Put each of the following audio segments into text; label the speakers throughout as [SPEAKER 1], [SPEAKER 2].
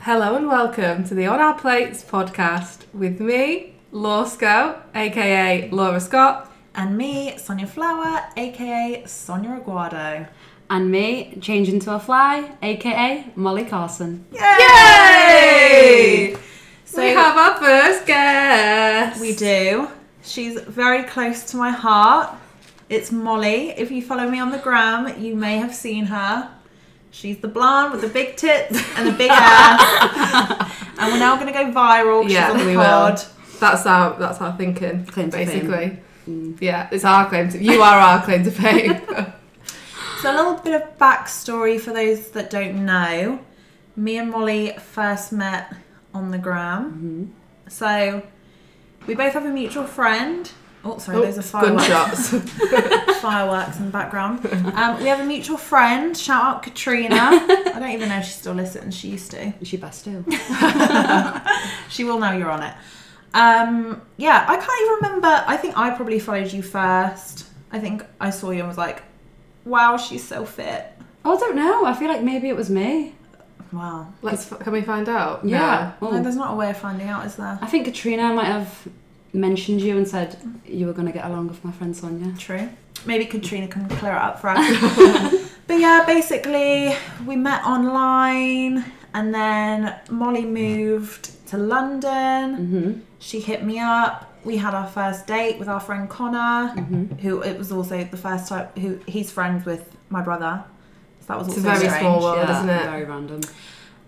[SPEAKER 1] Hello and welcome to the On Our Plates podcast with me, Law Scout, aka Laura Scott.
[SPEAKER 2] And me, Sonia Flower, aka Sonia Aguado.
[SPEAKER 3] And me, change into a fly, aka Molly Carson.
[SPEAKER 1] Yay!
[SPEAKER 2] So
[SPEAKER 1] we have our first guest.
[SPEAKER 2] we do. She's very close to my heart. It's Molly. If you follow me on the gram, you may have seen her. She's the blonde with the big tits and the big ass. and we're now going to go viral.
[SPEAKER 1] Yeah,
[SPEAKER 2] She's on the
[SPEAKER 1] we will.
[SPEAKER 2] pod.
[SPEAKER 1] That's our that's our thinking,
[SPEAKER 3] Claim to fame. Mm.
[SPEAKER 1] basically. Yeah, it's our claim to. You are our claim to fame. Oh,
[SPEAKER 2] So a little bit of backstory for those that don't know. Me and Molly first met on the gram. So we both have a mutual friend. Oh, sorry,
[SPEAKER 1] Oh,
[SPEAKER 2] those are fireworks.
[SPEAKER 1] Gunshots.
[SPEAKER 2] Fireworks in the background. Um, we have a mutual friend. Shout out Katrina. I don't even know if she still listens. She used to.
[SPEAKER 3] She best do.
[SPEAKER 2] She will know you're on it. Um, yeah, I can't even remember. I think I probably followed you first. I think I saw you and was like, "Wow, she's so fit."
[SPEAKER 3] Oh, I don't know. I feel like maybe it was me.
[SPEAKER 2] Wow.
[SPEAKER 1] Let's. Can we find out?
[SPEAKER 3] Yeah.
[SPEAKER 2] No,
[SPEAKER 3] Oh.
[SPEAKER 2] there's not a way of finding out, is there?
[SPEAKER 3] I think Katrina might have mentioned you and said you were going to get along with my friend Sonia.
[SPEAKER 2] True. Maybe Katrina can clear it up for us. but yeah, basically, we met online and then Molly moved to
[SPEAKER 1] Mm.
[SPEAKER 2] London.
[SPEAKER 3] Mm-hmm.
[SPEAKER 2] She hit me up. We had our first date with our friend Connor,
[SPEAKER 3] Mm-hmm.
[SPEAKER 2] who it was also the first time who he's friends with my brother. So that was
[SPEAKER 1] It's
[SPEAKER 2] also
[SPEAKER 1] a very
[SPEAKER 2] strange.
[SPEAKER 1] small world,
[SPEAKER 3] yeah,
[SPEAKER 1] isn't it?
[SPEAKER 3] Very random.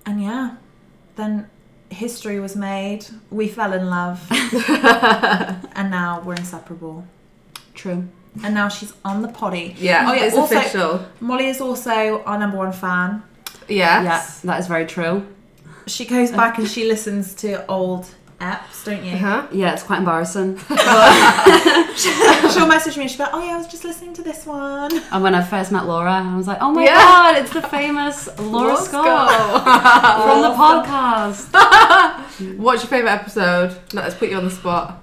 [SPEAKER 2] And yeah, then history was made. We fell in love, and now we're inseparable.
[SPEAKER 3] True.
[SPEAKER 2] And now she's on the potty.
[SPEAKER 1] Yeah,
[SPEAKER 2] Oh, yeah,
[SPEAKER 1] it's
[SPEAKER 2] also-
[SPEAKER 1] official.
[SPEAKER 2] Molly is also our number one fan.
[SPEAKER 1] Yes.
[SPEAKER 3] Yeah, that is very true.
[SPEAKER 2] She goes back and she listens to old apps, don't you?
[SPEAKER 1] Uh-huh.
[SPEAKER 3] Yeah, it's quite embarrassing.
[SPEAKER 2] She'll message me and she'll be like, oh yeah, I was just listening to this one.
[SPEAKER 3] and when I first met Laura, I was like, oh my
[SPEAKER 1] Yeah.
[SPEAKER 3] god, it's the famous Laura Scott from the podcast.
[SPEAKER 1] What's your favourite episode? No, let's put you on the spot.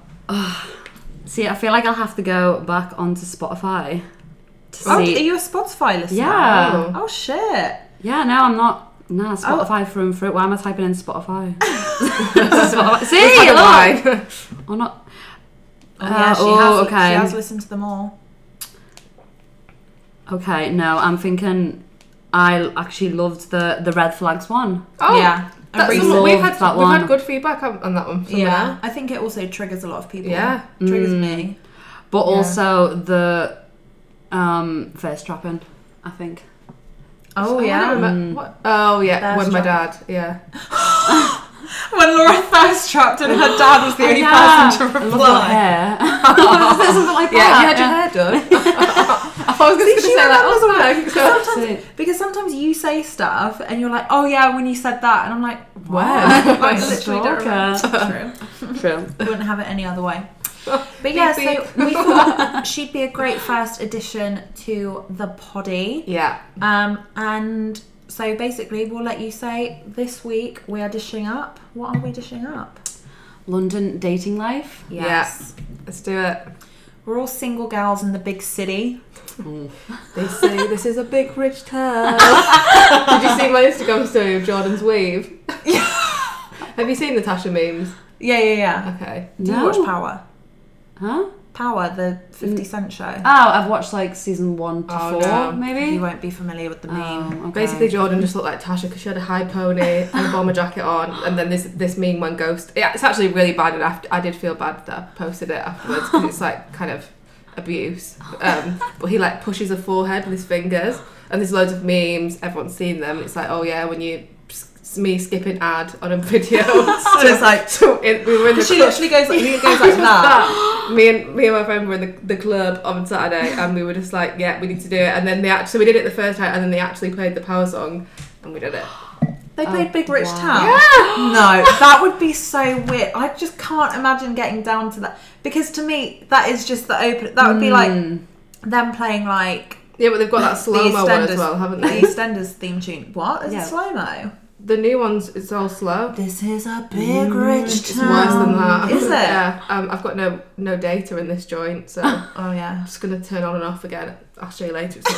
[SPEAKER 3] See, I feel like I'll have to go back onto Spotify to see.
[SPEAKER 2] Oh, are you a Spotify listener?
[SPEAKER 3] yeah.
[SPEAKER 1] Oh.
[SPEAKER 2] Oh shit.
[SPEAKER 3] Yeah, no, I'm not. Nah, Spotify through and through. Why am I typing in Spotify? Spotify. See,
[SPEAKER 1] It's
[SPEAKER 3] look.
[SPEAKER 1] like a line.
[SPEAKER 3] Or not.
[SPEAKER 2] Oh, yeah,
[SPEAKER 3] Uh,
[SPEAKER 2] she,
[SPEAKER 3] oh,
[SPEAKER 2] has,
[SPEAKER 3] okay.
[SPEAKER 2] she has listened to them all.
[SPEAKER 3] Okay, no, I'm thinking. I actually loved the the red flags one.
[SPEAKER 1] Oh,
[SPEAKER 2] yeah. And
[SPEAKER 1] That's
[SPEAKER 3] Every
[SPEAKER 1] a
[SPEAKER 2] recent-
[SPEAKER 1] lot. We've
[SPEAKER 3] love
[SPEAKER 1] had
[SPEAKER 3] that
[SPEAKER 1] we've
[SPEAKER 3] one.
[SPEAKER 1] had good feedback on, on that one. From
[SPEAKER 2] yeah. I think it also triggers a lot of people.
[SPEAKER 1] Yeah.
[SPEAKER 2] Triggers
[SPEAKER 3] Mm.
[SPEAKER 2] me.
[SPEAKER 3] But
[SPEAKER 1] Yeah.
[SPEAKER 3] also the um first trapping. I think.
[SPEAKER 1] there.
[SPEAKER 2] Oh,
[SPEAKER 1] I
[SPEAKER 2] yeah.
[SPEAKER 1] don't remem- what- Oh yeah,
[SPEAKER 2] That's
[SPEAKER 1] when my
[SPEAKER 2] true.
[SPEAKER 1] dad. Yeah.
[SPEAKER 2] When Laura first trapped and her dad was the only person to
[SPEAKER 3] I love your
[SPEAKER 2] reply.
[SPEAKER 3] hair. Something like
[SPEAKER 1] Yeah, you had your
[SPEAKER 3] that,
[SPEAKER 1] hair done. I was going to
[SPEAKER 2] she
[SPEAKER 1] say that all
[SPEAKER 3] oh,
[SPEAKER 1] the time. So-
[SPEAKER 2] Sometimes,
[SPEAKER 3] See.
[SPEAKER 2] because sometimes you say stuff and you're like, oh yeah, when you said that, and I'm like,
[SPEAKER 1] Oh, Wow.
[SPEAKER 2] what? like,
[SPEAKER 1] Like
[SPEAKER 2] literally don't
[SPEAKER 3] stalker.
[SPEAKER 2] remember. True.
[SPEAKER 3] True.
[SPEAKER 2] Wouldn't have it any other way. But yeah, so we thought she'd be a great first addition to the poddy.
[SPEAKER 1] yeah.
[SPEAKER 2] Um, and so basically, we'll let you say this week we are dishing up. What are we dishing up?
[SPEAKER 3] London dating life.
[SPEAKER 1] Let's do it.
[SPEAKER 2] We're all single gals in the big city.
[SPEAKER 1] They say this is a big rich town. Did you see my Instagram story of Jordan's weave? Have you seen the Tasha memes?
[SPEAKER 2] Yeah, yeah, yeah.
[SPEAKER 1] Okay.
[SPEAKER 2] Do
[SPEAKER 3] No.
[SPEAKER 2] you watch Power?
[SPEAKER 3] Huh?
[SPEAKER 2] Power, the 50 Cent show.
[SPEAKER 3] Oh, I've watched like season one to
[SPEAKER 1] Oh,
[SPEAKER 3] four,
[SPEAKER 1] no.
[SPEAKER 3] maybe.
[SPEAKER 2] You won't be familiar with the meme.
[SPEAKER 3] Oh, okay.
[SPEAKER 1] Basically, Jordan just looked like Tasha because she had a high pony and a bomber jacket on, and then this this mean one ghost. Yeah, it's actually really bad, and after, I did feel bad that I posted it afterwards because it's like kind of abuse. Um, but he like pushes her forehead with his fingers, and there's loads of memes. Everyone's seen them. It's like, oh yeah, when you s- me skipping ad on a video. so
[SPEAKER 2] it's like-
[SPEAKER 1] so it, we were in the
[SPEAKER 2] She
[SPEAKER 1] club.
[SPEAKER 2] literally goes like, she goes like that.
[SPEAKER 1] that. Me and me and my friend were in the, the club on Saturday, and we were just like, "Yeah, we need to do it." And then they actually, so we did it the first time, and then they actually played the power song, and we did it.
[SPEAKER 2] They played Big Rich
[SPEAKER 3] wow.
[SPEAKER 2] Town. No, that would be so weird. I just can't imagine getting down to that because to me that is just the open. That would be
[SPEAKER 3] Hmm.
[SPEAKER 2] like them playing like
[SPEAKER 1] Yeah, but they've got that slow mo one as well, haven't
[SPEAKER 2] the
[SPEAKER 1] they?
[SPEAKER 2] EastEnders theme tune. What is
[SPEAKER 3] Yeah.
[SPEAKER 2] it slow mo?
[SPEAKER 1] The new ones, it's all slow.
[SPEAKER 2] This is a big rich
[SPEAKER 1] It's worse than that.
[SPEAKER 2] Is it?
[SPEAKER 1] Yeah. Um, I've got no no data in this joint, so I'm
[SPEAKER 2] Oh yeah.
[SPEAKER 1] just gonna turn on and off again. I'll show you later. It's not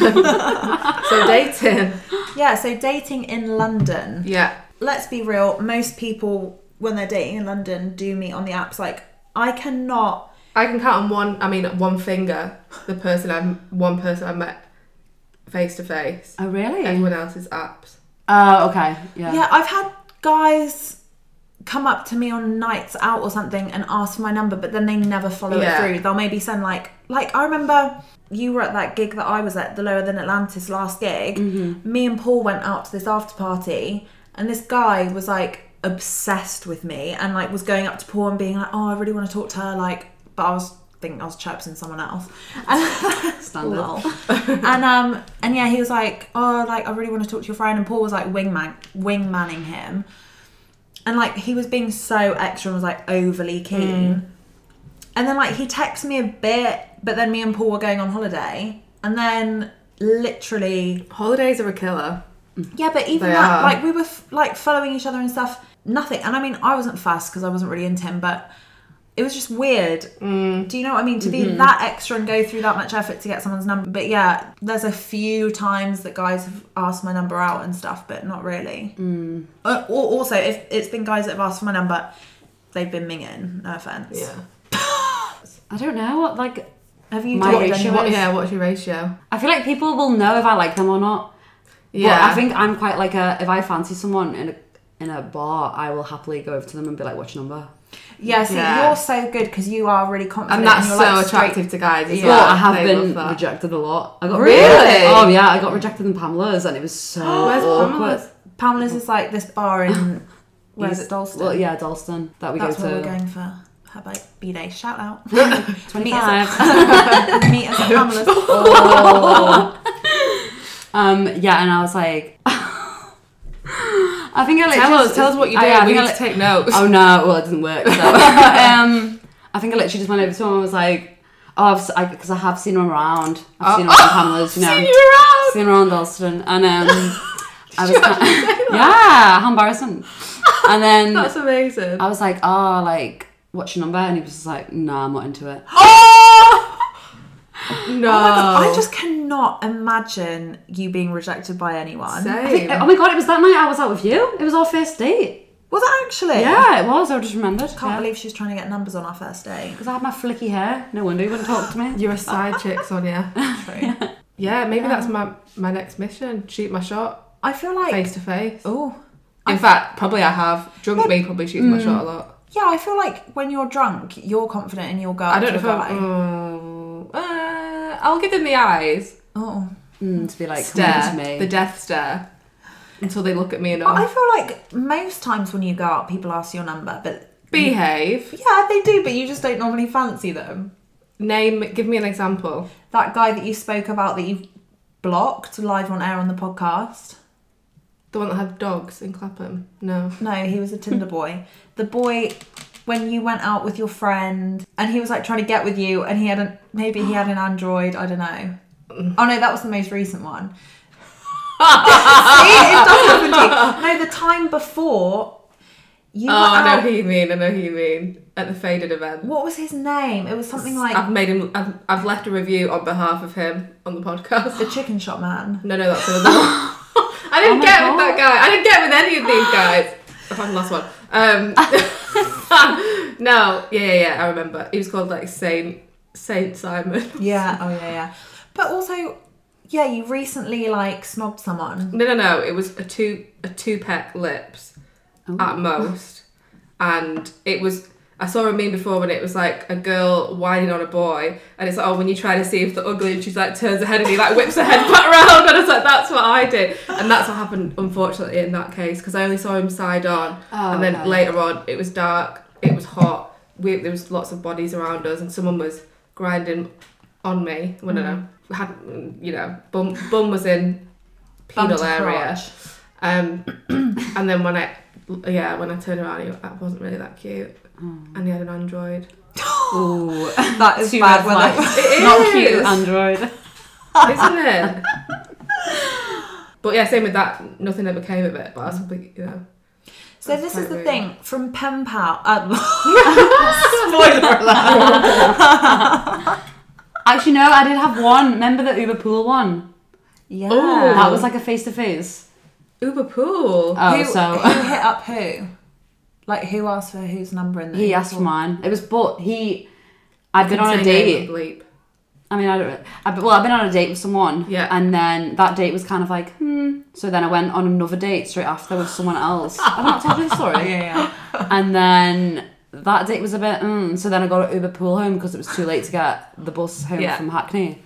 [SPEAKER 1] really relevant. so dating.
[SPEAKER 2] Yeah. So dating in London.
[SPEAKER 1] Yeah.
[SPEAKER 2] let's be real, most people when they're dating in London do meet on the apps. Like I cannot.
[SPEAKER 1] I can count on one. I mean, one finger the person I have one person I met face to face.
[SPEAKER 3] Oh really?
[SPEAKER 1] Everyone else is apps.
[SPEAKER 3] Oh okay. Yeah.
[SPEAKER 2] Yeah, I've had guys come up to me on nights out or something and ask for my number, but then they never follow
[SPEAKER 1] Yeah.
[SPEAKER 2] it through. They'll maybe send like like I remember you were at that gig that I was at, the Lower Than Atlantis last gig. Me and Paul went out to this after party, and this guy was like obsessed with me and like was going up to Paul and being like, "Oh, I really want to talk to her," like, but I was thinking I was chirping someone else. And-
[SPEAKER 3] Standard.
[SPEAKER 2] Lol. and um and yeah, he was like, oh, like I really want to talk to your friend, and Paul was like wingman wingmanning him, and like he was being so extra and was like overly keen, and then like he texts me a bit, but then me and Paul were going on holiday, and then literally
[SPEAKER 1] Holidays are a killer.
[SPEAKER 2] yeah, but even
[SPEAKER 1] They
[SPEAKER 2] that,
[SPEAKER 1] are.
[SPEAKER 2] like we were f- like following each other and stuff, nothing. And I mean, I wasn't fast because I wasn't really into him, but it was just weird. Do you know what I mean? To be that extra and go through that much effort to get someone's number. But yeah, there's a few times that guys have asked my number out and stuff, but not really. Uh, al- also, if it's been guys that have asked for my number, they've been minging. No offense.
[SPEAKER 1] Yeah.
[SPEAKER 3] I don't know what like.
[SPEAKER 2] Have you
[SPEAKER 3] My
[SPEAKER 2] dated
[SPEAKER 3] ratio
[SPEAKER 2] anyone?
[SPEAKER 1] What,
[SPEAKER 3] is-
[SPEAKER 1] yeah. What's your ratio?
[SPEAKER 3] I feel like people will know if I like them or not.
[SPEAKER 1] Yeah.
[SPEAKER 3] But I think I'm quite like a if I fancy someone in a in a bar, I will happily go over to them and be like, "What's your number?"
[SPEAKER 2] Yeah, see,
[SPEAKER 1] Yeah.
[SPEAKER 2] you're so good because you are really confident.
[SPEAKER 1] and that's
[SPEAKER 2] you're,
[SPEAKER 1] so
[SPEAKER 2] like, straight-
[SPEAKER 1] attractive to guys. As
[SPEAKER 3] But
[SPEAKER 1] well.
[SPEAKER 3] I have
[SPEAKER 1] They
[SPEAKER 3] been
[SPEAKER 1] love that.
[SPEAKER 3] rejected a lot. I got
[SPEAKER 1] Really?
[SPEAKER 3] Oh yeah, I got rejected in Pamela's, and it was so
[SPEAKER 1] Where's
[SPEAKER 3] awkward.
[SPEAKER 1] Pamela's?
[SPEAKER 2] Pamela's is like this bar in where's it Dalston?
[SPEAKER 3] Well, yeah, Dalston. That we
[SPEAKER 2] That's
[SPEAKER 3] go
[SPEAKER 2] where we're
[SPEAKER 3] to.
[SPEAKER 2] going for her bike B day. Shout out.
[SPEAKER 3] Twenty
[SPEAKER 2] Meet us
[SPEAKER 3] five.
[SPEAKER 2] at, meet us at Pamela's.
[SPEAKER 3] um, yeah, and I was like, I think I like
[SPEAKER 1] Tell
[SPEAKER 3] just,
[SPEAKER 1] us, tell us what you
[SPEAKER 3] I-
[SPEAKER 1] did.
[SPEAKER 3] yeah,
[SPEAKER 1] we
[SPEAKER 3] I think I
[SPEAKER 1] need
[SPEAKER 3] like-
[SPEAKER 1] to take notes.
[SPEAKER 3] Oh no, well it didn't work. So. um, I think I literally just went over to him and was like, "Oh, I've s- I because I, have seen him around.
[SPEAKER 1] Oh.
[SPEAKER 3] I've seen him around Pamela's, you know,
[SPEAKER 1] See you around.
[SPEAKER 3] seen him around Dalston, and um, I was kind yeah, how embarrassing. And then
[SPEAKER 1] That's amazing.
[SPEAKER 3] I was like, "Oh, like, what's your number?" And he was just like, "Nah, I'm not into it."
[SPEAKER 1] Oh no!
[SPEAKER 2] Oh my God, I just cannot imagine you being rejected by anyone.
[SPEAKER 3] I think-
[SPEAKER 1] Same.
[SPEAKER 3] oh my god, it was that night I was out with you. It was our first date.
[SPEAKER 2] Was it actually?
[SPEAKER 3] Yeah, it was. I just remembered.
[SPEAKER 2] Can't
[SPEAKER 3] yeah.
[SPEAKER 2] believe she was trying to get numbers on our first date.
[SPEAKER 3] because I had my flicky hair. No wonder he wouldn't talk to me.
[SPEAKER 1] You're a side chick, Sonia.
[SPEAKER 2] True.
[SPEAKER 1] Yeah, maybe that's my my next mission. Shoot my shot
[SPEAKER 2] I feel like
[SPEAKER 1] face to face. In
[SPEAKER 2] oh
[SPEAKER 1] fact, probably I have. Drunk me probably shoots my shot a
[SPEAKER 3] Mm.
[SPEAKER 1] lot.
[SPEAKER 2] yeah, I feel like when you're drunk, you're confident and you'll go.
[SPEAKER 1] I don't know
[SPEAKER 2] up
[SPEAKER 1] if
[SPEAKER 2] to a guy.
[SPEAKER 1] I'm. Mm, uh, I'll give them the eyes
[SPEAKER 2] Oh.
[SPEAKER 3] Mm, to be like, come
[SPEAKER 1] stare,
[SPEAKER 3] on to me.
[SPEAKER 1] the death stare, until they look at me and
[SPEAKER 2] But I
[SPEAKER 1] all,
[SPEAKER 2] feel like most times when you go out, people ask your number, but
[SPEAKER 1] behave.
[SPEAKER 2] yeah, they do, but you just don't normally fancy them.
[SPEAKER 1] Name. Give me an example.
[SPEAKER 2] that guy that you spoke about that you've blocked live on air on the podcast.
[SPEAKER 1] The one that had dogs in Clapham. No.
[SPEAKER 2] No, he was a Tinder boy. The boy when you went out with your friend and he was like trying to get with you and he had an maybe he had an Android, I don't know. Oh no, that was the most recent one. See, it does happen to you. No, the time before you
[SPEAKER 1] Oh,
[SPEAKER 2] were
[SPEAKER 1] I know
[SPEAKER 2] out,
[SPEAKER 1] who you mean. I know who you mean. At the faded event.
[SPEAKER 2] what was his name? It was something like
[SPEAKER 1] I've made him. I've, I've left a review on behalf of him on the podcast.
[SPEAKER 2] the chicken shop man.
[SPEAKER 1] No, no, that's another one. I
[SPEAKER 3] Oh
[SPEAKER 1] didn't
[SPEAKER 3] my
[SPEAKER 1] get with
[SPEAKER 3] God.
[SPEAKER 1] that guy. I didn't get with any of these guys. I found the last one. Um, no, yeah, yeah, yeah, I remember. He was called like Saint Saint Simon.
[SPEAKER 2] Yeah, oh yeah, yeah. But also, yeah, you recently like snobbed someone.
[SPEAKER 1] No, no, no. It was a two a two peck lips
[SPEAKER 3] Oh.
[SPEAKER 1] at most, and it was. I saw a meme before when it was like a girl whining on a boy, and it's like, oh, when you try to see if the ugly, and she's like turns her head and he like whips her head back round, and I was like, that's what I did, and that's what happened unfortunately in that case because I only saw him side on,
[SPEAKER 3] Oh,
[SPEAKER 1] and then
[SPEAKER 3] okay.
[SPEAKER 1] later on it was dark, it was hot, we, there was lots of bodies around us, and someone was grinding on me. Well, no,
[SPEAKER 3] Mm-hmm.
[SPEAKER 1] no, had you know, bum bum was in
[SPEAKER 2] Bum to
[SPEAKER 1] penal area.
[SPEAKER 2] crotch.
[SPEAKER 1] Um, and then when I, yeah, when I turned around, he I wasn't really that cute,
[SPEAKER 3] Mm.
[SPEAKER 1] and he had an Android.
[SPEAKER 3] Ooh,
[SPEAKER 2] That is
[SPEAKER 3] too
[SPEAKER 2] bad
[SPEAKER 3] bad
[SPEAKER 2] weather.
[SPEAKER 1] It
[SPEAKER 3] Not cute,
[SPEAKER 1] is.
[SPEAKER 3] Android.
[SPEAKER 1] isn't it? but yeah, same with that. Nothing ever came of it. But that's probably, you know,
[SPEAKER 2] So this is
[SPEAKER 1] quite
[SPEAKER 2] the
[SPEAKER 1] rude.
[SPEAKER 2] thing from pen pal. Um,
[SPEAKER 3] Actually, no, I did have one. Remember the Uber pool one?
[SPEAKER 2] yeah,
[SPEAKER 1] Ooh.
[SPEAKER 3] That was like a face to face.
[SPEAKER 1] Uber Pool.
[SPEAKER 3] Oh,
[SPEAKER 2] who,
[SPEAKER 3] so-
[SPEAKER 2] who hit up who? Like who asked for whose number in the
[SPEAKER 3] He asked for mine. It was bought. He. I've been
[SPEAKER 1] Didn't
[SPEAKER 3] on a
[SPEAKER 1] say name and
[SPEAKER 3] date.
[SPEAKER 1] Bleep.
[SPEAKER 3] I mean, I don't. I, well, I've been on a date with someone.
[SPEAKER 1] Yeah.
[SPEAKER 3] And then that date was kind of like, hmm. So then I went on another date straight after with someone else. I've not told you the
[SPEAKER 2] Yeah,
[SPEAKER 3] story.
[SPEAKER 2] yeah.
[SPEAKER 3] And then that date was a bit. Mm. So then I got an Uber pool home because it was too late to get the bus home
[SPEAKER 1] Yeah.
[SPEAKER 3] from Hackney.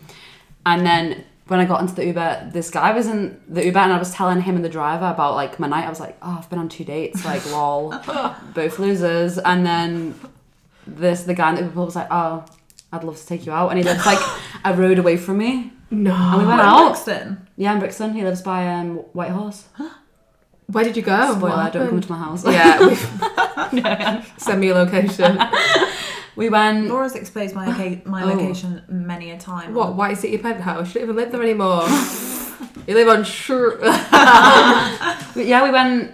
[SPEAKER 3] And then when I got into the Uber, this guy was in the Uber, and I was telling him and the driver about like my night. I was like, oh, I've been on two dates. Like, lol, both losers. And then this the guy in the Uber pool was like, oh. I'd love to take you out, and he lives like a road away from me. And we
[SPEAKER 1] No.
[SPEAKER 3] went
[SPEAKER 2] Like
[SPEAKER 3] out.
[SPEAKER 2] Brixton.
[SPEAKER 3] Yeah, in Brixton. He lives by um, White Horse.
[SPEAKER 1] Where did you go?
[SPEAKER 3] Spoiler,
[SPEAKER 1] Oh, What
[SPEAKER 3] don't come
[SPEAKER 1] happened?
[SPEAKER 3] to my house.
[SPEAKER 1] Yeah, we've, send me a location.
[SPEAKER 3] We went.
[SPEAKER 2] Laura's exposed my loca- my
[SPEAKER 3] Oh.
[SPEAKER 2] location many a time.
[SPEAKER 1] What? Why is it your penthouse? You don't even live there anymore. you live on Shrew.
[SPEAKER 3] Yeah, we went.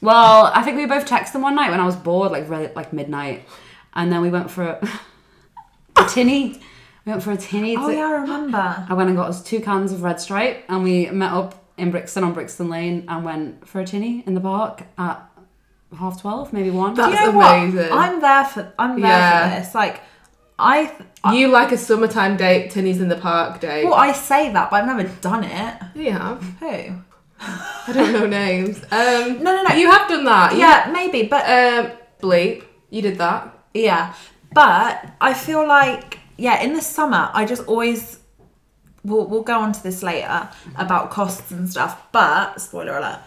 [SPEAKER 3] Well, I think we both texted them one night when I was bored, like really, like midnight, and then we went for a, a tinny. We went for a tinny.
[SPEAKER 2] Oh
[SPEAKER 3] to-
[SPEAKER 2] yeah, I remember.
[SPEAKER 3] I went and got us two cans of Red Stripe, and we met up in Brixton on Brixton Lane and went for a tinny in the park at half twelve, maybe one.
[SPEAKER 1] That-
[SPEAKER 2] Do
[SPEAKER 1] That's
[SPEAKER 2] you know what?
[SPEAKER 1] amazing.
[SPEAKER 2] I'm there for I'm there
[SPEAKER 1] Yeah.
[SPEAKER 2] for this. Like I th-
[SPEAKER 1] you like a summertime date, Tinny's in the park date.
[SPEAKER 2] well, I say that, but I've never done it.
[SPEAKER 1] You have.
[SPEAKER 2] Who?
[SPEAKER 1] I don't know names. Um,
[SPEAKER 2] No, no, no.
[SPEAKER 1] You have done that. You-
[SPEAKER 2] yeah, maybe, but uh,
[SPEAKER 1] Um, bleep. You did that.
[SPEAKER 2] Yeah, but I feel like yeah, in the summer I just always we'll we'll go on to this later about costs and stuff. But spoiler alert,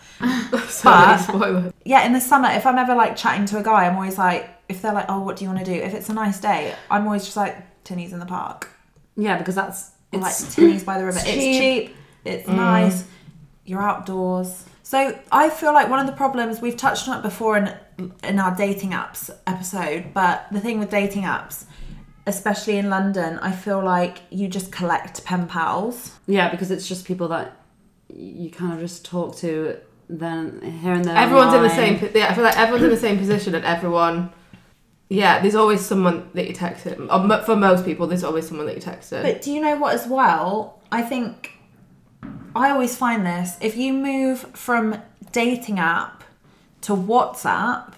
[SPEAKER 1] So
[SPEAKER 2] But-
[SPEAKER 1] many spoilers.
[SPEAKER 2] yeah, in the summer if I'm ever like chatting to a guy, I'm always like if they're like oh what do you want to do? If it's a nice day, I'm always just like tinnies in the park,
[SPEAKER 3] yeah, because that's
[SPEAKER 2] or, like
[SPEAKER 3] it's
[SPEAKER 2] tinnies by the river. It's
[SPEAKER 3] it's
[SPEAKER 2] cheap, it's nice, you're outdoors. So I feel like one of the problems we've touched on it before in in our dating apps episode, but the thing with dating apps especially in London, I feel like you just collect pen pals.
[SPEAKER 3] yeah because it's just people that you kind of just talk to then here and there.
[SPEAKER 1] Everyone's in the same.
[SPEAKER 3] online.
[SPEAKER 1] po- Yeah, I feel like everyone's in the same position, and everyone. Yeah, there's always someone that you text. it. Or mo- For most people, there's always someone that you text. it.
[SPEAKER 2] But do you know what, as well? I think I always find this if you move from dating app to WhatsApp,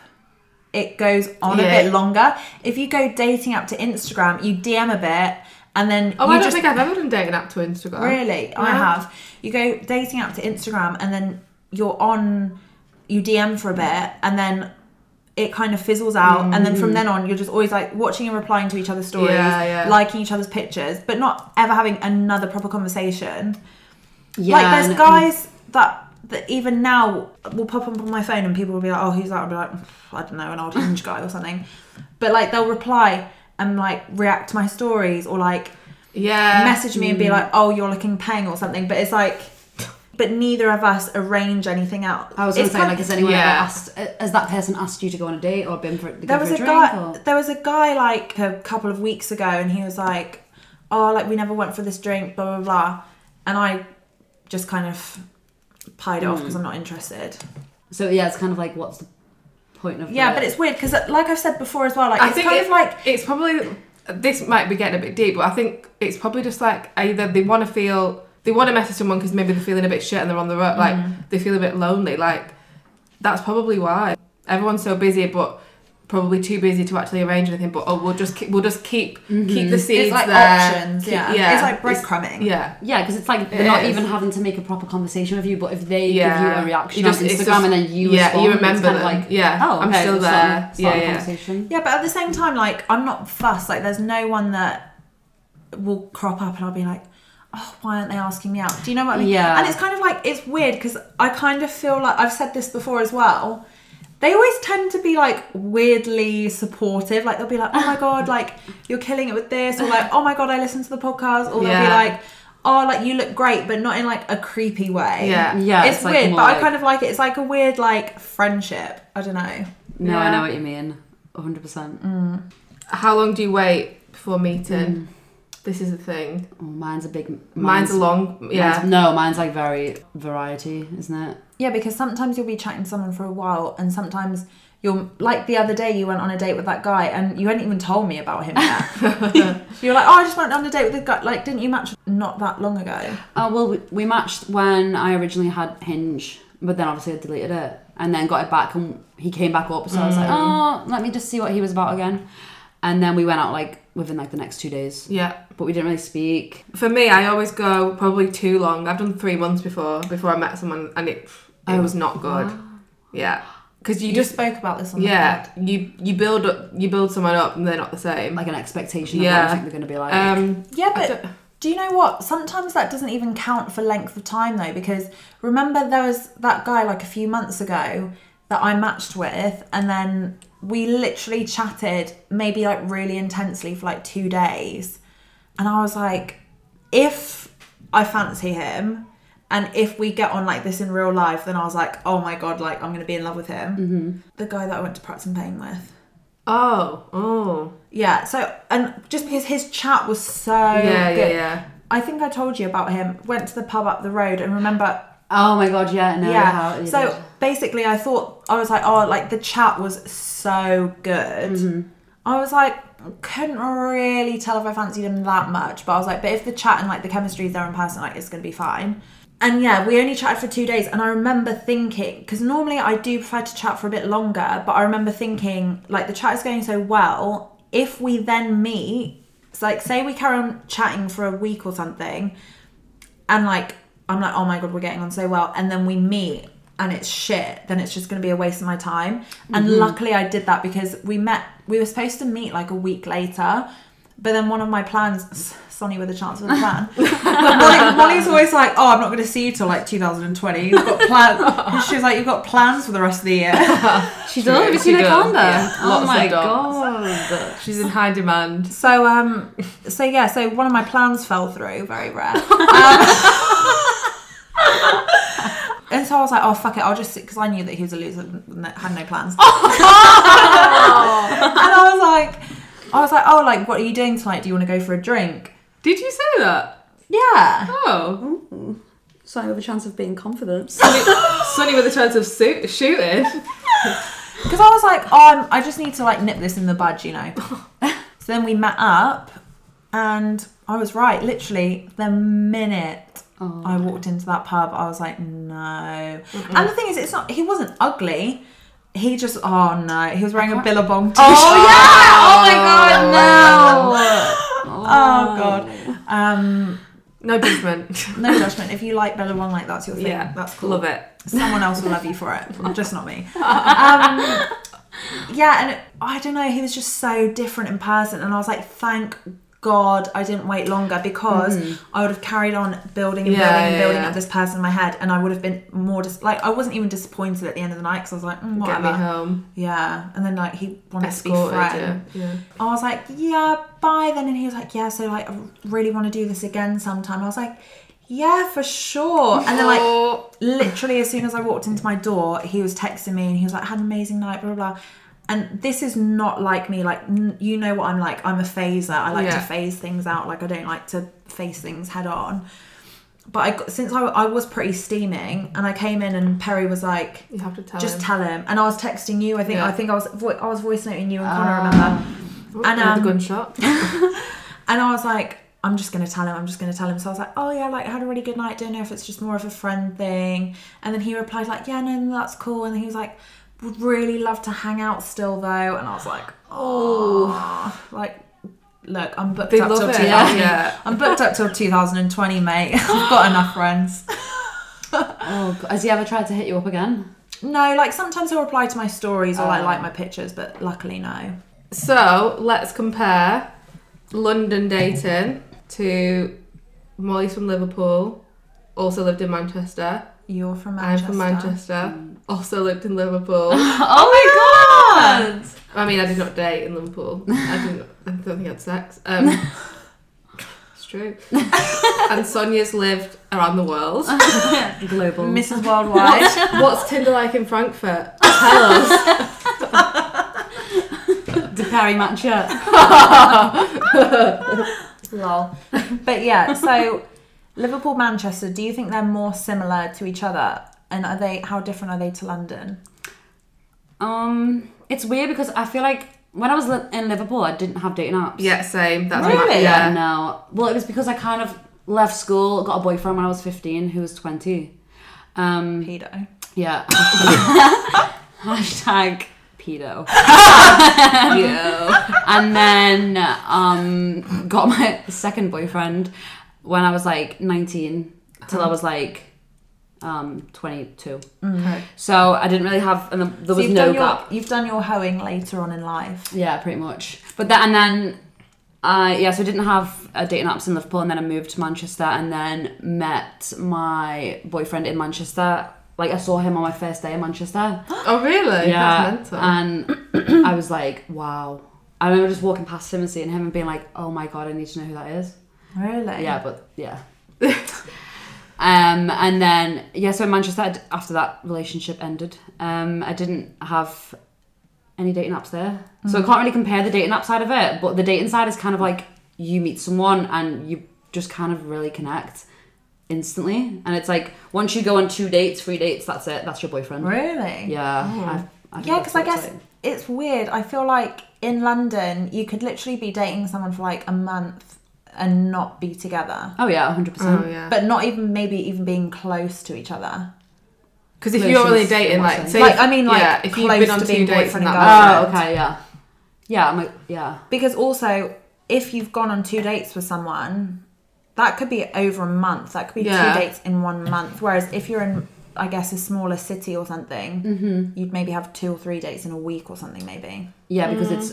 [SPEAKER 2] it goes on
[SPEAKER 1] Yeah.
[SPEAKER 2] a bit longer. If you go dating app to Instagram, you DM a bit and then
[SPEAKER 1] Oh,
[SPEAKER 2] you
[SPEAKER 1] I don't
[SPEAKER 2] just
[SPEAKER 1] think I've ever done dating app to Instagram.
[SPEAKER 2] Really? I
[SPEAKER 1] Yeah.
[SPEAKER 2] have. You go dating app to Instagram and then you're on, you DM for a bit and then it kind of fizzles out. And then from then on, you're just always like watching and replying to each other's stories,
[SPEAKER 1] Yeah, yeah.
[SPEAKER 2] liking each other's pictures, but not ever having another proper conversation.
[SPEAKER 3] Yeah,
[SPEAKER 2] like
[SPEAKER 3] and-
[SPEAKER 2] there's guys that. That even now will pop up on my phone and people will be like, "Oh, who's that?" I'll be like, "I don't know, an old hinge guy or something," but like they'll reply and like react to my stories or like
[SPEAKER 1] Yeah.
[SPEAKER 2] message me and be like, "Oh, you're looking peng" or something. But it's like, but neither of us arrange anything out.
[SPEAKER 3] I was gonna
[SPEAKER 2] It's
[SPEAKER 3] say,
[SPEAKER 2] kind-
[SPEAKER 3] like, has anyone ever
[SPEAKER 1] yeah.
[SPEAKER 3] asked? uh, Has that person asked you to go on a date or been for? To
[SPEAKER 2] there
[SPEAKER 3] go
[SPEAKER 2] was a
[SPEAKER 3] for a, drink
[SPEAKER 2] guy.
[SPEAKER 3] Or?
[SPEAKER 2] There was a guy like a couple of weeks ago, and he was like, "Oh, like we never went for this drink, blah blah blah," and I just kind of pied it
[SPEAKER 1] Hmm.
[SPEAKER 2] off because I'm not interested.
[SPEAKER 3] So yeah, it's kind of like, what's the point of?
[SPEAKER 2] Yeah,
[SPEAKER 3] the-
[SPEAKER 2] but it's weird because, like I've said before as well, like
[SPEAKER 1] I
[SPEAKER 2] it's
[SPEAKER 1] think
[SPEAKER 2] kind
[SPEAKER 1] it-
[SPEAKER 2] of like
[SPEAKER 1] it's probably this might be getting a bit deep, but I think it's probably just like either they want to feel they want to message someone because maybe they're feeling a bit shit and they're on the road,
[SPEAKER 2] Mm.
[SPEAKER 1] like they feel a bit lonely. Like that's probably why everyone's so busy, but probably too busy to actually arrange anything. But oh, we'll just keep, we'll just keep keep the seeds
[SPEAKER 2] Mm-hmm. it's like
[SPEAKER 1] there.
[SPEAKER 2] options.
[SPEAKER 1] Keep-
[SPEAKER 2] yeah. it's like breadcrumbing.
[SPEAKER 1] yeah.
[SPEAKER 3] yeah, because it's like they're
[SPEAKER 1] It
[SPEAKER 3] not
[SPEAKER 1] is.
[SPEAKER 3] even having to make a proper conversation with you, but if they give you
[SPEAKER 1] Yeah.
[SPEAKER 3] a reaction
[SPEAKER 1] You just-
[SPEAKER 3] on
[SPEAKER 1] it's
[SPEAKER 3] Instagram
[SPEAKER 1] just-
[SPEAKER 3] and then you
[SPEAKER 1] yeah,
[SPEAKER 3] respond,
[SPEAKER 1] you
[SPEAKER 3] it's
[SPEAKER 1] remember
[SPEAKER 3] kind of
[SPEAKER 1] them.
[SPEAKER 3] like,
[SPEAKER 1] Yeah,
[SPEAKER 3] oh,
[SPEAKER 1] I'm
[SPEAKER 3] okay,
[SPEAKER 1] still
[SPEAKER 3] we'll
[SPEAKER 1] there.
[SPEAKER 3] Start, start
[SPEAKER 1] Yeah,
[SPEAKER 3] a
[SPEAKER 1] yeah.
[SPEAKER 3] conversation.
[SPEAKER 2] Yeah, but at the same time, like I'm not fussed. Like there's no one that will crop up and I'll be like, oh, why aren't they asking me out? Do you know what I mean?
[SPEAKER 3] Yeah.
[SPEAKER 2] And it's kind of like it's weird because I kind of feel like I've said this before as well. They always tend to be like weirdly supportive. Like they'll be like, oh my god, like you're killing it with this, or like, oh my god, I listened to the podcast, or they'll be
[SPEAKER 1] Yeah.
[SPEAKER 2] like. Oh, like you look great, but not in like a creepy way.
[SPEAKER 1] Yeah.
[SPEAKER 3] Yeah,
[SPEAKER 2] it's,
[SPEAKER 3] it's, like,
[SPEAKER 2] weird,
[SPEAKER 3] more
[SPEAKER 2] but I
[SPEAKER 3] like-
[SPEAKER 2] kind of like it. It's like a weird like friendship. I don't know.
[SPEAKER 3] No, I
[SPEAKER 1] Yeah.
[SPEAKER 3] know what you mean. 100. percent
[SPEAKER 1] How long do you wait before
[SPEAKER 2] Mm.
[SPEAKER 1] meeting? This is the thing.
[SPEAKER 3] Oh, mine's a big.
[SPEAKER 1] Mm. Mine's, a long. Yeah.
[SPEAKER 3] mine's- no, mine's like very variety, isn't it?
[SPEAKER 2] Yeah, because sometimes you'll be chatting to someone for a while, and sometimes you're like the other day you went on a date with that guy, and you hadn't even told me about him yet. you're like, oh, I just went on a date with this guy. Like, didn't you match not that long ago?
[SPEAKER 3] Oh well, we, we matched when I originally had Hinge, But then obviously I deleted it and then got it back and he came back up. So I was like, oh, let me just see what he was about again. And then we went out like within like the next two days,
[SPEAKER 1] Yeah.
[SPEAKER 3] but we didn't really speak.
[SPEAKER 1] For me, I always go probably too long. I've done three months before before I met someone, and it it
[SPEAKER 3] Oh,
[SPEAKER 1] was not good. Yeah, because you,
[SPEAKER 2] You just
[SPEAKER 1] just
[SPEAKER 2] spoke about this on the
[SPEAKER 1] yeah you you build up you build someone up and they're not the same.
[SPEAKER 3] Like an expectation of what
[SPEAKER 1] Yeah.
[SPEAKER 3] you think they're going to be like.
[SPEAKER 1] um,
[SPEAKER 2] pod. Yeah,
[SPEAKER 1] I
[SPEAKER 2] but
[SPEAKER 1] don't-
[SPEAKER 2] do you know what? Sometimes that doesn't even count for length of time though, because remember there was that guy like a few months ago that I matched with, and then we literally chatted maybe like really intensely for like two days. And I was like, if I fancy him and if we get on like this in real life, then I was like, oh my god, like I'm gonna be in love with him.
[SPEAKER 1] Mm-hmm.
[SPEAKER 2] The guy that I went to practice and pain with.
[SPEAKER 1] oh oh
[SPEAKER 2] Yeah, so and just because his chat was so
[SPEAKER 1] yeah
[SPEAKER 2] good.
[SPEAKER 1] yeah yeah.
[SPEAKER 2] I think I told you about him. Went to the pub up the road and remember,
[SPEAKER 3] oh my God, yeah, no.
[SPEAKER 2] yeah.
[SPEAKER 3] how-
[SPEAKER 2] so basically, I thought I was like, oh, like the chat was so good. I was like, couldn't really tell if I fancied him that much, but I was like, but if the chat and like the chemistry's there in person, like it's gonna be fine. And yeah, we only chatted for two days, and I remember thinking because normally I do prefer to chat for a bit longer, but I remember thinking like the chat is going so well. If we then meet, it's like say we carry on chatting for a week or something, and like I'm like, oh my god, we're getting on so well, and then we meet and it's shit, then it's just gonna be a waste of my time. And luckily I did that because we met we were supposed to meet like a week later, but then one of my plans Sonny with a chance with a plan. but Molly, Molly's always like, Oh, I'm not gonna see you till like 2020. You've got plans and she was like, You've got plans for the rest of the year.
[SPEAKER 3] She does. Have you
[SPEAKER 1] She
[SPEAKER 3] seen her
[SPEAKER 1] does,
[SPEAKER 3] calendar?
[SPEAKER 1] yeah.
[SPEAKER 3] Oh
[SPEAKER 1] Lots of
[SPEAKER 3] my
[SPEAKER 1] dots.
[SPEAKER 3] god.
[SPEAKER 1] She's in high demand.
[SPEAKER 2] So um so yeah, so one of my plans fell through, very rare. Um, and so I was like, oh fuck it, I'll just because I knew that he was a loser and that had no plans. and I was like, I was like, oh like what are you doing tonight? Do you want to go for a drink?
[SPEAKER 1] Did you say that?
[SPEAKER 2] Yeah.
[SPEAKER 1] Oh,
[SPEAKER 3] So I have a chance of being confident.
[SPEAKER 1] Sunny, Sunny with a chance of su- shooting.
[SPEAKER 2] Because I was like, oh, I'm, I just need to like nip this in the bud, you know. so then we met up, and I was right. Literally, the minute
[SPEAKER 3] Oh.
[SPEAKER 2] I walked into that pub, I was like, no. And the thing is, it's not. He wasn't ugly. He just, oh no, he was wearing a Billabong t-shirt.
[SPEAKER 3] Oh yeah! Oh my god, no!
[SPEAKER 2] Oh, god. Um,
[SPEAKER 1] No judgment.
[SPEAKER 2] no judgment. If you like Billabong, like that's your thing.
[SPEAKER 1] Yeah,
[SPEAKER 2] that's cool.
[SPEAKER 1] Love it.
[SPEAKER 2] someone else will love you for it just not me um, yeah and i don't know he was just so different in person and i was like thank god i didn't wait longer because i would have carried on building and
[SPEAKER 1] Mm-hmm. Yeah,
[SPEAKER 2] building and
[SPEAKER 1] yeah,
[SPEAKER 2] building
[SPEAKER 1] yeah.
[SPEAKER 2] up this person in my head and i would have been more dis- like i wasn't even disappointed at the end of the night because i was like mm,
[SPEAKER 1] Get me
[SPEAKER 2] whatever
[SPEAKER 1] home.
[SPEAKER 2] yeah and then like he wanted to be
[SPEAKER 1] Escorted.
[SPEAKER 2] friends
[SPEAKER 1] Yeah. yeah.
[SPEAKER 2] I was like, yeah, bye then. And he was like, yeah, so like, I really want to do this again sometime. I was like, yeah, for sure. And then like,
[SPEAKER 1] Oh,
[SPEAKER 2] literally as soon as I walked into my door, he was texting me and he was like, had an amazing night, blah, blah, blah. And this is not like me. Like, n- you know what I'm like. I'm a phaser. I like to
[SPEAKER 1] Yeah.
[SPEAKER 2] phase things out. Like, I don't like to face things head on. But I, got- since I, I was pretty steaming and I came in and Perry was like,
[SPEAKER 1] you have to tell
[SPEAKER 2] just
[SPEAKER 1] him.
[SPEAKER 2] tell him. And I was texting you. I think,
[SPEAKER 1] Yeah.
[SPEAKER 2] I think I was, vo- I was voice noting you and Connor, remember?
[SPEAKER 1] Oh,
[SPEAKER 2] and,
[SPEAKER 1] another
[SPEAKER 2] um,
[SPEAKER 1] gunshot.
[SPEAKER 2] And I was like, I'm just gonna tell him, I'm just gonna tell him. So I was like, oh yeah, like I had a really good night. Don't know if it's just more of a friend thing. And then he replied, like, yeah, no, no, that's cool. And he was like, would really love to hang out still though. And I was like, oh, like, look, I'm booked
[SPEAKER 1] They
[SPEAKER 2] up
[SPEAKER 1] love
[SPEAKER 2] till
[SPEAKER 1] it.
[SPEAKER 2] 2000.
[SPEAKER 1] Yeah.
[SPEAKER 2] I'm booked up till 2020, mate. I've got enough friends.
[SPEAKER 3] Oh god. Has he ever tried to hit you up again?
[SPEAKER 2] No, like sometimes he'll reply to my stories or like
[SPEAKER 1] Oh.
[SPEAKER 2] like my pictures, but luckily no.
[SPEAKER 1] So let's compare London dating to Molly's from Liverpool, also lived in Manchester.
[SPEAKER 2] You're from
[SPEAKER 1] I'm
[SPEAKER 2] Manchester.
[SPEAKER 1] from Manchester, also lived in Liverpool.
[SPEAKER 3] Oh,
[SPEAKER 1] Ah!
[SPEAKER 3] my god!
[SPEAKER 1] I mean, I did not date in Liverpool. I didn't. I don't think I had sex. Um, it's true. and Sonia's lived around the world.
[SPEAKER 3] Global.
[SPEAKER 2] Mrs. Worldwide.
[SPEAKER 1] What's Tinder like in Frankfurt? Tell us.
[SPEAKER 3] the Perry Matcher.
[SPEAKER 2] Lol. But yeah, so Liverpool, Manchester, do you think they're more similar to each other? And are they how different are they to London?
[SPEAKER 3] Um, it's weird because I feel like when I was li- in Liverpool, I didn't have dating apps.
[SPEAKER 1] Yeah, same. That's
[SPEAKER 2] Really?
[SPEAKER 1] my-
[SPEAKER 3] Yeah.
[SPEAKER 1] yeah.
[SPEAKER 3] No. Well, it was because I kind of left school, got a boyfriend when I was 15, who was 20. Um,
[SPEAKER 2] Pedo.
[SPEAKER 3] Yeah. Hashtag pedo. pedo. And then um, got my second boyfriend when I was like 19 till
[SPEAKER 2] Uh-huh.
[SPEAKER 3] I was like um 22 so i didn't really have and there was
[SPEAKER 2] Mm. you've
[SPEAKER 3] no
[SPEAKER 2] done your,
[SPEAKER 3] gap
[SPEAKER 2] You've done your hoeing later on in life.
[SPEAKER 3] yeah, pretty much. But that and then, uh, yeah, so I didn't have a dating apps in Liverpool, and then I moved to Manchester, and then met my boyfriend in Manchester. Like I saw him on my first day in Manchester.
[SPEAKER 1] Oh really? That's mental.
[SPEAKER 3] and I was like, wow. I remember just walking past him and seeing him and being like, oh my god, I need to know who that is.
[SPEAKER 2] Really?
[SPEAKER 3] Yeah, but yeah. um, and then yeah, so in Manchester I'd- after that relationship ended, um, I didn't have any dating apps there,
[SPEAKER 2] Mm.
[SPEAKER 3] so I can't really compare the dating app side of it. But the dating side is kind of like you meet someone and you just kind of really connect instantly, and it's like once you go on two dates, three dates, that's it. That's your boyfriend.
[SPEAKER 2] Really? Oh.
[SPEAKER 3] Yeah. I've- I think
[SPEAKER 2] Yeah, because I
[SPEAKER 3] that's what it's
[SPEAKER 2] guess
[SPEAKER 3] like.
[SPEAKER 2] it's weird. I feel like in London, you could literally be dating someone for like a month and not be together,
[SPEAKER 3] Oh yeah, hundred
[SPEAKER 1] oh
[SPEAKER 3] percent.
[SPEAKER 1] yeah.
[SPEAKER 2] but not even maybe even being close to each other.
[SPEAKER 1] Because if you're only
[SPEAKER 3] Relations
[SPEAKER 1] dating,
[SPEAKER 3] in what
[SPEAKER 1] like,
[SPEAKER 3] sense?
[SPEAKER 1] say,
[SPEAKER 2] Like, I mean, like,
[SPEAKER 1] yeah, if you've
[SPEAKER 2] close
[SPEAKER 1] been on
[SPEAKER 2] to
[SPEAKER 1] two
[SPEAKER 2] being
[SPEAKER 1] dates and
[SPEAKER 2] boyfriend and
[SPEAKER 1] that,
[SPEAKER 3] Oh okay, yeah, yeah. I'm like yeah.
[SPEAKER 2] Because also, if you've gone on two dates with someone, that could be over a month. That could be
[SPEAKER 1] Yeah.
[SPEAKER 2] two dates in one month. Whereas if you're in, I guess, a smaller city or something, you'd maybe have two or three dates in a week or something, maybe.
[SPEAKER 3] Yeah, because
[SPEAKER 1] Mm.
[SPEAKER 3] it's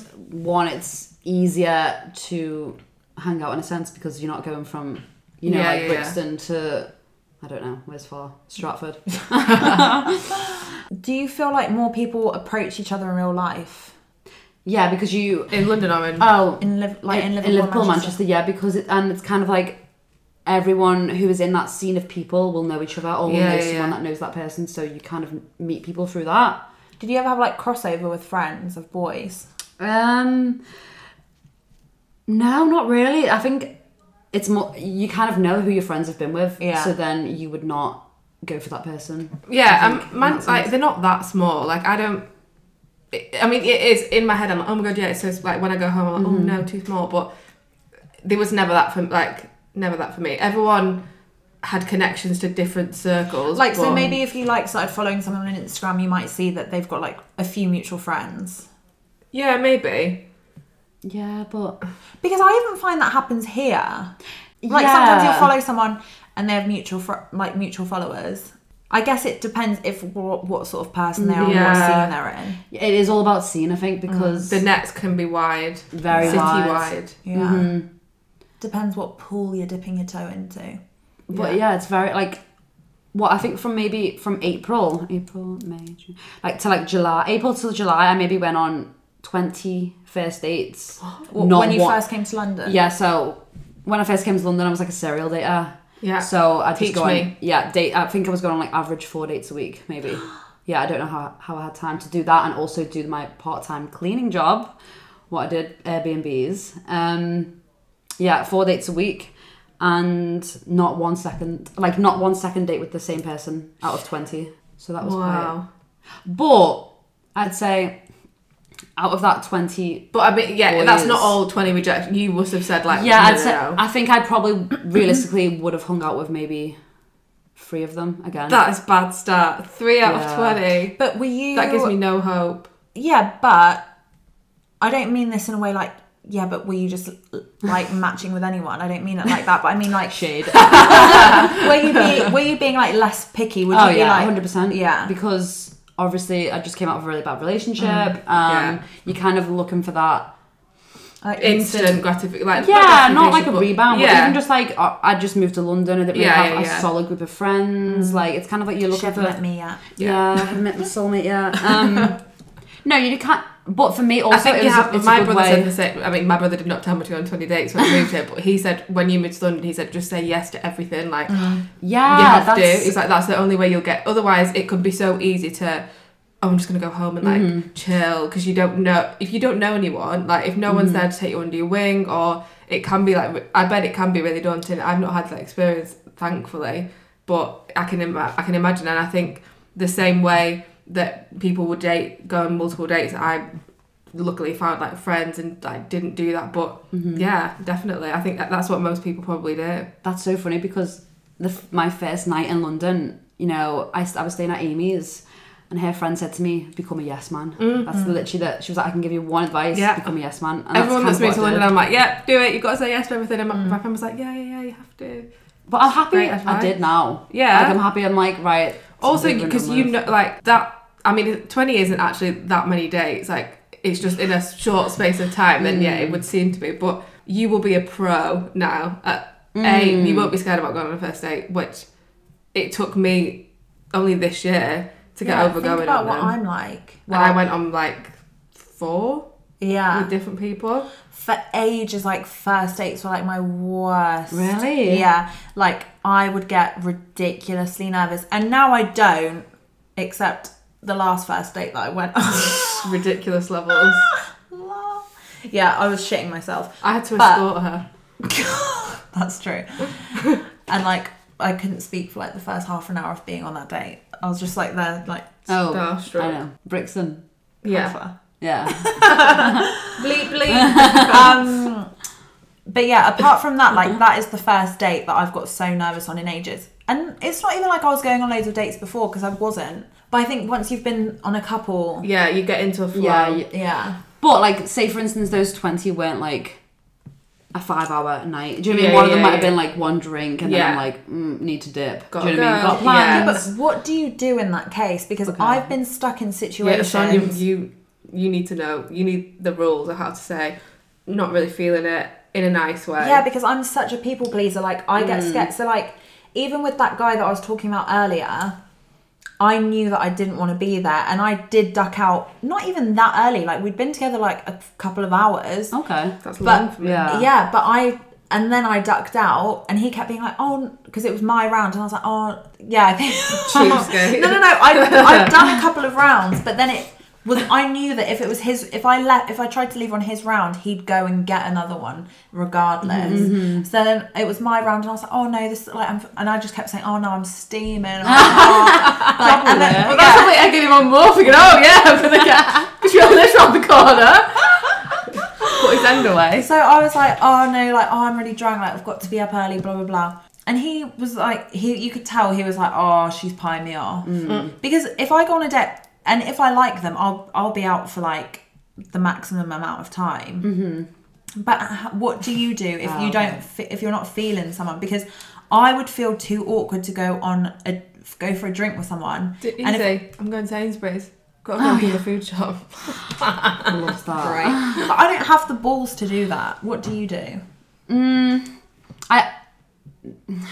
[SPEAKER 3] one, it's easier to hang out in a sense because you're not going from, you know,
[SPEAKER 1] Yeah,
[SPEAKER 3] like
[SPEAKER 1] yeah, yeah.
[SPEAKER 3] Brixton to, I don't know, where's far? Stratford.
[SPEAKER 2] Do you feel like more people approach each other in real life?
[SPEAKER 3] Yeah, because you,
[SPEAKER 1] in London or in
[SPEAKER 3] oh,
[SPEAKER 2] In Liv- like in, Liverpool,
[SPEAKER 3] Manchester. yeah, because it, and it's kind of like everyone who is in that scene of people will know each other or will
[SPEAKER 1] Yeah,
[SPEAKER 3] know
[SPEAKER 1] yeah,
[SPEAKER 3] someone
[SPEAKER 1] yeah.
[SPEAKER 3] that knows that person, so you kind of meet people through that.
[SPEAKER 2] Did you ever have like crossover with friends of boys?
[SPEAKER 3] Um, no, not really. I think it's more you kind of know who your friends have been with,
[SPEAKER 2] Yeah.
[SPEAKER 3] so then you would not go for that person. Oh, I
[SPEAKER 1] yeah,
[SPEAKER 3] think
[SPEAKER 1] um, man,
[SPEAKER 3] that's
[SPEAKER 1] like
[SPEAKER 3] nice.
[SPEAKER 1] they're not that small. Like I don't. I- I mean, it is in my head. I'm like, oh my god, yeah. It's just like when I go home, I'm like, oh
[SPEAKER 2] Mm-hmm.
[SPEAKER 1] no, too small. But there was never that for like never that for me. Everyone had connections to different circles.
[SPEAKER 2] Like, so
[SPEAKER 1] but-
[SPEAKER 2] maybe if you like started following someone on Instagram, you might see that they've got like a few mutual friends.
[SPEAKER 1] yeah, maybe.
[SPEAKER 3] Yeah, but
[SPEAKER 2] Because I even find that happens here. Like
[SPEAKER 3] Yeah.
[SPEAKER 2] sometimes you'll follow someone and they have mutual fr- like mutual followers. I guess it depends if what, what sort of person they are and what
[SPEAKER 1] Yeah.
[SPEAKER 2] scene they're in.
[SPEAKER 3] it is all about scene, I think, because
[SPEAKER 2] Mm.
[SPEAKER 1] The nets can be wide,
[SPEAKER 3] very
[SPEAKER 1] city
[SPEAKER 3] wide.
[SPEAKER 2] Yeah,
[SPEAKER 3] Mm-hmm.
[SPEAKER 2] depends what pool you're dipping your toe into.
[SPEAKER 3] But yeah. it's very like what I think from maybe from April, April, May, June, like to like July, April to July, I maybe went on twenty first dates.
[SPEAKER 2] What,
[SPEAKER 3] Not
[SPEAKER 2] when you
[SPEAKER 3] one-
[SPEAKER 2] first came to London,
[SPEAKER 3] Yeah, so when I first came to London, I was like a serial dater.
[SPEAKER 1] Yeah.
[SPEAKER 3] So I just
[SPEAKER 1] Teach
[SPEAKER 3] go on,
[SPEAKER 1] me.
[SPEAKER 3] yeah, date. I think I was going on like average four dates a week, maybe. yeah, I don't know how, how I had time to do that and also do my part time cleaning job, what I did, Airbnbs. Um, yeah, four dates a week and not one second, like not one second date with the same person out of 20. So that was quite.
[SPEAKER 1] Wow.
[SPEAKER 3] But I'd say out of that 20
[SPEAKER 1] But I mean, yeah,
[SPEAKER 3] Four
[SPEAKER 1] that's
[SPEAKER 3] years.
[SPEAKER 1] not all twenty rejection. You must have said like,
[SPEAKER 3] yeah,
[SPEAKER 1] no,
[SPEAKER 3] I'd
[SPEAKER 1] no,
[SPEAKER 3] say,
[SPEAKER 1] no.
[SPEAKER 3] I think I probably realistically would have hung out with maybe three of them again.
[SPEAKER 1] that is bad start. Three out
[SPEAKER 3] Yeah.
[SPEAKER 1] of twenty.
[SPEAKER 2] but were you?
[SPEAKER 1] That gives me no hope.
[SPEAKER 2] Yeah, but I don't mean this in a way like yeah, but were you just like matching with anyone? I don't mean it like that, but I mean like
[SPEAKER 3] shade.
[SPEAKER 2] were you being were you being like less picky? Would
[SPEAKER 3] oh
[SPEAKER 2] you be
[SPEAKER 3] yeah,
[SPEAKER 2] like
[SPEAKER 3] hundred percent.
[SPEAKER 2] yeah.
[SPEAKER 3] because obviously I just came out of a really bad relationship. um,
[SPEAKER 1] Mm, yeah.
[SPEAKER 3] you're kind of looking for that.
[SPEAKER 2] like,
[SPEAKER 1] Instant gratification. Like,
[SPEAKER 3] Yeah, not
[SPEAKER 1] gratification,
[SPEAKER 3] like a
[SPEAKER 1] but-
[SPEAKER 3] rebound, but
[SPEAKER 1] Yeah.
[SPEAKER 3] even just like I I just moved to London. I didn't really
[SPEAKER 1] Yeah,
[SPEAKER 3] have
[SPEAKER 1] yeah,
[SPEAKER 3] a
[SPEAKER 1] yeah. Mm.
[SPEAKER 3] solid group of friends. Like it's kind of like you're
[SPEAKER 2] She
[SPEAKER 3] looking
[SPEAKER 2] hasn't
[SPEAKER 3] for
[SPEAKER 2] met me yet.
[SPEAKER 3] Yeah, I haven't met my soulmate yet. Um, no, you can't. But for me, also
[SPEAKER 1] I think
[SPEAKER 3] it
[SPEAKER 1] you
[SPEAKER 3] was a-
[SPEAKER 1] have,
[SPEAKER 3] it's a
[SPEAKER 1] my
[SPEAKER 3] good
[SPEAKER 1] brother
[SPEAKER 3] way.
[SPEAKER 1] said the same. I mean, my brother did not tell me to go on 20 dates when I moved here, but he said when you moved to London, he said just say yes to everything. Like,
[SPEAKER 3] yeah,
[SPEAKER 1] you have
[SPEAKER 3] that's,
[SPEAKER 1] to. It's like that's the only way you'll get. Otherwise, it could be so easy to. Oh, I'm just gonna go home and like
[SPEAKER 3] Mm-hmm.
[SPEAKER 1] chill because you don't know if you don't know anyone. Like if no one's
[SPEAKER 3] Mm-hmm.
[SPEAKER 1] there to take you under your wing, or it can be like I bet it can be really daunting. I've not had that experience, thankfully, but I can Im- I can imagine, and I think the same way that people would date go on multiple dates. I luckily found like friends and like didn't do that, but
[SPEAKER 3] Mm-hmm.
[SPEAKER 1] yeah, definitely. I think that, that's what most people probably do.
[SPEAKER 3] That's so funny because the, f- my first night in London, you know, I, I was staying at Amy's and her friend said to me, become a yes man. That's literally that. She was like, I can give you one advice,
[SPEAKER 1] Mm-hmm. Yeah.
[SPEAKER 3] become a yes man. And
[SPEAKER 1] Everyone that's
[SPEAKER 3] kind
[SPEAKER 1] moved
[SPEAKER 3] of
[SPEAKER 1] to
[SPEAKER 3] what I
[SPEAKER 1] London,
[SPEAKER 3] did.
[SPEAKER 1] I'm like, yeah, do it. You've got to say yes to everything. And my, my friend was like, yeah, yeah, yeah, you have to.
[SPEAKER 3] But I'm happy
[SPEAKER 1] Great
[SPEAKER 3] I
[SPEAKER 1] advice.
[SPEAKER 3] did now.
[SPEAKER 1] Yeah.
[SPEAKER 3] Like, I'm happy I'm like, right.
[SPEAKER 1] Also,
[SPEAKER 3] something
[SPEAKER 1] because
[SPEAKER 3] I'm
[SPEAKER 1] you
[SPEAKER 3] with.
[SPEAKER 1] know, like that. I mean, twenty isn't actually that many days. Like it's just in a short space of time. Then yeah, it
[SPEAKER 3] Mm.
[SPEAKER 1] would seem to be. But you will be a pro now. At a, you won't
[SPEAKER 3] Mm.
[SPEAKER 1] be scared about going on a first date, which it took me only this year to get
[SPEAKER 2] Yeah,
[SPEAKER 1] over
[SPEAKER 2] think
[SPEAKER 1] going
[SPEAKER 2] about
[SPEAKER 1] on
[SPEAKER 2] what
[SPEAKER 1] them.
[SPEAKER 2] I'm like.
[SPEAKER 1] and I went on like four
[SPEAKER 2] Yeah.
[SPEAKER 1] with different people.
[SPEAKER 2] for ages like first dates were like my worst
[SPEAKER 3] Really?
[SPEAKER 2] yeah like i would get ridiculously nervous and now i don't except the last first date that i went on
[SPEAKER 1] Ridiculous levels.
[SPEAKER 2] Lol. yeah i was shitting myself
[SPEAKER 1] I had to
[SPEAKER 2] But-
[SPEAKER 1] escort her.
[SPEAKER 2] that's true and like i couldn't speak for like the first half an hour of being on that date i was just like there like
[SPEAKER 3] Oh,
[SPEAKER 1] Starstruck.
[SPEAKER 3] I know. Brixton.
[SPEAKER 1] Yeah.
[SPEAKER 2] alpha.
[SPEAKER 3] Yeah.
[SPEAKER 1] Bleep bleep.
[SPEAKER 2] um but yeah apart from that like that is the first date that i've got so nervous on in ages and it's not even like i was going on loads of dates before because i wasn't but i think once you've been on a couple
[SPEAKER 1] yeah, you get into a flow.
[SPEAKER 3] yeah. you-
[SPEAKER 2] yeah
[SPEAKER 3] But like, say for instance, those twenty weren't like a five-hour night. Do you know what I mean?
[SPEAKER 1] Yeah,
[SPEAKER 3] One of them
[SPEAKER 1] yeah,
[SPEAKER 3] might have
[SPEAKER 1] yeah.
[SPEAKER 3] been like one drink, and then
[SPEAKER 1] Yeah.
[SPEAKER 3] I'm like, mm, need to dip.
[SPEAKER 1] Gotta
[SPEAKER 3] do you know what I mean?
[SPEAKER 1] go.
[SPEAKER 3] Got
[SPEAKER 1] Yeah.
[SPEAKER 2] Um, but
[SPEAKER 3] plans.
[SPEAKER 2] what do you do in that case because
[SPEAKER 3] Okay.
[SPEAKER 2] i've been stuck in
[SPEAKER 1] Yeah,
[SPEAKER 2] situations
[SPEAKER 1] Sean, you, you you need to know. You need the rules of how to say, not really feeling it in a nice way.
[SPEAKER 2] Yeah, because I'm such a people pleaser. Like I get scared. So like even with that guy that I was talking about earlier, I knew that I didn't want to be there, and I did duck out. Not even that early. Like we'd been together like a couple of hours.
[SPEAKER 3] Okay.
[SPEAKER 1] that's
[SPEAKER 2] but-
[SPEAKER 1] long for me.
[SPEAKER 3] yeah.
[SPEAKER 2] Yeah, but I and then I ducked out, and he kept being like, "Oh," because it was my round, and I was like, "Oh, yeah." I think
[SPEAKER 1] Cheapskate.
[SPEAKER 2] no, no, no. I I've done a couple of rounds, but then it was I knew that if it was his, if I left, if I tried to leave on his round, he'd go and get another one regardless. So then it was my round, and I was like, "Oh no, this like," I'm, and I just kept saying, "Oh no, I'm steaming." I'm like, "Oh." Like, and then-
[SPEAKER 1] Well, that's something I gave him on more thinking, oh yeah, I'm gonna get because you're this round the corner. Put his end away.
[SPEAKER 2] So I was like, oh no, like, oh, I'm really drunk, like, I've got to be up early, blah, blah, blah. And he was like, he, you could tell he was like, oh, she's pieing me off. Because if I go on a date and if I like them, I'll, I'll be out for like the maximum amount of time. But h- what do you do if you don't, fe- if you're not feeling someone? Because I would feel too awkward to go on a, go for a drink with someone.
[SPEAKER 1] D-
[SPEAKER 2] And if-
[SPEAKER 1] easy. I'm going to Sainsbury's. Got to go to the food shop.
[SPEAKER 3] I love that.
[SPEAKER 2] But I don't have the balls to do that. What do you do?
[SPEAKER 3] Mm, I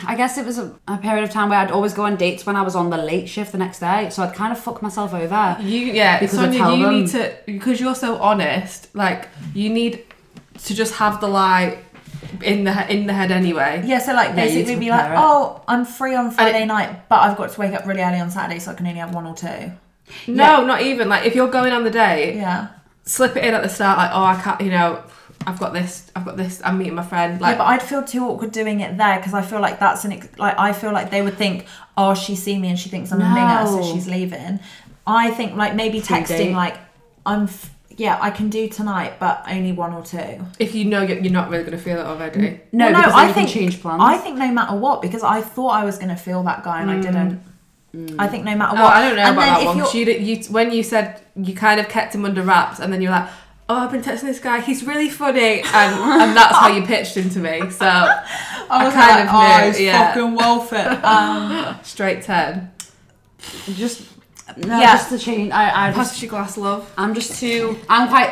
[SPEAKER 3] I guess it was a, a period of time where I'd always go on dates when I was on the late shift the next day, so I'd kind of fuck myself over.
[SPEAKER 1] You yeah,
[SPEAKER 3] Because I
[SPEAKER 1] Sonia,
[SPEAKER 3] tell
[SPEAKER 1] you
[SPEAKER 3] them.
[SPEAKER 1] need to because you're so honest. Like you need to just have the lie in the he- in the head anyway.
[SPEAKER 2] Yeah, so like
[SPEAKER 3] Yeah, you
[SPEAKER 2] basically be like,
[SPEAKER 3] compare it.
[SPEAKER 2] oh, I'm free on Friday night, but I've got to wake up really early on Saturday, so I can only have one or two.
[SPEAKER 1] No, not even like if you're going on the date,
[SPEAKER 2] Yeah.
[SPEAKER 1] slip it in at the start, like, oh, I can't, you know, I've got this, I've got this, I'm meeting my friend.
[SPEAKER 2] Like,
[SPEAKER 1] Like,
[SPEAKER 2] but I'd feel too awkward doing it there because I feel like that's an ex- like I feel like they would think, oh, she's seen me and she thinks I'm a minger, so
[SPEAKER 3] No.
[SPEAKER 2] she's leaving. I think like maybe
[SPEAKER 3] date.
[SPEAKER 2] texting like, I'm f- yeah, I can do tonight, but only one or two.
[SPEAKER 1] if you know you're, you're not really going to feel it
[SPEAKER 2] Mm.
[SPEAKER 1] already.
[SPEAKER 3] No,
[SPEAKER 2] Well,
[SPEAKER 3] because then you can change plans.
[SPEAKER 2] I think no matter what, because I thought I was going to feel that guy and I didn't.
[SPEAKER 3] Mm.
[SPEAKER 2] I think no matter
[SPEAKER 1] Oh,
[SPEAKER 2] what.
[SPEAKER 1] I don't know
[SPEAKER 2] And
[SPEAKER 1] about
[SPEAKER 2] then
[SPEAKER 1] that
[SPEAKER 2] if
[SPEAKER 1] one.
[SPEAKER 2] you're-
[SPEAKER 1] 'cause You, did- you, when you said you kind of kept him under wraps, and then you're like, oh, I've been texting this guy, he's really funny, and, and that's how you pitched him to me. So,
[SPEAKER 2] I was
[SPEAKER 1] I kind
[SPEAKER 2] like,
[SPEAKER 1] of
[SPEAKER 2] oh,
[SPEAKER 1] knew,
[SPEAKER 2] he's
[SPEAKER 1] yeah.
[SPEAKER 2] fucking wealthy. Um,
[SPEAKER 1] straight 10.
[SPEAKER 3] Just no,
[SPEAKER 2] Yeah.
[SPEAKER 3] just to change. I I just
[SPEAKER 1] Pass us your glass, love.
[SPEAKER 3] I'm just too. I'm quite.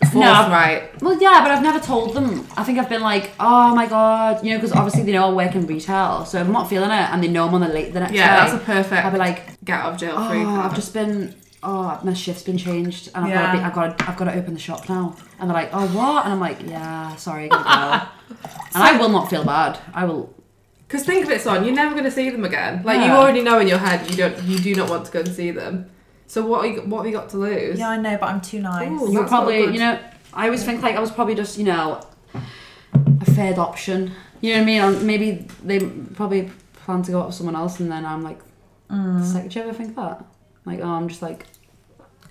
[SPEAKER 1] Fourth,
[SPEAKER 3] No, I've-
[SPEAKER 1] right.
[SPEAKER 3] Well, yeah, but I've never told them. I think I've been like, oh my god, you know, because obviously they know I work in retail, so if I'm not feeling it, and they know I'm on the late the next
[SPEAKER 1] Yeah,
[SPEAKER 3] day.
[SPEAKER 1] that's a perfect
[SPEAKER 3] I'll be like,
[SPEAKER 1] get out of jail
[SPEAKER 3] oh,
[SPEAKER 1] free card.
[SPEAKER 3] I've just been, oh, my shift's been changed, and I've
[SPEAKER 2] Yeah.
[SPEAKER 3] got, to be, I've got, to, I've got to open the shop now. And they're like, oh what? And I'm like, yeah, sorry, gotta go. and I will not feel bad. I will.
[SPEAKER 1] Because think of it, Son, you're never going to see them again. Like you
[SPEAKER 3] Yeah.
[SPEAKER 1] already know in your head, you don't, you do not want to go and see them. So what, are you, what have you got to lose?
[SPEAKER 2] yeah, I know, but I'm too nice.
[SPEAKER 1] Ooh. Well,
[SPEAKER 3] You're
[SPEAKER 1] that's not
[SPEAKER 3] probably,
[SPEAKER 1] good.
[SPEAKER 3] you know, I always think like I was probably just, you know, a third option. You know what I mean? Um, Maybe they probably plan to go out with someone else, and then I'm like,
[SPEAKER 2] Mm.
[SPEAKER 3] sec- do you ever think that? Like, oh, I'm just like,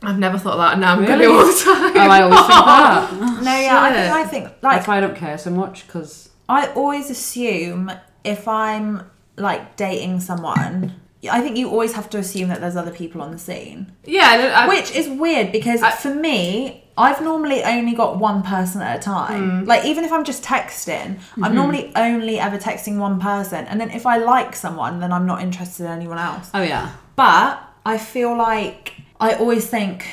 [SPEAKER 1] I've never thought of that, and now I'm
[SPEAKER 3] Really?
[SPEAKER 1] gonna all the time.
[SPEAKER 3] oh, I always think that.
[SPEAKER 2] No, yeah, I think
[SPEAKER 1] Shit.
[SPEAKER 2] I think
[SPEAKER 3] That's
[SPEAKER 2] like
[SPEAKER 3] why I don't care so much because
[SPEAKER 2] I always assume if I'm like dating someone I think you always have to assume that there's other people on the scene,
[SPEAKER 1] Yeah, and I,
[SPEAKER 2] which is weird because
[SPEAKER 1] Uh, I-
[SPEAKER 2] for me, I've normally only got one person at a
[SPEAKER 1] Mm.
[SPEAKER 2] time. Like even if I'm just texting,
[SPEAKER 1] Mm-hmm.
[SPEAKER 2] I'm normally only ever texting one person, and then if I like someone, then I'm not interested in anyone else.
[SPEAKER 3] Oh yeah.
[SPEAKER 2] But I feel like I always think,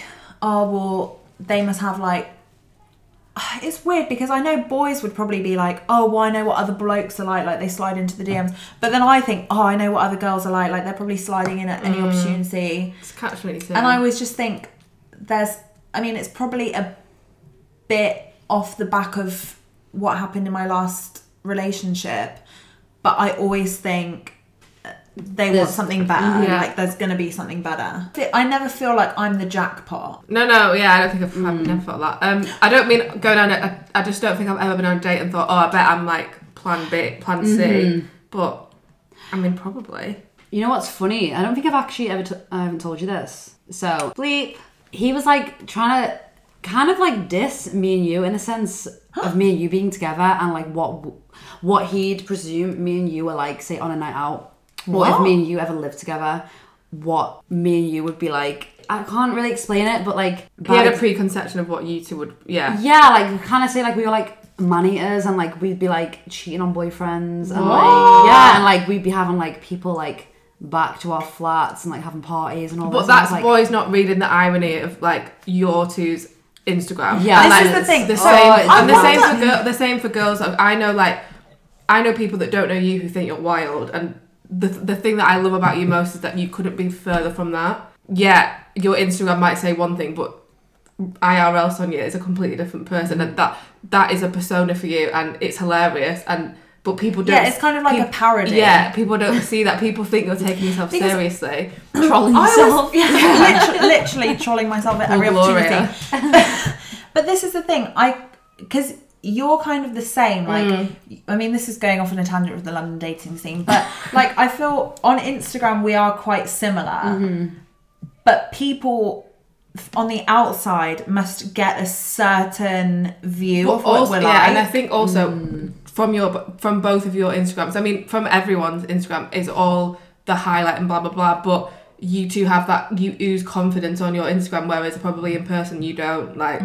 [SPEAKER 2] oh well, they must have like. It's weird because I know boys would probably be like, oh, well, I know what other blokes are like, like they slide into the DMs. But then I think, oh, I know what other girls are like, like they're probably sliding in at any opportunity.
[SPEAKER 1] it's catch me too.
[SPEAKER 2] And I always just think there's, I mean, it's probably a bit off the back of what happened in my last relationship, but I always think uh, they want
[SPEAKER 3] There's-
[SPEAKER 2] something better.
[SPEAKER 1] Yeah.
[SPEAKER 2] Like there's going to be something better. I never feel like I'm the jackpot.
[SPEAKER 1] No, no, yeah, I don't think I've, I've never thought that. Um, I don't mean go down. A, I, I just don't think I've ever been on a date and thought, oh, I bet I'm like plan B, plan C. But I mean, probably.
[SPEAKER 3] You know what's funny? I don't think I've actually ever. T- I haven't told you this. So bleep. He was like trying to kind of like diss me and you in a sense of me and you being together and like what what he'd presume me and you were like say on a night out. What, if
[SPEAKER 2] What?
[SPEAKER 3] me and you ever lived together? What me and you would be like? I can't really explain it, but like
[SPEAKER 1] He had
[SPEAKER 3] bad-
[SPEAKER 1] a preconception of what you two would. Yeah.
[SPEAKER 3] yeah, like kind of say like we were like man eaters and like we'd be like cheating on boyfriends and
[SPEAKER 1] What?
[SPEAKER 3] like yeah, and like we'd be having like people like back to our flats and like having parties and all.
[SPEAKER 1] But
[SPEAKER 3] this. And I was
[SPEAKER 1] that's
[SPEAKER 3] like,
[SPEAKER 1] boys not reading the irony of like your two's Instagram.
[SPEAKER 3] Yeah.
[SPEAKER 1] And,
[SPEAKER 3] This
[SPEAKER 1] like,
[SPEAKER 3] is the
[SPEAKER 2] thing.
[SPEAKER 1] The
[SPEAKER 2] So-
[SPEAKER 1] same,
[SPEAKER 3] Oh, it's
[SPEAKER 1] and the
[SPEAKER 2] wild.
[SPEAKER 1] same for girl, the same for girls. I know like I know people that don't know you who think you're wild, and the the thing that I love about you most is that you couldn't be further from that. Yeah, your Instagram might say one thing, but IRL Sonia is a completely different person, and that that is a persona for you, and it's hilarious. And but people don't.
[SPEAKER 2] Yeah, it's kind of like
[SPEAKER 1] peop-
[SPEAKER 2] a parody.
[SPEAKER 1] Yeah, people don't see that. People think you're taking yourself
[SPEAKER 2] Because-
[SPEAKER 1] seriously.
[SPEAKER 3] trolling
[SPEAKER 2] I was-
[SPEAKER 3] yourself.
[SPEAKER 2] yeah, literally, literally trolling myself at
[SPEAKER 1] Oh,
[SPEAKER 2] every
[SPEAKER 1] Gloria.
[SPEAKER 2] opportunity. but this is the thing, I because you're kind of the same. Like,
[SPEAKER 1] Mm.
[SPEAKER 2] I mean, this is going off on a tangent with the London dating scene, but like, I feel on Instagram we are quite similar,
[SPEAKER 1] Mm-hmm.
[SPEAKER 2] but people f- on the outside must get a certain view
[SPEAKER 1] But
[SPEAKER 2] of what
[SPEAKER 1] also-
[SPEAKER 2] we're
[SPEAKER 1] yeah,
[SPEAKER 2] like.
[SPEAKER 1] and I think also from your from both of your Instagrams. I mean, from everyone's Instagram is all the highlight and blah blah blah. But you two have that you ooze confidence on your Instagram, whereas probably in person you don't like.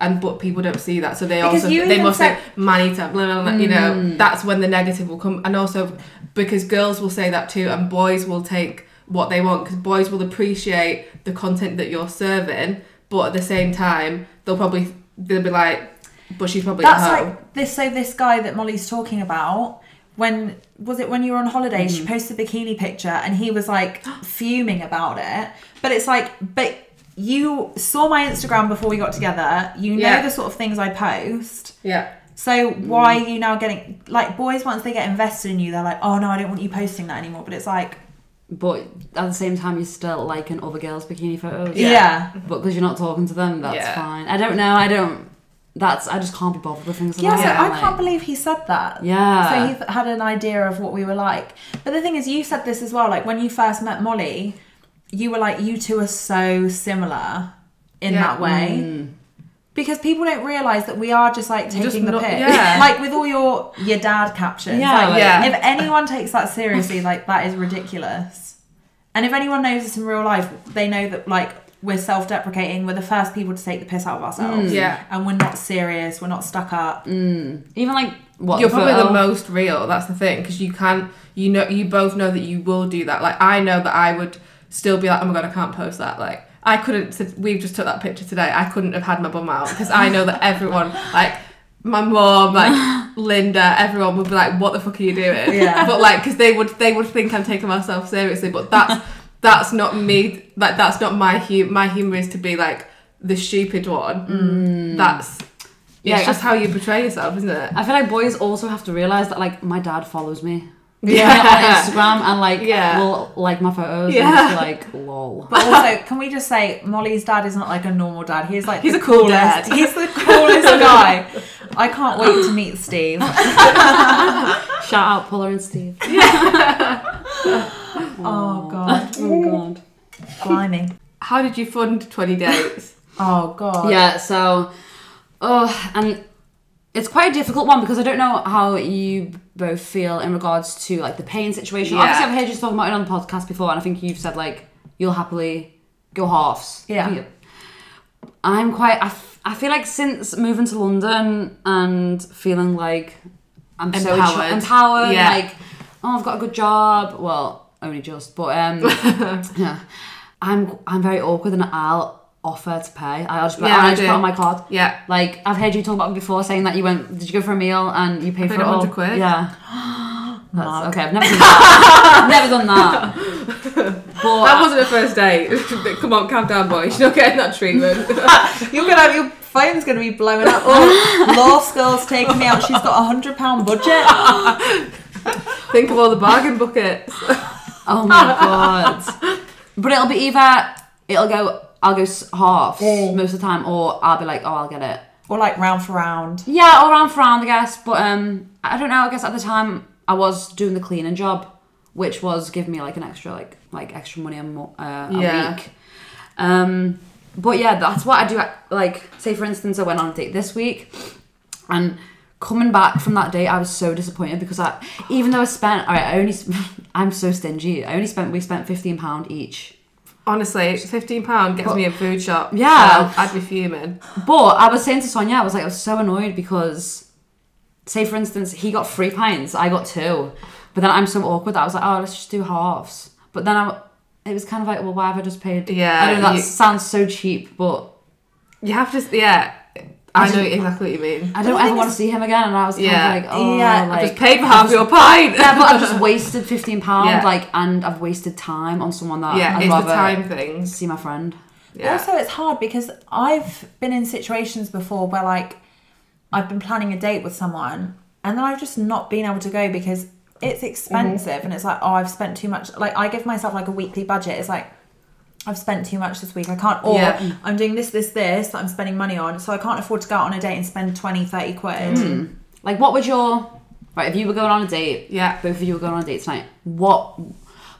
[SPEAKER 1] And but people don't see that, so they
[SPEAKER 2] Because
[SPEAKER 1] also
[SPEAKER 2] you
[SPEAKER 1] they
[SPEAKER 2] even
[SPEAKER 1] must
[SPEAKER 2] said-
[SPEAKER 1] say money to blah, blah, blah," you know
[SPEAKER 2] Mm-hmm.
[SPEAKER 1] that's when the negative will come, and also because girls will say that too, and boys will take what they want because boys will appreciate the content that you're serving, but at the same time they'll probably they'll be like, but she's probably
[SPEAKER 2] That's
[SPEAKER 1] at home.
[SPEAKER 2] like this. So this guy that Molly's talking about, when was it when you were on holiday?
[SPEAKER 1] Mm-hmm.
[SPEAKER 2] She posted a bikini picture, and he was like fuming about it. But it's like, but you saw my Instagram before we got together. You know
[SPEAKER 1] Yeah. Mm-hmm.
[SPEAKER 2] the sort of things I post.
[SPEAKER 1] yeah.
[SPEAKER 2] So why are you now getting like boys? Once they get invested in you, they're like, oh no, I don't want you posting that anymore. But it's like,
[SPEAKER 3] But at the same time, you're still liking other girls' bikini photos.
[SPEAKER 2] yeah, yeah.
[SPEAKER 3] But because you're not talking to them, that's
[SPEAKER 1] Yeah.
[SPEAKER 3] fine. I don't know. I don't. That's I just can't be bothered with things like
[SPEAKER 2] so
[SPEAKER 3] that.
[SPEAKER 2] I
[SPEAKER 3] like-
[SPEAKER 2] can't believe he said that.
[SPEAKER 3] Yeah.
[SPEAKER 2] So he had an idea of what we were like. But the thing is, you said this as well. Like when you first met Molly, you were like, you two are so similar in
[SPEAKER 1] Yeah.
[SPEAKER 2] that way.
[SPEAKER 3] Mm.
[SPEAKER 2] Because people don't realise that we are just like taking
[SPEAKER 1] just
[SPEAKER 2] the
[SPEAKER 1] not-
[SPEAKER 2] piss.
[SPEAKER 1] yeah.
[SPEAKER 2] like with all your your dad captions.
[SPEAKER 3] Yeah,
[SPEAKER 2] like,
[SPEAKER 3] like-
[SPEAKER 1] Yeah.
[SPEAKER 2] If anyone takes that seriously, like that is ridiculous. And if anyone knows us in real life, they know that like we're self-deprecating. We're the first people to take the piss out of ourselves.
[SPEAKER 1] Mm. Yeah. Mm.
[SPEAKER 2] And we're not serious. We're not stuck up.
[SPEAKER 3] even like what oh.
[SPEAKER 1] You're probably the
[SPEAKER 3] photo-
[SPEAKER 1] most real. That's the thing because you can, you know, you both know that you will do that. Like I know that I would still be like, oh my god, I can't post that. Like I couldn't. si- We've just took that picture today. I couldn't have had my bum out because I know that everyone, like my mom, like Linda, everyone would be like, what the fuck are you doing?
[SPEAKER 2] Yeah.
[SPEAKER 1] But like, because they would, they would think I'm taking myself seriously. But that's that's not me. Like that's not my humor. My humor is to be like the stupid one. That's.
[SPEAKER 3] Yeah,
[SPEAKER 1] it's just how you portray yourself, isn't it?
[SPEAKER 3] I feel like boys also have to realize that like my dad follows me.
[SPEAKER 1] Yeah.
[SPEAKER 3] on Instagram and like
[SPEAKER 1] Yeah.
[SPEAKER 3] will like my photos
[SPEAKER 1] Yeah.
[SPEAKER 3] and just be like lol.
[SPEAKER 2] But also, can we just say Molly's dad is not like a normal dad. He's like
[SPEAKER 1] He's
[SPEAKER 2] the
[SPEAKER 1] a cool
[SPEAKER 2] coolest.
[SPEAKER 1] dad.
[SPEAKER 2] He's the coolest guy. I can't wait to meet Steve.
[SPEAKER 1] Oh.
[SPEAKER 3] Shout out Paula and Steve.
[SPEAKER 2] Oh god,
[SPEAKER 3] Oh god.
[SPEAKER 2] blimey.
[SPEAKER 1] How did you fund 20 dates?
[SPEAKER 2] Oh god.
[SPEAKER 3] Yeah, so oh and it's quite a difficult one because I don't know how you both feel in regards to like the pain situation.
[SPEAKER 1] Yeah.
[SPEAKER 3] Obviously, I've heard you talking about it on the podcast before, and I think you've said like you'll happily go halves.
[SPEAKER 2] Yeah.
[SPEAKER 3] You- I'm quite. I, f- I feel like since moving to London and feeling like I'm so
[SPEAKER 1] Empowered.
[SPEAKER 3] tr- empowered,
[SPEAKER 1] Yeah.
[SPEAKER 3] like oh, I've got a good job. Well, only just, but um, yeah, I'm I'm very awkward and I'll offer to pay. I'll just,
[SPEAKER 1] Yeah,
[SPEAKER 3] I'll
[SPEAKER 1] I
[SPEAKER 3] just
[SPEAKER 1] do.
[SPEAKER 3] put on my card.
[SPEAKER 1] Yeah.
[SPEAKER 3] Like I've heard you talk about it before, saying that you went. Did you go for a meal and you paid
[SPEAKER 1] paid
[SPEAKER 3] for it all?
[SPEAKER 1] 100 quid.
[SPEAKER 3] Yeah. That's, okay, I've never done that. I've never done that. But
[SPEAKER 1] That wasn't a first date. Come on, calm down, boy. She's not getting that treatment.
[SPEAKER 2] You're gonna have your phone's gonna be blowing up. Oh, law school's taking me out. She's got a hundred pound budget.
[SPEAKER 1] Think of all the bargain buckets.
[SPEAKER 3] oh my god. But it'll be either it'll go. I'll go s- halves most of the time, or I'll be like, oh, I'll get it.
[SPEAKER 2] Or like round for round.
[SPEAKER 3] Yeah, or round for round, I guess. But um, I don't know. I guess at the time I was doing the cleaning job, which was giving me like an extra like like extra money a, mo- uh, a
[SPEAKER 1] Yeah.
[SPEAKER 3] week. Um, but yeah, that's what I do. Like, say for instance, I went on a date this week, and coming back from that date, I was so disappointed because I, even though I spent, all right, I only, sp- I'm so stingy. I only spent, we spent fifteen pound each.
[SPEAKER 1] Honestly, fifteen pound gets me in food shop.
[SPEAKER 3] Yeah.
[SPEAKER 1] so I'd be fuming.
[SPEAKER 3] But I was saying to Sonia, I was like, I was so annoyed because, say for instance, he got three pints, I got two, but then I'm so awkward that I was like, oh, let's just do halves. But then I, it was kind of like, well, why have I just paid?
[SPEAKER 1] Yeah,
[SPEAKER 3] I know that
[SPEAKER 1] you-
[SPEAKER 3] sounds so cheap, but
[SPEAKER 1] You have to, yeah. I know exactly what you mean.
[SPEAKER 3] I don't
[SPEAKER 2] the
[SPEAKER 3] ever
[SPEAKER 2] thing
[SPEAKER 3] want to
[SPEAKER 2] is-
[SPEAKER 3] see him again. And I was kind
[SPEAKER 1] Yeah.
[SPEAKER 3] of like, oh,
[SPEAKER 2] Yeah,
[SPEAKER 3] like,
[SPEAKER 1] I just paid for half your pint.
[SPEAKER 3] yeah, but I've just wasted fifteen pound,
[SPEAKER 1] Yeah.
[SPEAKER 3] like, and I've wasted time on someone that
[SPEAKER 1] yeah,
[SPEAKER 3] I'd
[SPEAKER 1] it's
[SPEAKER 3] rather
[SPEAKER 1] the time things.
[SPEAKER 3] see my friend.
[SPEAKER 1] Yeah.
[SPEAKER 2] Also, it's hard because I've been in situations before where, like, I've been planning a date with someone and then I've just not been able to go because
[SPEAKER 1] Mm-hmm.
[SPEAKER 2] it's expensive and it's like, oh, I've spent too much. Like, I give myself like a weekly budget. It's like, I've spent too much this week. I can't, or
[SPEAKER 1] Yeah.
[SPEAKER 2] I'm doing this, this, this that I'm spending money on. So I can't afford to go out on a date and spend 20, 30 quid.
[SPEAKER 1] Mm.
[SPEAKER 3] Hmm. Like, what would your right if you were going on a date?
[SPEAKER 1] Yeah.
[SPEAKER 3] both of you were going on a date tonight. What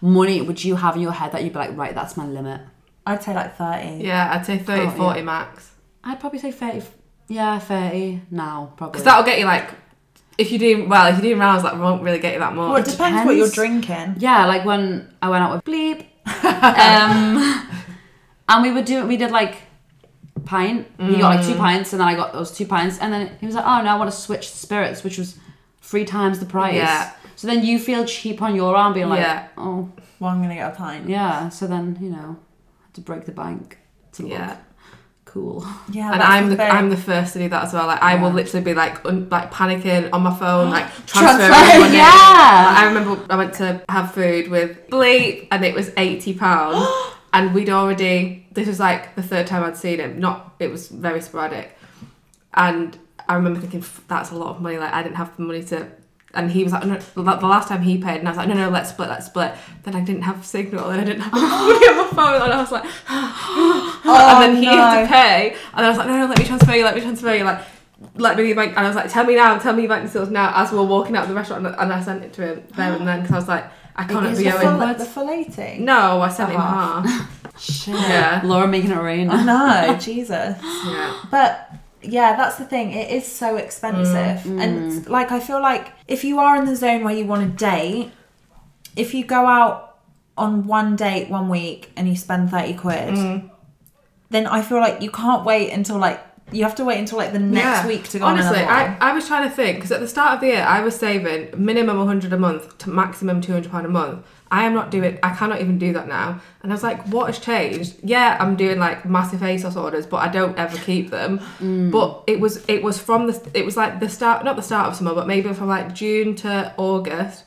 [SPEAKER 3] money would you have in your head that you'd be like, right, that's my limit?
[SPEAKER 2] I'd say like 30.
[SPEAKER 1] yeah, I'd say 30,
[SPEAKER 3] Oh, yeah.
[SPEAKER 1] 40 max.
[SPEAKER 3] I'd probably say thirty. Yeah, thirty now probably.
[SPEAKER 1] Because that'll get you like, if you're doing well, if you're doing rounds, that won't really get you that
[SPEAKER 2] Well, it
[SPEAKER 1] much.
[SPEAKER 2] depends, what you're
[SPEAKER 3] depends.
[SPEAKER 2] drinking.
[SPEAKER 3] yeah, like when I went out with Bleep, um, and we would do we did like pint. He got like
[SPEAKER 1] Mm.
[SPEAKER 3] two pints, and then I got those two pints, and then he was like, oh no, I want to switch spirits, which was three times the price.
[SPEAKER 1] Yeah.
[SPEAKER 3] So then you feel cheap on your arm, being like,
[SPEAKER 1] Yeah.
[SPEAKER 3] oh
[SPEAKER 2] Well, I'm going to get a pint.
[SPEAKER 3] yeah. So then you know, had to break the bank to look
[SPEAKER 1] Yeah.
[SPEAKER 3] cool.
[SPEAKER 2] Yeah.
[SPEAKER 1] and
[SPEAKER 2] that's
[SPEAKER 1] I'm the
[SPEAKER 2] thing.
[SPEAKER 1] I'm the first to do that as well. Like I will
[SPEAKER 3] Yeah.
[SPEAKER 1] literally be like un, like panicking on my phone, like
[SPEAKER 2] Transferring,
[SPEAKER 1] transferring money.
[SPEAKER 3] yeah.
[SPEAKER 1] Like, I remember I went to have food with Bleep, and it was eighty pounds, and we'd already. This was like the third time I'd seen him. Not it was very sporadic, and I remember thinking "F- that's a lot of money. Like I didn't have the money to. And he was like, no, the the last time he paid, and I was like, no, no, let's split, let's split. Then I didn't have signal, and I didn't have money on my phone, and I was like,
[SPEAKER 2] Oh,
[SPEAKER 1] and then he had
[SPEAKER 2] no.
[SPEAKER 1] to pay, and I was like, no, no, let me transfer you, let me transfer you, like, let me do your bank. And I was like, tell me now, tell me your bank details now. As we were walking out of the restaurant, and and I sent it to him there and then because I was like, I can't
[SPEAKER 2] Is
[SPEAKER 1] be
[SPEAKER 2] the full,
[SPEAKER 1] owing.
[SPEAKER 2] the full 80?
[SPEAKER 1] No, I sent him
[SPEAKER 2] Uh-huh.
[SPEAKER 1] half.
[SPEAKER 3] Shit.
[SPEAKER 1] Yeah.
[SPEAKER 3] Laura making it rain.
[SPEAKER 2] I know, Jesus.
[SPEAKER 1] Yeah.
[SPEAKER 2] But yeah, that's the thing. It is so expensive.
[SPEAKER 1] Mm.
[SPEAKER 2] And like, I feel like if you are in the zone where you want to date, if you go out on one date one week and you spend 30 quid,
[SPEAKER 1] Mm.
[SPEAKER 2] then I feel like you can't wait until like, you have to wait until like the next
[SPEAKER 1] Yeah.
[SPEAKER 2] week to go on
[SPEAKER 1] Honestly,
[SPEAKER 2] another one.
[SPEAKER 1] I, I was trying to think because at the start of the year, I was saving minimum 100 a month to maximum 200 pound a month. I am not doing. I cannot even do that now. And I was like, what has changed? Yeah, I'm doing like massive ASOS orders, but I don't ever keep them.
[SPEAKER 2] Mm.
[SPEAKER 1] But it was it was from the it was like the start not the start of summer, but maybe from like June to August.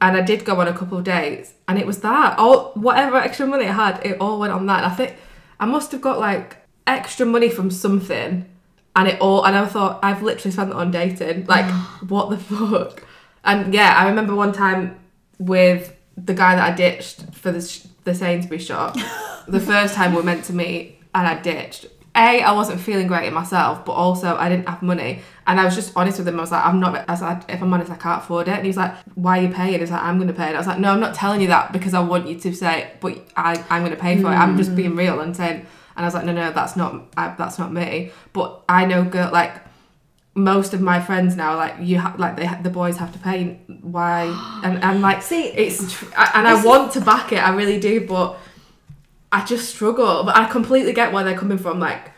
[SPEAKER 1] And I did go on a couple of dates, and it was that all whatever extra money I had, it all went on that. And I think I must have got like extra money from something, and it all. And I thought I've literally spent it on dating. Like what the fuck? And yeah, I remember one time with the guy that I ditched for the sh- the Sainsbury's shop. the first time we were meant to meet, and I ditched. A, I wasn't feeling great in myself, but also I didn't have money, and I was just honest with him. I was like, I'm not. I was like, if I'm honest, I can't afford it. And he was like, Why are you paying? He's like, I'm gonna pay. And I was like, No, I'm not telling you that because I want you to say, but I, I'm gonna pay for it. I'm just being real and saying. And I was like, No, no, that's not. I, that's not me. But I know, girl, like most of my friends now like you ha- like they ha- the boys have to pay why and and like
[SPEAKER 2] See,
[SPEAKER 1] it's tr- I- and I
[SPEAKER 2] this
[SPEAKER 1] want to back it I really do but I just struggle but I completely get where they're coming from like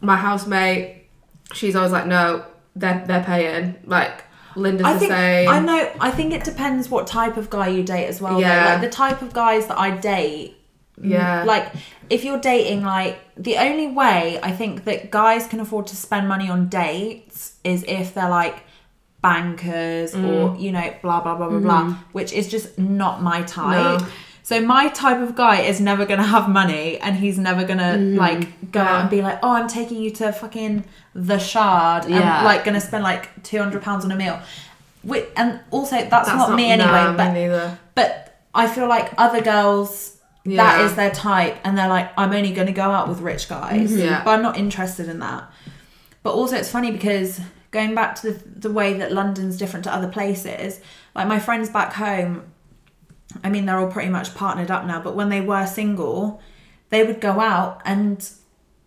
[SPEAKER 1] my housemate she's always like no they're they're paying like Linda's
[SPEAKER 2] I
[SPEAKER 1] the
[SPEAKER 2] think
[SPEAKER 1] same
[SPEAKER 2] I know. I think it depends what type of guy you date as well. though.
[SPEAKER 1] Yeah.
[SPEAKER 2] like the type of guys that I date.
[SPEAKER 1] yeah
[SPEAKER 2] Like if you're dating, like the only way I think that guys can afford to spend money on dates is if they're like bankers
[SPEAKER 1] Mm.
[SPEAKER 2] or you know blah blah blah blah blah, which is just not my type.
[SPEAKER 1] No.
[SPEAKER 2] So my type of guy is never gonna have money, and he's never gonna like go out
[SPEAKER 1] Mm. Yeah.
[SPEAKER 2] and be like, "Oh, I'm taking you to fucking the Shard," and
[SPEAKER 3] Yeah.
[SPEAKER 2] like gonna spend like two hundred pounds on a meal. Wi- and also that's,
[SPEAKER 1] that's
[SPEAKER 2] not, me anyway.
[SPEAKER 1] nah, me
[SPEAKER 2] but
[SPEAKER 1] neither.
[SPEAKER 2] but I feel like other girls that
[SPEAKER 1] Yeah.
[SPEAKER 2] is their type, and they're like, I'm only going to go out with rich guys,
[SPEAKER 1] Mhm. Yeah.
[SPEAKER 2] but I'm not interested in that. But also, it's funny because going back to the, the way that London's different to other places, like my friends back home, I mean, they're all pretty much partnered up now, but when they were single, they would go out and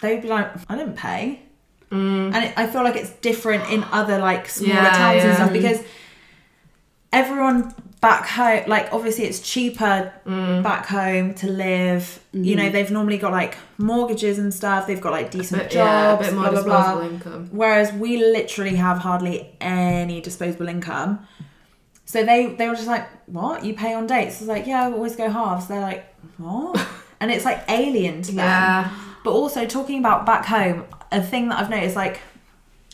[SPEAKER 2] they'd be like, I didn't pay. And it, I feel like it's different in other like smaller
[SPEAKER 1] Mm. Yeah,
[SPEAKER 2] towns and
[SPEAKER 1] yeah.
[SPEAKER 2] stuff because everyone back home, like obviously it's cheaper
[SPEAKER 1] Mm. Mm-hmm.
[SPEAKER 2] back home to live. You know, they've normally got like mortgages and stuff. They've got like decent
[SPEAKER 1] But, yeah, Mm-hmm. a
[SPEAKER 2] jobs,
[SPEAKER 1] bit more
[SPEAKER 2] blah blah
[SPEAKER 1] disposable
[SPEAKER 2] blah.
[SPEAKER 1] income
[SPEAKER 2] Whereas we literally have hardly any disposable income. So they they were just like, "What? You pay on dates?" It's like, "Yeah, I always go halves." They're like, "What?" and it's like alien to them.
[SPEAKER 1] yeah
[SPEAKER 2] But also talking about back home, a thing that I've noticed, like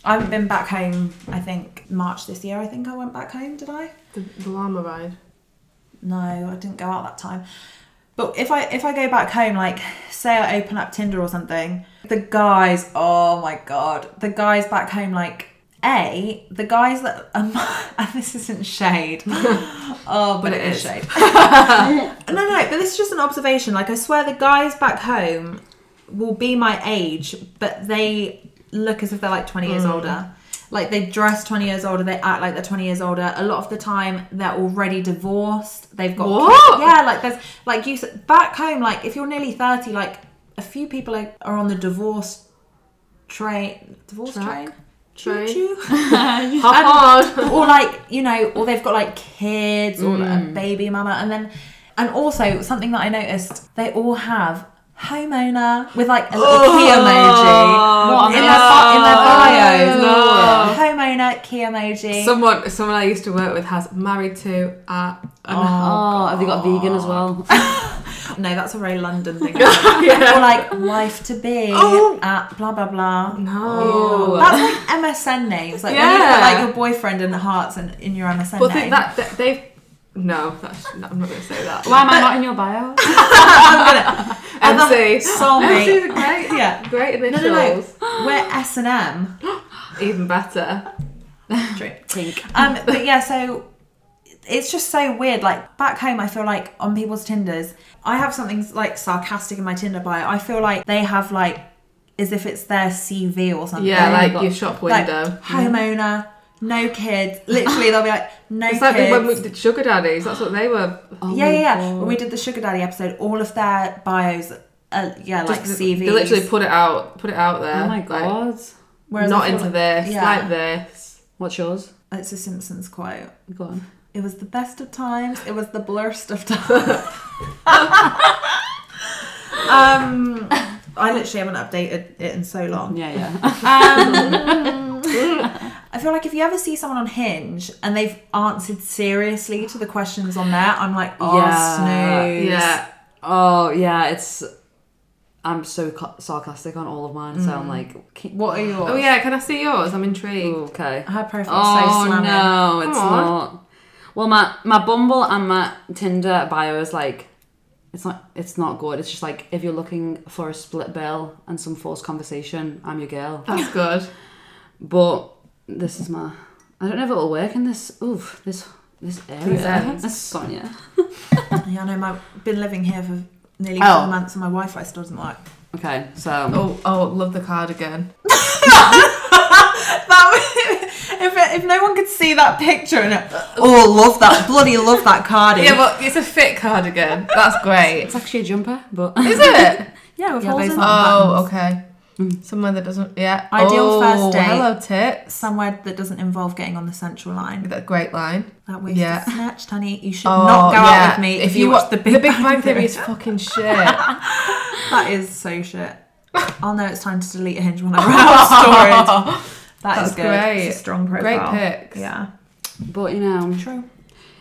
[SPEAKER 2] I haven't been back home. I think March this year. I think I went back home. Did I?
[SPEAKER 1] the, the llama ride
[SPEAKER 2] No, I didn't go out that time. But if I if I go back home, like say I open up Tinder or something, the guys, oh my god, the guys back home, like a the guys that um, and this isn't shade, oh, but,
[SPEAKER 1] But
[SPEAKER 2] it
[SPEAKER 1] it
[SPEAKER 2] is
[SPEAKER 1] is.
[SPEAKER 2] shade. no, no, but this is just an observation. Like I swear, the guys back home will be my age, but they look as if they're like twenty years older. Like they dress 20 years older, they act like they're 20 years older. A lot of the time, they're already divorced. They've got
[SPEAKER 1] What?
[SPEAKER 2] yeah, like there's like you said back home. Like if you're nearly 30, like a few people are, are on the divorce train, divorce
[SPEAKER 1] Track?
[SPEAKER 2] train,
[SPEAKER 1] Train?
[SPEAKER 2] Choo-choo?
[SPEAKER 1] hop on
[SPEAKER 2] or like you know, or they've got like kids or
[SPEAKER 1] Mm.
[SPEAKER 2] a baby mama, and then and also something that I noticed, they all have homeowner with like a little key
[SPEAKER 1] Oh.
[SPEAKER 2] emoji.
[SPEAKER 3] What
[SPEAKER 2] In
[SPEAKER 3] no.
[SPEAKER 2] their, bi- in their bios,
[SPEAKER 1] No.
[SPEAKER 2] homeowner key emoji.
[SPEAKER 1] Someone, someone I used to work with has married to uh, a.
[SPEAKER 3] Oh, have they got vegan as well?
[SPEAKER 2] no, that's a very London thing. Or
[SPEAKER 1] yeah.
[SPEAKER 2] like wife to be
[SPEAKER 1] Oh.
[SPEAKER 2] at blah blah blah.
[SPEAKER 1] No.
[SPEAKER 2] That's like MSN names. Like when you put
[SPEAKER 1] Yeah.
[SPEAKER 2] like your boyfriend and hearts in, in your MSN
[SPEAKER 1] But
[SPEAKER 2] name.
[SPEAKER 1] think that, that they've. No, that's, no, I'm not going to say that.
[SPEAKER 3] Why am I not in your bio?
[SPEAKER 1] MC. MC's
[SPEAKER 2] soulmate.
[SPEAKER 1] are great.
[SPEAKER 2] Oh, yeah.
[SPEAKER 1] Great
[SPEAKER 2] No,
[SPEAKER 1] initials.
[SPEAKER 2] no, no. We're S and M.
[SPEAKER 1] Even better.
[SPEAKER 2] True.
[SPEAKER 3] Pink.
[SPEAKER 2] Um, but yeah, so it's just so weird. Like back home, I feel like on people's Tinders, I have something like sarcastic in my Tinder bio. I feel like they have like as if it's their CV or something.
[SPEAKER 1] Yeah,
[SPEAKER 3] my
[SPEAKER 1] like
[SPEAKER 3] God.
[SPEAKER 1] your shop
[SPEAKER 2] like
[SPEAKER 1] window. Mm-hmm.
[SPEAKER 2] homeowner, no kids. Literally, they'll be like, no
[SPEAKER 1] it's like
[SPEAKER 2] kids.
[SPEAKER 1] when we did Sugar Daddies, that's what they were.
[SPEAKER 3] Oh
[SPEAKER 2] yeah,
[SPEAKER 3] my
[SPEAKER 2] yeah, yeah.
[SPEAKER 3] God.
[SPEAKER 2] When we did the sugar daddy episode, all of their bios, uh, yeah, like
[SPEAKER 1] Just-
[SPEAKER 2] CVs.
[SPEAKER 1] They literally put it out, put it out there.
[SPEAKER 3] Oh my
[SPEAKER 1] like,
[SPEAKER 3] god.
[SPEAKER 2] Whereas I
[SPEAKER 1] not
[SPEAKER 2] feel
[SPEAKER 1] into
[SPEAKER 2] like-
[SPEAKER 1] this,
[SPEAKER 2] yeah.
[SPEAKER 1] like this.
[SPEAKER 3] What's yours?
[SPEAKER 2] It's a Simpsons quote.
[SPEAKER 3] Go on.
[SPEAKER 2] It was the best of times. It was the blurst of times. um, I literally haven't updated it in so long.
[SPEAKER 3] Yeah,
[SPEAKER 2] Um,
[SPEAKER 3] yeah.
[SPEAKER 2] I feel like if you ever see someone on Hinge and they've answered seriously to the questions on there, I'm like, oh,
[SPEAKER 3] Yeah.
[SPEAKER 2] snooze.
[SPEAKER 1] Yeah.
[SPEAKER 3] Oh yeah, it's. I'm so ca- sarcastic on all of mine, so I'm like, "Can-
[SPEAKER 2] What are yours?
[SPEAKER 1] Oh yeah, can I see yours? I'm intrigued.
[SPEAKER 3] okay.
[SPEAKER 2] Her profile's so
[SPEAKER 3] Oh
[SPEAKER 2] slamming.
[SPEAKER 3] no, it's
[SPEAKER 1] Come on.
[SPEAKER 3] not. Well, my my Bumble and my Tinder bio is like, it's not it's not good. It's just like if you're looking for a split bill and some forced conversation, I'm your girl.
[SPEAKER 1] That's good.
[SPEAKER 3] But this is my. I don't know if it'll work in this. Oof, this this area.
[SPEAKER 1] ends.
[SPEAKER 3] This Sonia.
[SPEAKER 2] Yeah, I know. My been living here for nearly
[SPEAKER 3] Oh.
[SPEAKER 2] four months, and my Wi-Fi still doesn't work.
[SPEAKER 3] Okay, so
[SPEAKER 1] Oh, oh, love the cardigan.
[SPEAKER 2] That if if no one could see that picture and it, oh, love that bloody love that cardi.
[SPEAKER 1] Yeah, but it's a fit cardigan. That's great.
[SPEAKER 3] it's actually a jumper, but
[SPEAKER 1] Is it?
[SPEAKER 2] yeah, with
[SPEAKER 3] Yeah,
[SPEAKER 2] holes
[SPEAKER 1] Uh,
[SPEAKER 3] those
[SPEAKER 2] in
[SPEAKER 3] are-
[SPEAKER 2] it.
[SPEAKER 1] Oh, okay. Someone that doesn't. Yeah.
[SPEAKER 2] Mm.
[SPEAKER 1] Oh,
[SPEAKER 2] Ideal first date.
[SPEAKER 1] Hello, tits.
[SPEAKER 2] Somewhere that doesn't involve getting on the central line.
[SPEAKER 1] That great line.
[SPEAKER 2] That was
[SPEAKER 1] Yeah.
[SPEAKER 2] snatched, honey. You should
[SPEAKER 1] Oh,
[SPEAKER 2] not go
[SPEAKER 1] yeah.
[SPEAKER 2] out with me if, you, watch, the Big, Bang, Theory.
[SPEAKER 1] is fucking shit.
[SPEAKER 2] That is so shit. I'll know it's time to delete Hinge when I run out of storage. That's
[SPEAKER 1] That's
[SPEAKER 2] good.
[SPEAKER 1] great.
[SPEAKER 2] It's a strong
[SPEAKER 1] Great
[SPEAKER 2] profile.
[SPEAKER 1] picks.
[SPEAKER 2] Yeah.
[SPEAKER 3] But you know,
[SPEAKER 2] True.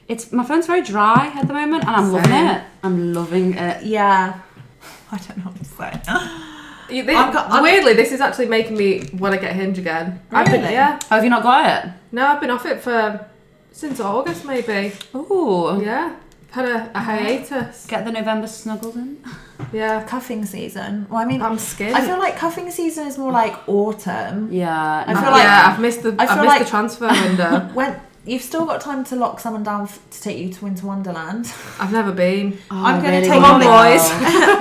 [SPEAKER 3] it's my phone's very dry at the moment, and I'm loving
[SPEAKER 1] Same.
[SPEAKER 3] it. I'm loving it.
[SPEAKER 2] Yeah. I don't know what to say.
[SPEAKER 1] You, thi-
[SPEAKER 2] I've got- I've-
[SPEAKER 1] weirdly, this is actually making me want to get Hinge again. I've been,
[SPEAKER 2] Really?
[SPEAKER 1] yeah.
[SPEAKER 3] Oh, have you not got it?
[SPEAKER 1] No, I've been off it for since August, maybe.
[SPEAKER 3] Ooh,
[SPEAKER 1] Yeah. Had a, a hiatus.
[SPEAKER 3] get the November snuggles in.
[SPEAKER 1] Yeah.
[SPEAKER 2] cuffing season. Well, I mean,
[SPEAKER 1] I'm scared.
[SPEAKER 2] I feel like cuffing season is more like autumn.
[SPEAKER 3] Yeah,
[SPEAKER 2] I
[SPEAKER 3] no.
[SPEAKER 2] feel like-
[SPEAKER 1] yeah, I've missed the
[SPEAKER 2] I
[SPEAKER 1] I have
[SPEAKER 2] feel
[SPEAKER 1] missed
[SPEAKER 2] like-
[SPEAKER 1] the transfer window.
[SPEAKER 2] When you've still got time to lock someone down f- to take you to Winter Wonderland.
[SPEAKER 1] I've never been.
[SPEAKER 3] Oh,
[SPEAKER 2] I'm gonna
[SPEAKER 3] really
[SPEAKER 2] take
[SPEAKER 3] wanna
[SPEAKER 1] on,
[SPEAKER 3] go.
[SPEAKER 1] boys.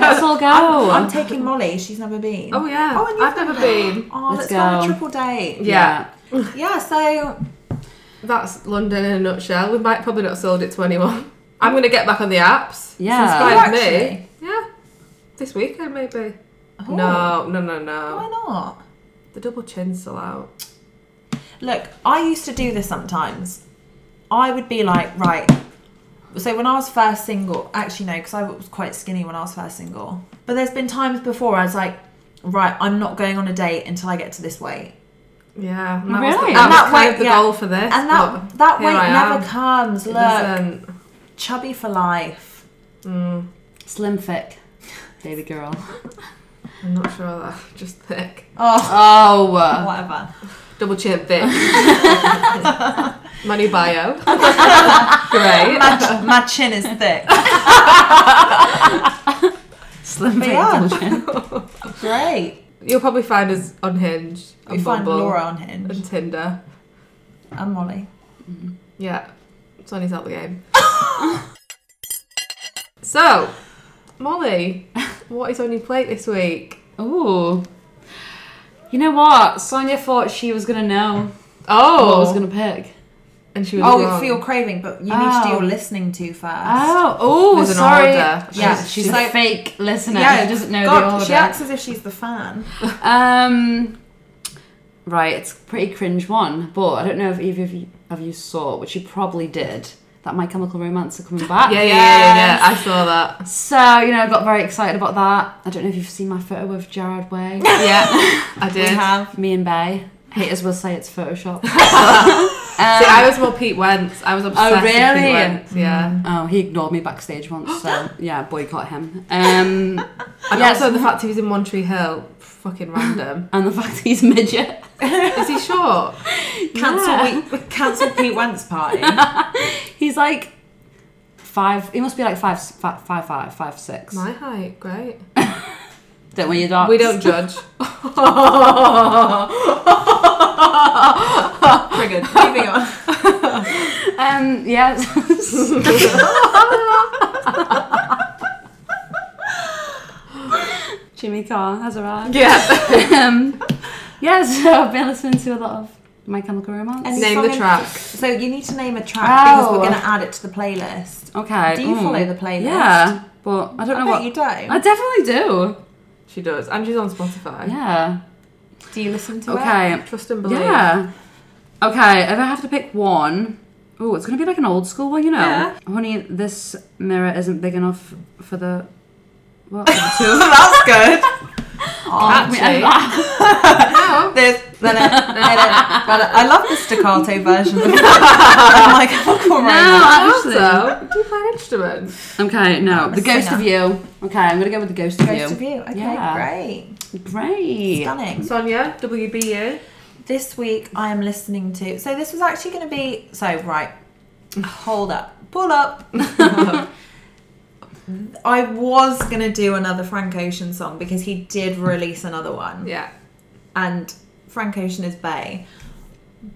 [SPEAKER 3] Let's all go.
[SPEAKER 2] I'm, I'm taking Molly. She's never been.
[SPEAKER 1] Oh yeah.
[SPEAKER 2] Oh, and you've
[SPEAKER 1] I've never been.
[SPEAKER 2] Oh, let's,
[SPEAKER 3] Let's
[SPEAKER 2] go on a
[SPEAKER 3] go.
[SPEAKER 2] triple date.
[SPEAKER 1] Yeah.
[SPEAKER 2] Yeah. So
[SPEAKER 1] That's London in a nutshell. We might probably not have sold it to anyone. I'm gonna get back on the apps.
[SPEAKER 3] Yeah.
[SPEAKER 1] Subscribe
[SPEAKER 2] Oh,
[SPEAKER 1] to me.
[SPEAKER 2] actually.
[SPEAKER 1] Yeah. This weekend maybe.
[SPEAKER 2] Oh,
[SPEAKER 1] No, no, no,
[SPEAKER 2] Why
[SPEAKER 1] no.
[SPEAKER 2] not?
[SPEAKER 1] The double chin's still out.
[SPEAKER 2] Look, I used to do this sometimes. I would be like, right. So when I was first single, actually no, because I was quite skinny when I was first single. But there's been times before I was like, right, I'm not going on a date until I get to this weight.
[SPEAKER 1] Yeah. and
[SPEAKER 3] Really?
[SPEAKER 1] That was, the, that was
[SPEAKER 2] And that
[SPEAKER 1] kind
[SPEAKER 2] weight-
[SPEAKER 1] of the
[SPEAKER 2] yeah.
[SPEAKER 1] goal for this.
[SPEAKER 2] And that
[SPEAKER 1] but
[SPEAKER 2] that
[SPEAKER 1] here
[SPEAKER 2] weight
[SPEAKER 1] I am.
[SPEAKER 2] never comes.
[SPEAKER 1] it
[SPEAKER 2] Look,
[SPEAKER 1] doesn't-
[SPEAKER 2] chubby for life.
[SPEAKER 1] mm,
[SPEAKER 3] Slim thick, baby girl.
[SPEAKER 1] I'm not sure of that. Just thick.
[SPEAKER 2] Oh,
[SPEAKER 3] Oh,
[SPEAKER 2] whatever.
[SPEAKER 1] Double chin thick. My new bio. Great.
[SPEAKER 2] My, ch- my chin is thick.
[SPEAKER 3] slim
[SPEAKER 2] But
[SPEAKER 3] thick.
[SPEAKER 2] yeah.
[SPEAKER 3] double chin.
[SPEAKER 2] Great.
[SPEAKER 1] You'll probably find us unhinged.
[SPEAKER 2] We find Laura on Hinge
[SPEAKER 1] and Tinder.
[SPEAKER 2] and Molly.
[SPEAKER 1] Yeah. Sonny's out the game. so, Molly, what is on your plate this week?
[SPEAKER 3] Ooh. You know what? Sonia thought she was gonna know
[SPEAKER 1] Oh,
[SPEAKER 3] what I was gonna pick.
[SPEAKER 1] and she was
[SPEAKER 2] Oh,
[SPEAKER 1] wrong.
[SPEAKER 2] for your craving, but you need to do
[SPEAKER 3] Oh.
[SPEAKER 2] your listening to first.
[SPEAKER 3] Oh, oh,
[SPEAKER 1] There's an
[SPEAKER 3] sorry.
[SPEAKER 1] order.
[SPEAKER 3] Yeah,
[SPEAKER 2] She's-
[SPEAKER 3] she's,
[SPEAKER 2] she's
[SPEAKER 3] a
[SPEAKER 2] like-
[SPEAKER 3] fake listener.
[SPEAKER 2] Yeah,
[SPEAKER 3] she doesn't know the
[SPEAKER 2] God,
[SPEAKER 3] order.
[SPEAKER 2] she acts as if she's the fan.
[SPEAKER 3] Um, right, it's a pretty cringe one, but I don't know if either of you, of you saw, which you probably did, that My Chemical Romance are coming back.
[SPEAKER 1] Yeah, yeah, yeah, yeah, yeah. I saw that.
[SPEAKER 3] So you know, I got very excited about that. I don't know if you've seen my photo with Jared Way,
[SPEAKER 1] Yeah, I
[SPEAKER 2] We
[SPEAKER 1] did.
[SPEAKER 2] have.
[SPEAKER 3] me and Bay. Haters will say it's Photoshop. Um,
[SPEAKER 1] See, I was more Pete Wentz. I was obsessed with
[SPEAKER 3] really?
[SPEAKER 1] Pete Wentz. Yeah.
[SPEAKER 3] Oh, he ignored me backstage once, so yeah, boycott him. Um,
[SPEAKER 1] And
[SPEAKER 3] Yes.
[SPEAKER 1] also the fact he was in One Tree Hill, fucking random.
[SPEAKER 3] and the fact he's midget.
[SPEAKER 1] Is he short?
[SPEAKER 2] Cancel
[SPEAKER 3] Yeah.
[SPEAKER 2] week, cancel Pete Wentz party.
[SPEAKER 3] He's like five. He must be like five, five, five, five, five six.
[SPEAKER 1] My height, great.
[SPEAKER 3] Don't we, your dogs?
[SPEAKER 1] We don't judge.
[SPEAKER 2] Triggered. Moving on.
[SPEAKER 3] Um, yeah. Jimmy Carr has arrived.
[SPEAKER 1] Yeah.
[SPEAKER 3] Um, yeah, so I've been listening to a lot of My Chemical Romance.
[SPEAKER 2] And
[SPEAKER 1] Name
[SPEAKER 2] song
[SPEAKER 1] the
[SPEAKER 2] in-
[SPEAKER 1] track.
[SPEAKER 2] So you need to name a track because
[SPEAKER 3] Oh.
[SPEAKER 2] we're going to add it to the playlist.
[SPEAKER 3] Okay.
[SPEAKER 2] Do you
[SPEAKER 3] mm.
[SPEAKER 2] follow the playlist?
[SPEAKER 3] Yeah, but I
[SPEAKER 2] I
[SPEAKER 3] don't know
[SPEAKER 2] bet
[SPEAKER 3] what.
[SPEAKER 2] you don't.
[SPEAKER 3] I definitely do.
[SPEAKER 1] She does. And she's on Spotify.
[SPEAKER 3] Yeah.
[SPEAKER 2] Do you listen to it?
[SPEAKER 3] Okay.
[SPEAKER 1] Trust and believe.
[SPEAKER 3] Yeah. Okay, if I have to pick one, oh, it's gonna be like an old school one, you know.
[SPEAKER 2] Yeah.
[SPEAKER 3] Honey, this mirror isn't big enough for the. What?
[SPEAKER 2] That's good. Oh,
[SPEAKER 3] We end that.
[SPEAKER 2] there's, no, no, no, no, no. But I love the staccato version of my chemical romance.
[SPEAKER 3] No, actually.
[SPEAKER 1] Also, do you play an instrument?
[SPEAKER 3] Okay, no.
[SPEAKER 2] I'm a
[SPEAKER 3] The Ghost of You. Okay, I'm gonna go with the Ghost of
[SPEAKER 2] Ghost of
[SPEAKER 3] You.
[SPEAKER 2] you. Okay,
[SPEAKER 3] Yeah.
[SPEAKER 2] great.
[SPEAKER 3] Great.
[SPEAKER 2] Stunning.
[SPEAKER 1] Sonia, WBU.
[SPEAKER 2] This week I am listening to. So this was actually going to be. So right, hold up, pull up. I was going to do another Frank Ocean song because he did release another one,
[SPEAKER 1] Yeah.
[SPEAKER 2] and Frank Ocean is Bay,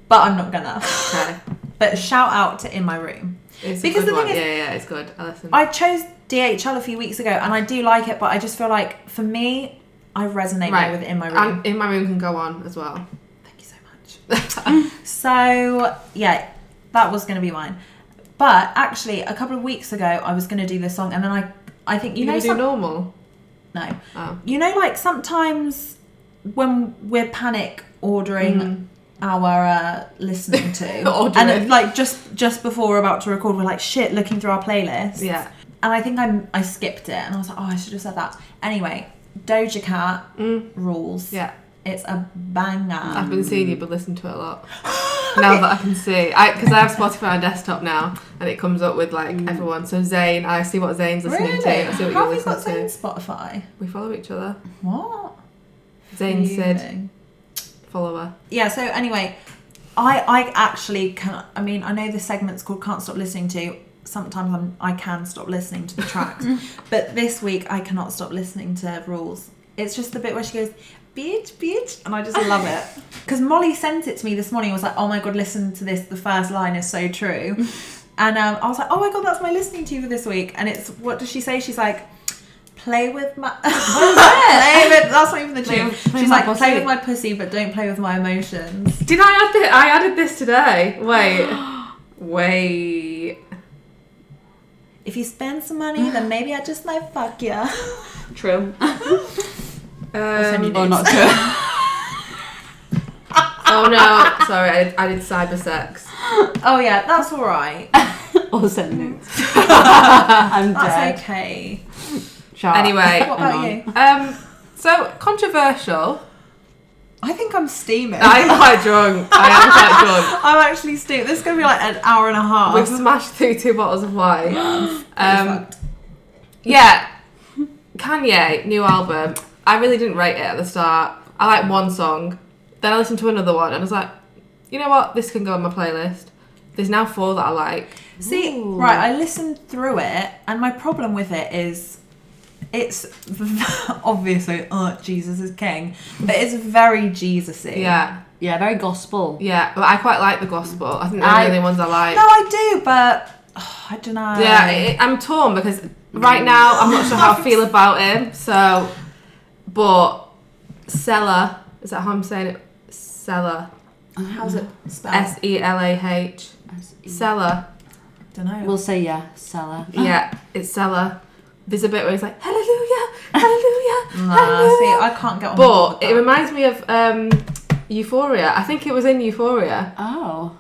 [SPEAKER 2] but I'm not gonna.
[SPEAKER 1] Okay.
[SPEAKER 2] But shout out to In My Room.
[SPEAKER 1] It's
[SPEAKER 2] Because
[SPEAKER 1] a good
[SPEAKER 2] the thing
[SPEAKER 1] one.
[SPEAKER 2] is-
[SPEAKER 1] yeah, yeah, it's good. I listen.
[SPEAKER 2] I chose DHL a few weeks ago, and I do like it, but I just feel like for me, I resonate
[SPEAKER 1] Right. Um,
[SPEAKER 2] more with In My Room.
[SPEAKER 1] and in my room can go on as well.
[SPEAKER 2] Thank you so much. so yeah, that was going to be mine. But actually, a couple of weeks ago, I was going to do this song, and then I, I think you,
[SPEAKER 1] You,
[SPEAKER 2] know,
[SPEAKER 1] do
[SPEAKER 2] some,
[SPEAKER 1] normal.
[SPEAKER 2] no,
[SPEAKER 1] Oh.
[SPEAKER 2] you know, like sometimes when we're panic ordering
[SPEAKER 1] Mm.
[SPEAKER 2] our uh, listening to,
[SPEAKER 1] Mm-hmm. Ordering.
[SPEAKER 2] and it, like just just before we're about to record, we're like shit looking through our playlist.
[SPEAKER 1] Yeah.
[SPEAKER 2] and I think I I skipped it, and I was like, oh, I should have said that. Anyway, Doja Cat rules.
[SPEAKER 1] Yeah.
[SPEAKER 2] It's a banger.
[SPEAKER 1] Mm. I've been seeing you, but listened to it a lot. now that I can see, I because I have Spotify on desktop now, and it comes up with like everyone. So Zayn, I see what Zayn's listening
[SPEAKER 2] really?
[SPEAKER 1] to. I see what
[SPEAKER 2] How
[SPEAKER 1] you're
[SPEAKER 2] have you
[SPEAKER 1] listening
[SPEAKER 2] got
[SPEAKER 1] to.
[SPEAKER 2] Zayn Spotify?
[SPEAKER 1] We follow each other.
[SPEAKER 2] What?
[SPEAKER 1] Zayn said,
[SPEAKER 2] Fuming.
[SPEAKER 1] "Follow her."
[SPEAKER 2] yeah so anyway i i actually can i mean i know this segment's called can't stop listening to sometimes I'm, i can stop listening to the tracks but this week i cannot stop listening to rules it's just the bit where she goes bitch bitch and i just love it because molly sent it to me this morning and was like oh my god listen to this the first line is so true and um, i was like oh my god that's my listening to for this week and it's what does she say she's like play with my play with that's not even the
[SPEAKER 3] Play
[SPEAKER 2] tune
[SPEAKER 3] with- play
[SPEAKER 2] she's
[SPEAKER 3] with my
[SPEAKER 2] like play
[SPEAKER 3] pussy."
[SPEAKER 2] with my pussy but don't play with my emotions
[SPEAKER 1] Did I add this? I added this today. Wait, wait.
[SPEAKER 2] if you spend some money then maybe i just might fuck you
[SPEAKER 3] True.
[SPEAKER 1] Um,
[SPEAKER 3] or not true.
[SPEAKER 1] oh no, sorry, I did, I did cyber sex.
[SPEAKER 2] oh yeah that's all right
[SPEAKER 3] or send nudes. I'm dead.
[SPEAKER 2] that's okay
[SPEAKER 1] Ah.
[SPEAKER 3] Shout out.
[SPEAKER 1] Anyway,
[SPEAKER 2] what
[SPEAKER 3] Hang
[SPEAKER 2] about
[SPEAKER 3] on.
[SPEAKER 2] you
[SPEAKER 1] um, so controversial.
[SPEAKER 2] i think i'm steaming
[SPEAKER 1] I'm quite drunk. I am quite drunk.
[SPEAKER 2] i'm actually steaming this is gonna be like an hour and a half
[SPEAKER 1] We've smashed through two bottles of wine. Um,
[SPEAKER 2] Fucked.
[SPEAKER 1] yeah, Kanye new album. I really didn't rate it at the start. I liked one song, then I listened to another one, and I was like, you know what? This can go on my playlist. There's now four that I like.
[SPEAKER 2] See,
[SPEAKER 3] Ooh.
[SPEAKER 2] right, I listened through it, and my problem with it is it's obviously, oh, Jesus is king, but it's very Jesus y.
[SPEAKER 1] Yeah,
[SPEAKER 3] Yeah, very gospel.
[SPEAKER 1] yeah. But I quite like the gospel. I think they're
[SPEAKER 3] I-
[SPEAKER 1] the only ones I like.
[SPEAKER 2] No, I do, but oh, I don't know.
[SPEAKER 1] Yeah, it, I'm torn because right now I'm not sure how I feel about him. So, but Seller is that how I'm saying it? Seller.
[SPEAKER 2] How's it spelled?
[SPEAKER 1] S E L A H. Seller.
[SPEAKER 2] don't know.
[SPEAKER 3] We'll say yeah, seller.
[SPEAKER 1] Yeah,
[SPEAKER 2] Ah.
[SPEAKER 1] it's Seller. There's a bit where he's like, Hallelujah, Hallelujah,
[SPEAKER 2] nah, see,
[SPEAKER 1] Hallelujah.
[SPEAKER 2] I can't get on board
[SPEAKER 1] But
[SPEAKER 2] with
[SPEAKER 1] it
[SPEAKER 2] that.
[SPEAKER 1] reminds me of um, Euphoria. I think it was in Euphoria.
[SPEAKER 3] Oh.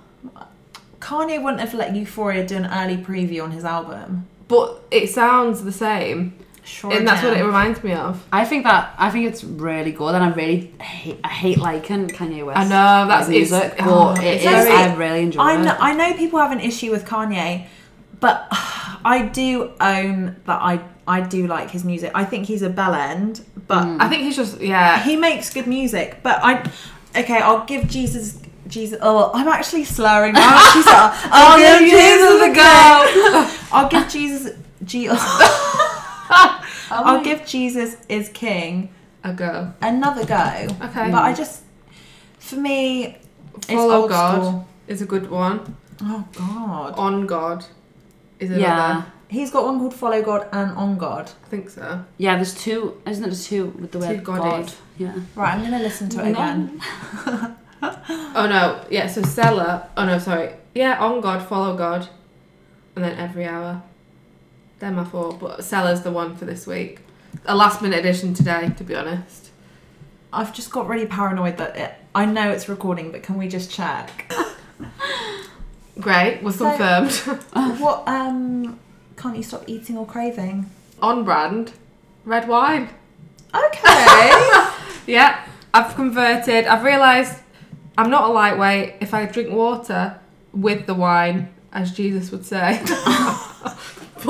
[SPEAKER 2] Kanye wouldn't have let Euphoria do an early preview on his album.
[SPEAKER 1] But it sounds the same.
[SPEAKER 2] Sure.
[SPEAKER 1] and that's what it
[SPEAKER 2] damn.
[SPEAKER 1] reminds me of.
[SPEAKER 3] I think that I think it's really good, and I really hate, I hate liking Kanye West.
[SPEAKER 1] I know, that's-
[SPEAKER 3] music,
[SPEAKER 1] it's-
[SPEAKER 3] but
[SPEAKER 1] oh,
[SPEAKER 3] it
[SPEAKER 1] it's
[SPEAKER 3] is.
[SPEAKER 2] very-
[SPEAKER 3] I really enjoy
[SPEAKER 2] I
[SPEAKER 3] it.
[SPEAKER 2] know, I know people have an issue with Kanye, but I do own that I I do like his music. I think he's a bell end, but
[SPEAKER 1] I think he's just, yeah.
[SPEAKER 2] he makes good music. But I okay, I'll give Jesus Jesus. Oh, I'm actually slurring now. She's like, I'll, give Jesus a go. I'll give Jesus. G- I'll give Jesus is King
[SPEAKER 1] A go.
[SPEAKER 2] another go.
[SPEAKER 1] Okay.
[SPEAKER 2] But I just, for me, it's
[SPEAKER 1] Mm. Follow
[SPEAKER 2] old
[SPEAKER 1] God
[SPEAKER 2] school.
[SPEAKER 1] is a good one.
[SPEAKER 2] Oh God.
[SPEAKER 1] On God is another.
[SPEAKER 3] Yeah,
[SPEAKER 2] He's got one called Follow God and On God.
[SPEAKER 1] I think so.
[SPEAKER 3] yeah. There's two, isn't there? There's two with the
[SPEAKER 1] Two
[SPEAKER 3] word
[SPEAKER 1] goddies.
[SPEAKER 3] God. Yeah.
[SPEAKER 2] Right, I'm gonna listen to it
[SPEAKER 3] No.
[SPEAKER 2] again.
[SPEAKER 1] Oh no, yeah, so Stella. Oh no, sorry. Yeah, on God, follow God. And then every hour. They're my four, but Stella's the one for this week. A last minute addition today, to be honest.
[SPEAKER 2] I've just got really paranoid that it, I know it's recording, but can we just check?
[SPEAKER 1] Great, was
[SPEAKER 2] So-
[SPEAKER 1] confirmed.
[SPEAKER 2] what um can't you stop eating or craving?
[SPEAKER 1] on brand, red wine.
[SPEAKER 2] Okay.
[SPEAKER 1] Yeah, I've converted. I've realised I'm not a lightweight. If I drink water with the wine, as Jesus would say. but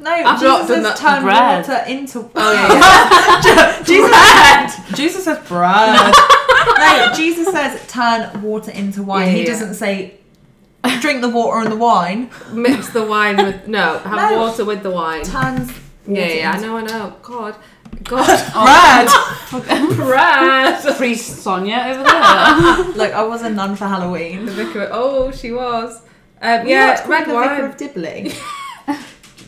[SPEAKER 2] no,
[SPEAKER 1] I've not
[SPEAKER 2] Jesus
[SPEAKER 1] done
[SPEAKER 2] has
[SPEAKER 1] that
[SPEAKER 2] turned
[SPEAKER 3] bread.
[SPEAKER 2] water into
[SPEAKER 1] oh yeah,
[SPEAKER 2] Jesus Jesus says bread. no, Jesus says turn water into wine.
[SPEAKER 1] Yeah,
[SPEAKER 2] he
[SPEAKER 1] yeah.
[SPEAKER 2] doesn't say drink the water and the wine.
[SPEAKER 1] yeah. mix the wine with no, have
[SPEAKER 2] No.
[SPEAKER 1] water with the wine.
[SPEAKER 2] Turns water
[SPEAKER 1] Yeah, yeah, I
[SPEAKER 2] into
[SPEAKER 1] know, I know. God, God,
[SPEAKER 2] bread.
[SPEAKER 1] Brad.
[SPEAKER 3] Oh, Priest Sonia over there.
[SPEAKER 2] Look, I was a nun for Halloween.
[SPEAKER 1] the vicar. Oh, she was. Um,
[SPEAKER 2] You know what's
[SPEAKER 1] yeah,
[SPEAKER 2] called
[SPEAKER 1] red
[SPEAKER 2] the Vicar
[SPEAKER 1] wine.
[SPEAKER 2] of Dibley.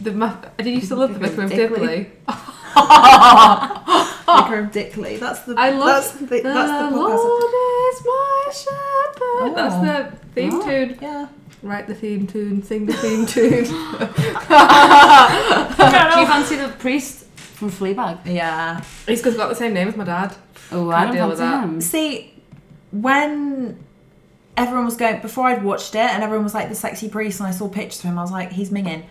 [SPEAKER 1] The ma- Did you still love the vicar of
[SPEAKER 2] Dibley.
[SPEAKER 1] Dibley?
[SPEAKER 2] Vicar of Dickley. That's the.
[SPEAKER 1] I love
[SPEAKER 2] That's the. That's the podcast.
[SPEAKER 1] Lord is my shepherd.
[SPEAKER 2] Oh.
[SPEAKER 1] That's the theme
[SPEAKER 3] Oh.
[SPEAKER 1] tune.
[SPEAKER 2] Yeah.
[SPEAKER 1] Write the theme tune. Sing the theme tune.
[SPEAKER 3] Do you fancy the priest from Fleabag.
[SPEAKER 2] Yeah.
[SPEAKER 1] He's got got the same name as my dad.
[SPEAKER 3] Oh, I
[SPEAKER 1] Can't
[SPEAKER 3] don't
[SPEAKER 1] deal
[SPEAKER 3] deal
[SPEAKER 1] with that.
[SPEAKER 3] him.
[SPEAKER 2] See, when everyone was going before I'd watched it, and everyone was like the sexy priest, and I saw pictures of him, I was like, he's minging.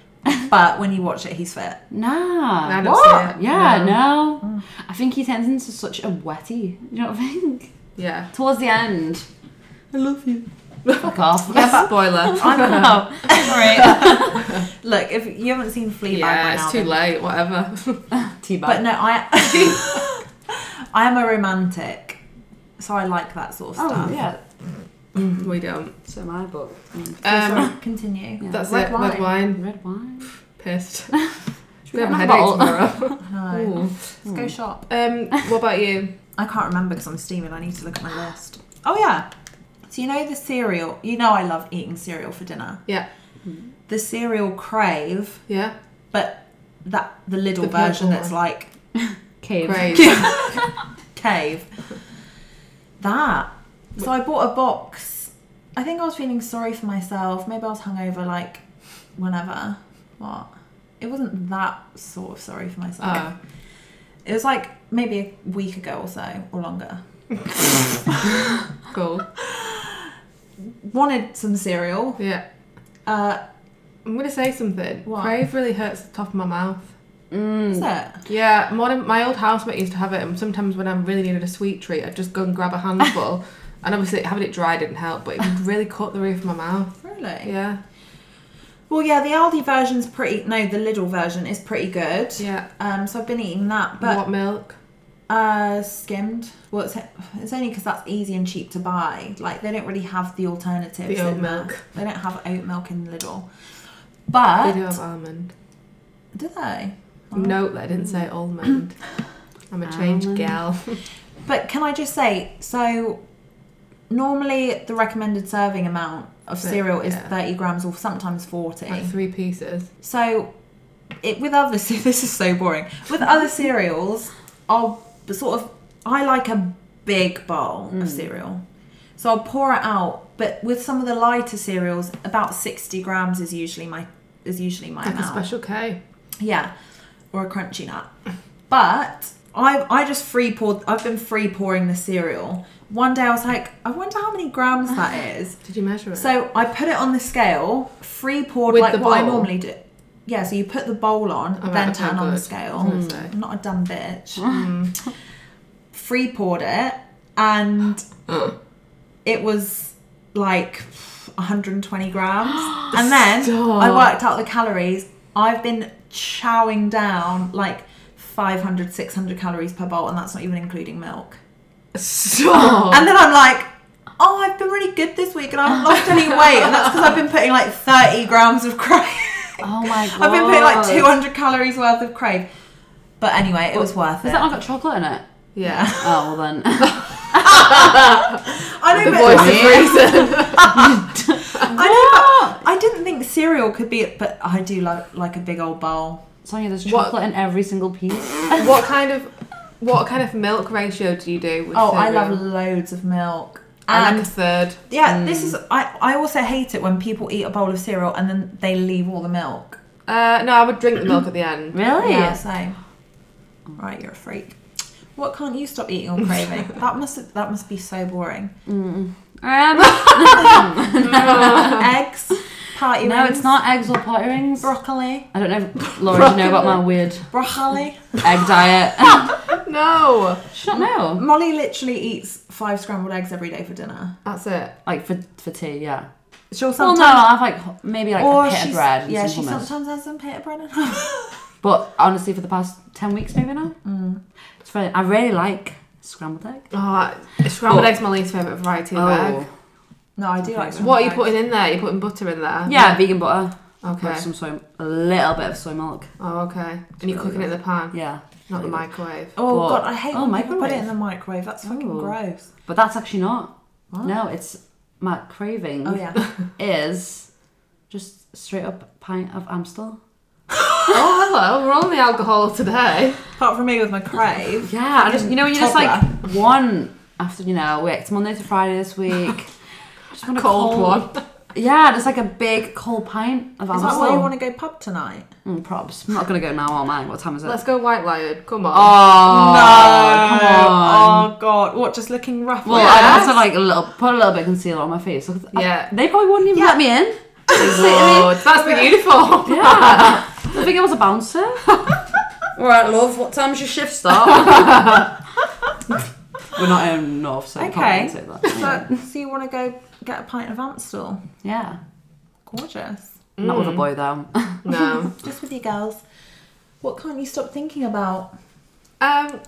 [SPEAKER 2] but when you watch it, he's fit.
[SPEAKER 3] Nah.
[SPEAKER 1] I don't
[SPEAKER 2] what?
[SPEAKER 1] see it.
[SPEAKER 3] Yeah, no. I think he turns into such a wetty. You know what I think?
[SPEAKER 1] Yeah.
[SPEAKER 3] Towards the end.
[SPEAKER 2] I love you.
[SPEAKER 3] Fuck off.
[SPEAKER 1] Spoiler.
[SPEAKER 3] I
[SPEAKER 2] All right. Look, if you haven't seen Fleabag
[SPEAKER 1] yeah,
[SPEAKER 2] right now,
[SPEAKER 1] it's too
[SPEAKER 2] then-
[SPEAKER 1] late. Whatever.
[SPEAKER 3] know. Tea
[SPEAKER 2] But
[SPEAKER 3] bag.
[SPEAKER 2] no, I I am a romantic, so I like that sort of
[SPEAKER 3] Oh,
[SPEAKER 2] stuff.
[SPEAKER 3] yeah.
[SPEAKER 1] we don't.
[SPEAKER 3] So my book. Mm.
[SPEAKER 2] So
[SPEAKER 1] Um,
[SPEAKER 2] Oh, sorry, continue.
[SPEAKER 3] Yeah.
[SPEAKER 1] that's
[SPEAKER 2] Red
[SPEAKER 1] it.
[SPEAKER 2] wine.
[SPEAKER 1] Red wine.
[SPEAKER 3] Red wine.
[SPEAKER 1] Pissed.
[SPEAKER 3] Should
[SPEAKER 1] we have a
[SPEAKER 3] get another
[SPEAKER 1] headache
[SPEAKER 3] bottle?
[SPEAKER 1] tomorrow.
[SPEAKER 2] No.
[SPEAKER 1] Ooh.
[SPEAKER 2] Let's go shop.
[SPEAKER 1] Um, what about you?
[SPEAKER 2] Hmm. I can't remember because I'm steaming. I need to look at my list. Oh yeah. So you know the cereal. You know I love eating cereal for dinner.
[SPEAKER 1] Yeah.
[SPEAKER 2] The cereal crave,
[SPEAKER 1] Yeah.
[SPEAKER 2] but that the little
[SPEAKER 1] The purple
[SPEAKER 2] version that's
[SPEAKER 1] one.
[SPEAKER 2] like
[SPEAKER 3] Cave.
[SPEAKER 1] Great.
[SPEAKER 2] cave. That. So I bought a box. I think I was feeling sorry for myself. Maybe I was hungover like whenever. What? It wasn't that sort of sorry for myself.
[SPEAKER 1] Oh.
[SPEAKER 2] It was like maybe a week ago or so, or longer.
[SPEAKER 1] Cool.
[SPEAKER 2] Wanted some cereal.
[SPEAKER 1] Yeah.
[SPEAKER 2] Uh,
[SPEAKER 1] I'm gonna say something.
[SPEAKER 2] What?
[SPEAKER 1] Crave really hurts the top of my mouth.
[SPEAKER 2] is
[SPEAKER 3] Mm.
[SPEAKER 2] it?
[SPEAKER 1] Yeah, modern, my old housemate used to have it, and sometimes when I really needed a sweet treat, I'd just go and grab a handful. and obviously, having it dry didn't help, but it would really cut the roof of my mouth.
[SPEAKER 2] Really?
[SPEAKER 1] Yeah,
[SPEAKER 2] Well, yeah, the Aldi version's pretty. No, the Lidl version is pretty good.
[SPEAKER 1] yeah.
[SPEAKER 2] Um, so I've been eating that, but
[SPEAKER 1] what milk?
[SPEAKER 2] uh, skimmed. Well, it's, it's only because that's easy and cheap to buy. Like they don't really have the alternatives.
[SPEAKER 1] The oat
[SPEAKER 2] in there.
[SPEAKER 1] milk.
[SPEAKER 2] They don't have oat milk in Lidl.
[SPEAKER 1] They
[SPEAKER 2] But
[SPEAKER 1] do have almond.
[SPEAKER 2] do they? Oh.
[SPEAKER 1] Note that I didn't say almond. I'm a changed
[SPEAKER 3] Almond.
[SPEAKER 1] gal.
[SPEAKER 2] But can I just say so? Normally, the recommended serving amount of
[SPEAKER 1] But,
[SPEAKER 2] cereal is
[SPEAKER 1] yeah.
[SPEAKER 2] thirty grams or sometimes forty.
[SPEAKER 1] like three pieces.
[SPEAKER 2] So, it with other ce- this is so boring. With other cereals, I'll sort of I like a big bowl
[SPEAKER 1] Hmm.
[SPEAKER 2] of cereal, so I'll pour it out. But with some of the lighter cereals, about sixty grams is usually my is usually my
[SPEAKER 1] Like a
[SPEAKER 2] amount.
[SPEAKER 1] special K.
[SPEAKER 2] Yeah, or a crunchy nut. But I I just free poured. I've been free pouring the cereal. One day I was like, I wonder how many grams that is.
[SPEAKER 1] Did you measure it?
[SPEAKER 2] So I put it on the scale, free poured
[SPEAKER 1] With
[SPEAKER 2] like
[SPEAKER 1] the
[SPEAKER 2] what I
[SPEAKER 1] bowl?
[SPEAKER 2] normally do. Yeah, so you put the bowl on,
[SPEAKER 1] Oh, right,
[SPEAKER 2] then
[SPEAKER 1] okay,
[SPEAKER 2] turn on the
[SPEAKER 1] good. Mm.
[SPEAKER 2] scale.
[SPEAKER 1] I was gonna say.
[SPEAKER 2] I'm not a dumb bitch. Free poured it, and it was like 120 grams. and then I
[SPEAKER 1] Stop.
[SPEAKER 2] worked out the calories. I've been chowing down like 500, 600 calories per bowl, and that's not even including milk.
[SPEAKER 1] Stop.
[SPEAKER 2] And then I'm like, oh, I've been really good this week and I haven't lost any weight. And that's because I've been putting like 30 grams of crave.
[SPEAKER 3] Oh my god.
[SPEAKER 2] I've been putting like 200 calories worth of crave. But anyway, it was worth
[SPEAKER 3] Has
[SPEAKER 2] it.
[SPEAKER 3] that not got chocolate in it?
[SPEAKER 1] yeah.
[SPEAKER 3] Oh, well then.
[SPEAKER 2] I know,
[SPEAKER 1] The
[SPEAKER 2] but,
[SPEAKER 1] voice of reason.
[SPEAKER 2] I know, but I didn't think cereal could be it, but I do like like a big old bowl.
[SPEAKER 3] Sonia, there's
[SPEAKER 1] What-
[SPEAKER 3] chocolate in every single piece.
[SPEAKER 1] what kind of what kind of milk ratio do you do with
[SPEAKER 2] Oh, I
[SPEAKER 1] cereal?
[SPEAKER 2] love loads of milk.
[SPEAKER 1] I
[SPEAKER 2] And
[SPEAKER 1] like a third.
[SPEAKER 2] yeah, this is I, I also hate it when people eat a bowl of cereal and then they leave all the milk.
[SPEAKER 1] Uh, no, I would drink the milk at the end.
[SPEAKER 3] Really?
[SPEAKER 2] Yeah, same. Right, you're a freak. What can't you stop eating or craving? that must that must be so boring.
[SPEAKER 3] Um,
[SPEAKER 2] Eggs, party
[SPEAKER 3] no,
[SPEAKER 2] rings,
[SPEAKER 3] it's not eggs or pot rings.
[SPEAKER 2] broccoli,
[SPEAKER 3] I don't know, if, Laura, do you know about my weird
[SPEAKER 2] broccoli.
[SPEAKER 3] egg diet?
[SPEAKER 1] No,
[SPEAKER 3] She don't know.
[SPEAKER 2] Molly literally eats five scrambled eggs every day for dinner.
[SPEAKER 1] that's it.
[SPEAKER 3] Like for for tea, yeah.
[SPEAKER 2] She'll
[SPEAKER 3] Well,
[SPEAKER 2] sometimes.
[SPEAKER 3] no, I'll have like ho- maybe like
[SPEAKER 2] or
[SPEAKER 3] a pita
[SPEAKER 2] she's-
[SPEAKER 3] bread and
[SPEAKER 2] yeah,
[SPEAKER 3] some
[SPEAKER 2] she
[SPEAKER 3] hummus.
[SPEAKER 2] sometimes has some pita bread. And
[SPEAKER 3] But honestly, for the past ten weeks, maybe now,
[SPEAKER 2] Mm.
[SPEAKER 3] it's funny. I really like scrambled egg.
[SPEAKER 1] Oh, scrambled
[SPEAKER 3] Oh.
[SPEAKER 1] eggs my least favourite variety of egg.
[SPEAKER 2] no, I do like.
[SPEAKER 3] What
[SPEAKER 2] scrambled
[SPEAKER 1] What are you
[SPEAKER 2] eggs.
[SPEAKER 1] putting in there? You're putting butter in there?
[SPEAKER 3] yeah, vegan butter.
[SPEAKER 1] Okay.
[SPEAKER 3] With some soy, a little bit of soy milk.
[SPEAKER 1] Oh, okay. And you're
[SPEAKER 3] really
[SPEAKER 1] cooking it in the pan,
[SPEAKER 3] Yeah,
[SPEAKER 1] not the microwave.
[SPEAKER 2] Oh
[SPEAKER 3] What?
[SPEAKER 2] god, I hate
[SPEAKER 3] Oh,
[SPEAKER 2] when people put it
[SPEAKER 3] microwave.
[SPEAKER 2] in the microwave. That's fucking
[SPEAKER 3] Ooh.
[SPEAKER 2] gross.
[SPEAKER 3] but that's actually not.
[SPEAKER 2] What?
[SPEAKER 3] No, it's my craving
[SPEAKER 2] Oh yeah.
[SPEAKER 3] is just straight up pint of Amstel.
[SPEAKER 1] oh, hello. We're on the alcohol today.
[SPEAKER 2] Apart from me with my crave.
[SPEAKER 3] Yeah, I just you know when you just like one after you know, wait, it's Monday to Friday this week. Just want a
[SPEAKER 1] Cold one.
[SPEAKER 3] Yeah, there's like a big cold pint of
[SPEAKER 2] Is that why you want
[SPEAKER 3] Amstel.
[SPEAKER 2] to go pub tonight?
[SPEAKER 3] Mm, props. I'm not gonna go now, am I? What time is it?
[SPEAKER 1] Let's go White Lion. Come on.
[SPEAKER 3] oh come on.
[SPEAKER 2] Oh god! What? Just looking rough.
[SPEAKER 3] Well,
[SPEAKER 2] like
[SPEAKER 3] I'd
[SPEAKER 1] Yes.
[SPEAKER 3] also like a little, put a little bit of concealer on my face. Look at-
[SPEAKER 1] Yeah.
[SPEAKER 3] I- they probably wouldn't even
[SPEAKER 2] Yeah.
[SPEAKER 3] let me in.
[SPEAKER 1] Lord, that's the uniform.
[SPEAKER 3] Yeah, I think I was a bouncer. All right, love. What time's your shift start? We're not in North, so we
[SPEAKER 2] Okay.
[SPEAKER 3] can't really say that.
[SPEAKER 2] that. So, so you want to go get a pint of Amstel?
[SPEAKER 3] Yeah,
[SPEAKER 2] Gorgeous.
[SPEAKER 3] not with a boy though.
[SPEAKER 1] No.
[SPEAKER 2] Just with you girls. What can't you stop thinking about?
[SPEAKER 1] Um,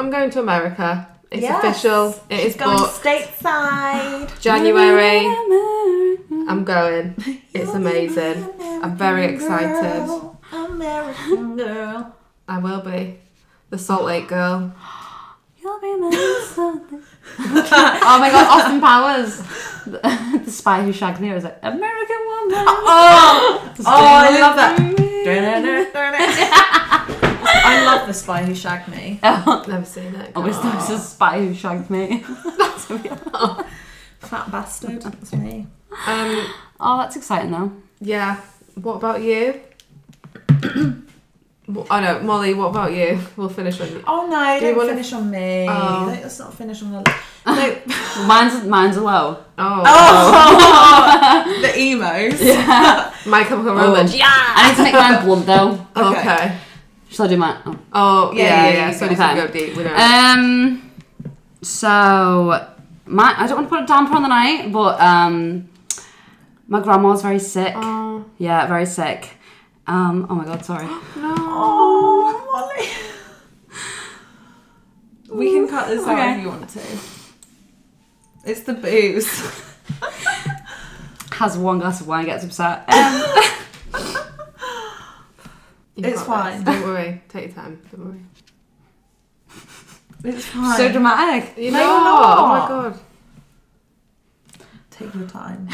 [SPEAKER 1] I'm going to America. It's
[SPEAKER 2] Yes.
[SPEAKER 1] official. It
[SPEAKER 2] She's
[SPEAKER 1] is
[SPEAKER 2] going
[SPEAKER 1] booked.
[SPEAKER 2] stateside.
[SPEAKER 1] January. I'm going. It's amazing. I'm very excited.
[SPEAKER 2] Girl, American girl.
[SPEAKER 1] I will be. The Salt Lake girl.
[SPEAKER 3] You'll be my something. oh my god, Austin Powers, the, the spy who shagged me. I was like American woman.
[SPEAKER 2] Oh, oh, I love that.
[SPEAKER 3] that.
[SPEAKER 2] I love the spy who shagged me.
[SPEAKER 1] Never seen it.
[SPEAKER 2] Oh,
[SPEAKER 3] Always there was a spy who shagged me.
[SPEAKER 2] Fat bastard. That's me.
[SPEAKER 1] Um,
[SPEAKER 3] Oh, that's exciting though.
[SPEAKER 1] yeah. What about you? Wh- oh no, Molly. What about you? We'll finish on.
[SPEAKER 2] Oh no,
[SPEAKER 1] Do you
[SPEAKER 2] don't
[SPEAKER 1] wanna-
[SPEAKER 2] finish on me.
[SPEAKER 1] Oh.
[SPEAKER 2] Don't- Let's not finish on the. No.
[SPEAKER 3] Mine's mine's a low.
[SPEAKER 1] Oh,
[SPEAKER 2] oh! the emos.
[SPEAKER 1] My Chemical
[SPEAKER 2] Oh.
[SPEAKER 1] Romance.
[SPEAKER 3] Yeah. Oh. I need to make mine blunt though.
[SPEAKER 1] Okay.
[SPEAKER 3] Shall I do mine? Oh.
[SPEAKER 1] Oh yeah,
[SPEAKER 2] Yeah,
[SPEAKER 1] yeah,
[SPEAKER 2] yeah,
[SPEAKER 1] yeah.
[SPEAKER 2] you
[SPEAKER 1] So
[SPEAKER 2] go.
[SPEAKER 1] we can
[SPEAKER 3] Okay.
[SPEAKER 1] go deep. We don't.
[SPEAKER 3] Um. So my I don't want to put a damper on the night, but um, my grandma's very sick.
[SPEAKER 1] oh
[SPEAKER 3] Yeah, very sick. Um. Oh my god. Sorry.
[SPEAKER 1] no.
[SPEAKER 2] Oh, Molly. We can cut this out
[SPEAKER 3] Okay.
[SPEAKER 2] if you want to. It's the booze.
[SPEAKER 3] Has one glass of wine gets upset. Um,
[SPEAKER 1] You've
[SPEAKER 2] It's
[SPEAKER 1] got this.
[SPEAKER 2] fine.
[SPEAKER 1] Don't worry. Take your time. Don't worry.
[SPEAKER 2] It's fine.
[SPEAKER 3] so dramatic.
[SPEAKER 1] You
[SPEAKER 2] No,
[SPEAKER 1] know.
[SPEAKER 2] you're not.
[SPEAKER 1] Oh my god.
[SPEAKER 2] Take your time.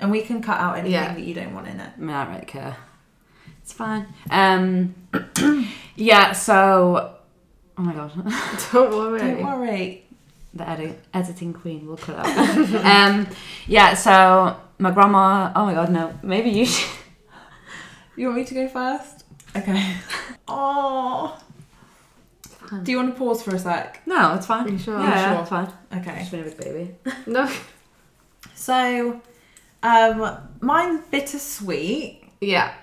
[SPEAKER 2] And we can cut out anything
[SPEAKER 1] Yeah.
[SPEAKER 2] that you don't want in it.
[SPEAKER 3] I mean, I don't really care. It's fine. Um. yeah. So. Oh my god.
[SPEAKER 1] Don't worry.
[SPEAKER 2] Don't worry.
[SPEAKER 3] the edit, editing queen will cut out. um, yeah, so my grandma. Oh my god, no, maybe you should.
[SPEAKER 2] You want me to go first? Okay. Oh. Do you want to pause for a sec?
[SPEAKER 3] No, it's fine.
[SPEAKER 1] Are you sure?
[SPEAKER 3] Yeah,
[SPEAKER 1] Are you
[SPEAKER 3] yeah,
[SPEAKER 1] sure?
[SPEAKER 3] it's fine.
[SPEAKER 2] Okay.
[SPEAKER 3] Just been with baby.
[SPEAKER 1] No.
[SPEAKER 2] So, um, mine's bittersweet.
[SPEAKER 1] Yeah.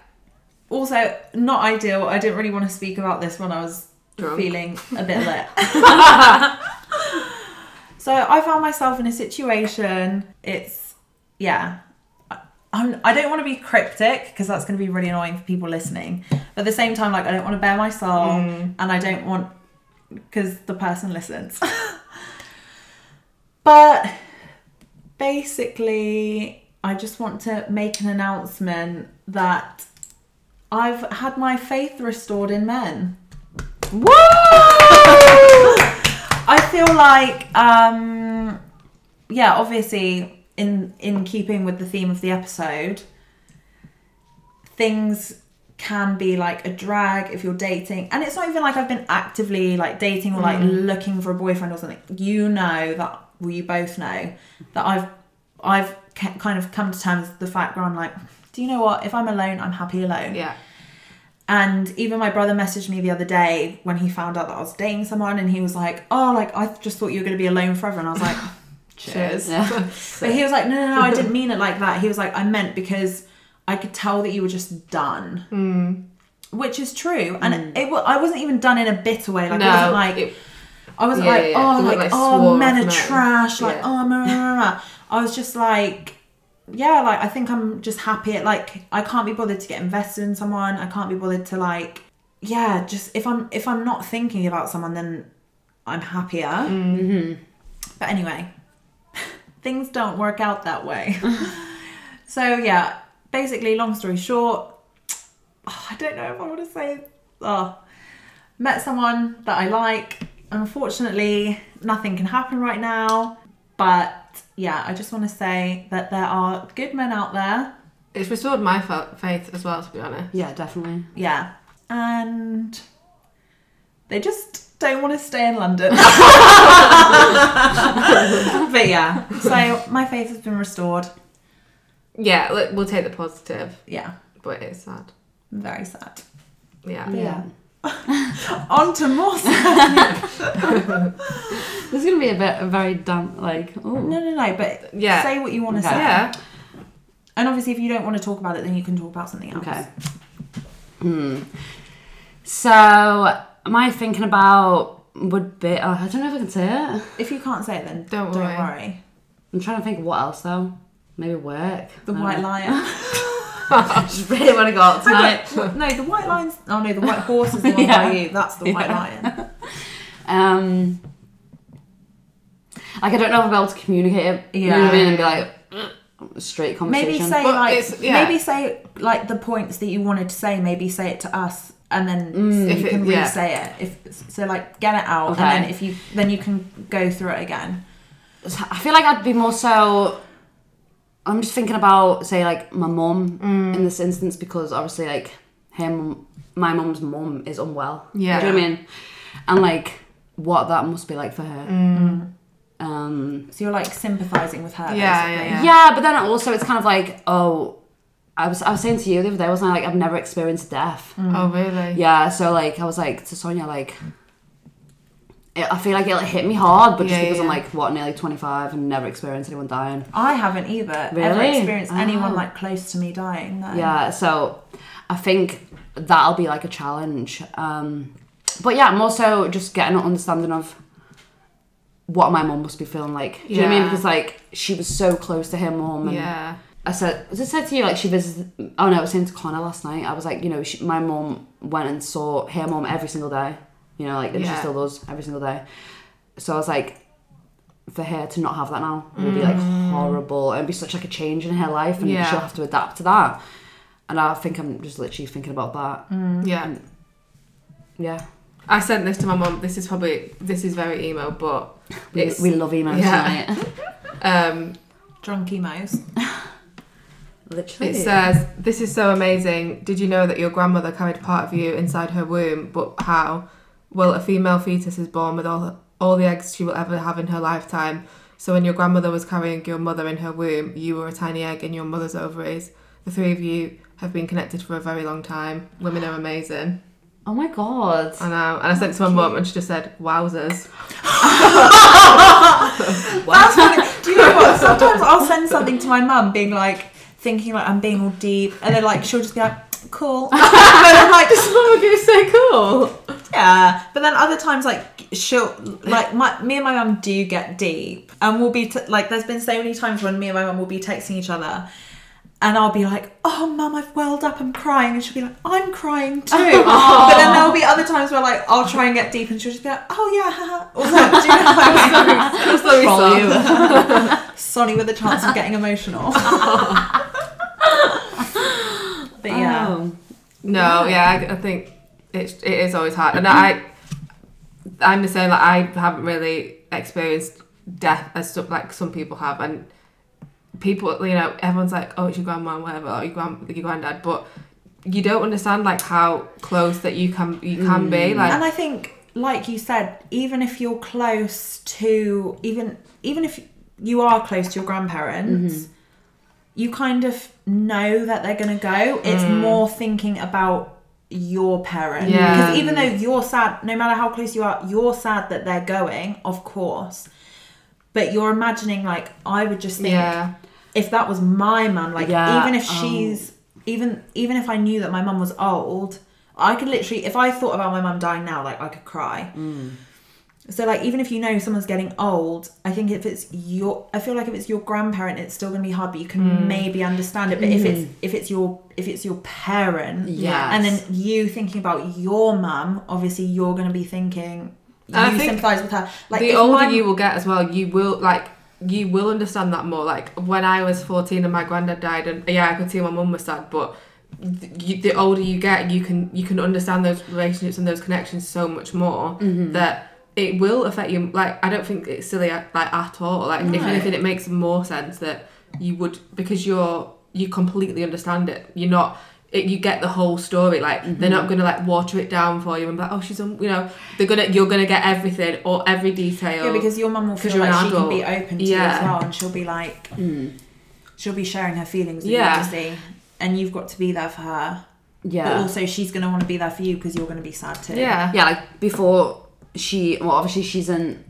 [SPEAKER 2] Also, not ideal. I didn't really want to speak about this when I was
[SPEAKER 1] Drunk.
[SPEAKER 2] feeling a bit lit. so I found myself in a situation. It's yeah. I- I'm, I don't want to be cryptic because that's going to be really annoying for people listening. But at the same time, like I don't want to bare my soul,
[SPEAKER 1] Mm.
[SPEAKER 2] and I don't want because the person listens. but basically, I just want to make an announcement that I've had my faith restored in men.
[SPEAKER 3] Woo!
[SPEAKER 2] I feel like, um, yeah, obviously, in in keeping with the theme of the episode, things can be like a drag if you're dating, and it's not even like I've been actively like dating or like looking for a boyfriend or something. You know that well, you both know that I've I've ca- kind of come to terms with the fact where I'm like, do you know what? If I'm alone, I'm happy alone.
[SPEAKER 1] Yeah.
[SPEAKER 2] And even my brother messaged me the other day when he found out that I was dating someone, and he was like, "Oh, like I just thought you were gonna be alone forever." And I was like, "Cheers."
[SPEAKER 3] Yeah.
[SPEAKER 2] But he was like, "No, no, no, I didn't mean it like that." He was like, "I meant because I could tell that you were just done,"
[SPEAKER 1] Hmm.
[SPEAKER 2] which is true. And it, wa- I wasn't even done in a bitter way. Like I
[SPEAKER 1] No.
[SPEAKER 2] wasn't like
[SPEAKER 1] it-
[SPEAKER 2] I wasn't
[SPEAKER 1] Yeah,
[SPEAKER 2] like,
[SPEAKER 1] yeah, yeah.
[SPEAKER 2] oh,
[SPEAKER 1] They
[SPEAKER 2] like,
[SPEAKER 1] weren't, like,
[SPEAKER 2] oh,
[SPEAKER 1] swarth
[SPEAKER 2] men are
[SPEAKER 1] men.
[SPEAKER 2] trash. Like,
[SPEAKER 1] Yeah.
[SPEAKER 2] oh, blah, blah, blah, blah. I was just like, yeah, like, I think I'm just happy at, like, I can't be bothered to get invested in someone. I can't be bothered to, like, yeah, just if I'm, if I'm not thinking about someone, then I'm happier. Mm-hmm. But anyway, things don't work out that way. so, yeah, basically, long story short, oh, I don't know if I want to say, oh, met someone that I like. Unfortunately, nothing can happen right now. But yeah, I just want to say that there are good men out there.
[SPEAKER 1] It's restored my fa- faith as well, to be honest.
[SPEAKER 3] yeah, definitely.
[SPEAKER 2] Yeah. And they just don't want to stay in London. but yeah, so my faith has been restored.
[SPEAKER 1] Yeah, look, we'll take the positive,
[SPEAKER 2] Yeah,
[SPEAKER 1] but it's sad.
[SPEAKER 2] I'm very sad.
[SPEAKER 1] Yeah.
[SPEAKER 3] Yeah.
[SPEAKER 2] On to more sad.
[SPEAKER 3] This is gonna be a bit a very dumb like
[SPEAKER 2] No,
[SPEAKER 3] oh
[SPEAKER 2] no, no, but
[SPEAKER 1] Yeah.
[SPEAKER 2] say what you want to
[SPEAKER 3] Okay.
[SPEAKER 2] say.
[SPEAKER 1] Yeah.
[SPEAKER 2] And obviously, if you don't want to talk about it, then you can talk about something else.
[SPEAKER 3] okay. Hmm. So am I thinking about would be oh, I don't know if I can say it.
[SPEAKER 2] If you can't say it, then
[SPEAKER 1] Don't
[SPEAKER 2] don't,
[SPEAKER 1] worry.
[SPEAKER 2] worry.
[SPEAKER 3] I'm trying to think what else though. Maybe work.
[SPEAKER 2] The
[SPEAKER 3] I don't
[SPEAKER 2] white
[SPEAKER 3] know.
[SPEAKER 2] lion.
[SPEAKER 3] I just really want to go out tonight.
[SPEAKER 2] no, the white lion's. Oh no, the white horse is the one
[SPEAKER 3] Yeah.
[SPEAKER 2] by you. That's the white
[SPEAKER 3] Yeah.
[SPEAKER 2] lion.
[SPEAKER 3] Um, like I don't know if I'll be able to communicate it. You know what I
[SPEAKER 2] Yeah.
[SPEAKER 3] mean? And be like "Ugh," straight conversation.
[SPEAKER 2] Maybe say
[SPEAKER 1] But it's-
[SPEAKER 2] like
[SPEAKER 1] yeah.
[SPEAKER 2] maybe say like the points that you wanted to say. Maybe say it to us, and then so
[SPEAKER 1] Mm. If
[SPEAKER 2] you
[SPEAKER 1] it-
[SPEAKER 2] can
[SPEAKER 1] yeah.
[SPEAKER 2] re-say it. If so, like get it out,
[SPEAKER 3] Okay.
[SPEAKER 2] and then if you then you can go through it again.
[SPEAKER 3] I feel like I'd be more so. I'm just thinking about say like my mum
[SPEAKER 1] Mm.
[SPEAKER 3] in this instance because obviously like him, my mum's mum is unwell.
[SPEAKER 1] Yeah.
[SPEAKER 3] do you know what I mean? And like what that must be like for her.
[SPEAKER 1] Mm.
[SPEAKER 3] Um.
[SPEAKER 2] So you're like sympathizing with her.
[SPEAKER 1] Yeah,
[SPEAKER 2] basically.
[SPEAKER 1] yeah,
[SPEAKER 3] Yeah. but then also it's kind of like, oh, I was I was saying to you the other day, wasn't I? Like I've never experienced death.
[SPEAKER 1] Oh, really?
[SPEAKER 3] Yeah, so like I was like to Sonia, like it, I feel like it like, hit me hard, but
[SPEAKER 1] Yeah,
[SPEAKER 3] just because
[SPEAKER 1] yeah,
[SPEAKER 3] I'm
[SPEAKER 1] yeah.
[SPEAKER 3] like what nearly 25 and never experienced anyone dying.
[SPEAKER 2] I haven't either. Ever
[SPEAKER 3] Really?
[SPEAKER 2] experienced anyone
[SPEAKER 3] Oh.
[SPEAKER 2] like close to me dying. No.
[SPEAKER 3] Yeah, so I think that'll be like a challenge. Um, but yeah, I'm also just getting an understanding of what my mum must be feeling like. Do you know what I mean?
[SPEAKER 1] Yeah.
[SPEAKER 3] Because like she was so close to her mum and
[SPEAKER 1] Yeah.
[SPEAKER 3] I said, was I said to you like she visited? Oh no, I was saying to Connor last night. I was like, you know, she, my mom went and saw her mom every single day. You know, like and she
[SPEAKER 1] Yeah.
[SPEAKER 3] still does every single day. So I was like, for her to not have that now would be like horrible. It'd be such like a change in her life, and
[SPEAKER 1] Mm. Yeah.
[SPEAKER 3] she'll have to adapt to that. And I think I'm just literally thinking about that.
[SPEAKER 1] Mm. Yeah.
[SPEAKER 3] Yeah,
[SPEAKER 1] I sent this to my mum. This is probably this is very emo, but
[SPEAKER 3] we,
[SPEAKER 1] it's
[SPEAKER 3] we love emails
[SPEAKER 1] yeah.
[SPEAKER 3] tonight.
[SPEAKER 1] um
[SPEAKER 2] Drunk emos.
[SPEAKER 3] literally,
[SPEAKER 1] It
[SPEAKER 3] uh,
[SPEAKER 1] says, This is so amazing. Did you know that your grandmother carried part of you inside her womb? But how? Well, a female fetus is born with all, all the eggs she will ever have in her lifetime. So when your grandmother was carrying your mother in her womb, you were a tiny egg in your mother's ovaries. The three of you have been connected for a very long time. Women are amazing.
[SPEAKER 3] oh my god.
[SPEAKER 1] I know. And I sent it to my mum and she just said, Wowzers.
[SPEAKER 2] That's what, do you know what? Sometimes I'll send something to my mum, being like, thinking like I'm being all deep, and then like she'll just be like, cool. and I'm like,
[SPEAKER 1] Oh, you so cool.
[SPEAKER 2] yeah. But then other times, like she'll like my me and my mum do get deep, and we'll be t- like, there's been so many times when me and my mum will be texting each other. And I'll be like, oh, mum, I've welled up, I'm crying. And she'll be like, I'm crying too. But then there'll be other times where, like, I'll try and get deep and she'll just be like, oh, yeah, haha. Or something. Do you know what I mean?
[SPEAKER 1] That's very
[SPEAKER 3] Troll
[SPEAKER 1] soft.
[SPEAKER 3] you.
[SPEAKER 2] Sonny with a chance of getting emotional. but yeah.
[SPEAKER 3] Oh.
[SPEAKER 1] No, yeah, I, I think it, it is always hard, and I, I'm the same. Like I haven't really experienced death as stuff like some people have, and people, you know, everyone's like, "Oh, it's your grandma, and whatever, or your grand, your granddad," but you don't understand like how close that you can you can be. Mm. Like,
[SPEAKER 2] And I think, like you said, even if you're close to even even if you are close to your grandparents,
[SPEAKER 1] Mm-hmm.
[SPEAKER 2] you kind of know that they're gonna go. It's more thinking about your parents.
[SPEAKER 1] Mm. Yeah.
[SPEAKER 2] Because even though you're sad, no matter how close you are, you're sad that they're going, of course. But you're imagining like I would just think
[SPEAKER 1] yeah,
[SPEAKER 2] if that was my mum, like
[SPEAKER 3] Yeah,
[SPEAKER 2] even if
[SPEAKER 1] um,
[SPEAKER 3] oh.
[SPEAKER 2] she's even even if I knew that my mum was old, I could literally if I thought about my mum dying now, like I could cry.
[SPEAKER 1] Mm.
[SPEAKER 2] So like even if you know someone's getting old, I think if it's your I feel like if it's your grandparent, it's still gonna be hard, but you can
[SPEAKER 1] Mm.
[SPEAKER 2] maybe understand it. But if it's if it's your if it's your parent,
[SPEAKER 3] Yes.
[SPEAKER 2] and then you thinking about your mum, obviously you're gonna be thinking you
[SPEAKER 1] I think
[SPEAKER 2] sympathise with her. Like
[SPEAKER 1] the
[SPEAKER 2] if
[SPEAKER 1] older
[SPEAKER 2] my-
[SPEAKER 1] you will get as well, you will like you will understand that more. Like when I was fourteen and my granddad died, and yeah, I could see my mum was sad, but th- you, the older you get, you can you can understand those relationships and those connections so much more
[SPEAKER 2] Mm-hmm.
[SPEAKER 1] that it will affect you. Like I don't think it's silly at- like at all. Like if
[SPEAKER 2] No.
[SPEAKER 1] anything, it makes more sense that you would because you're you completely understand it. You're not it, you get the whole story. Like they're not gonna like water it down for you and be like, oh, she's on. You know, they're gonna you're gonna get everything or every detail.
[SPEAKER 2] Yeah, because your mum will
[SPEAKER 1] 'Cause
[SPEAKER 2] feel
[SPEAKER 1] you're an
[SPEAKER 2] like she can
[SPEAKER 1] adult.
[SPEAKER 2] be open to you as
[SPEAKER 1] Yeah.
[SPEAKER 2] well, and she'll be like,
[SPEAKER 3] Mm.
[SPEAKER 2] she'll be sharing her feelings with
[SPEAKER 1] Yeah.
[SPEAKER 2] you, obviously, and you've got to be there for her. But
[SPEAKER 3] yeah.
[SPEAKER 2] also, she's gonna want to be there for you because you're gonna be sad too.
[SPEAKER 1] yeah,
[SPEAKER 3] Yeah, like before she, well, obviously she's in.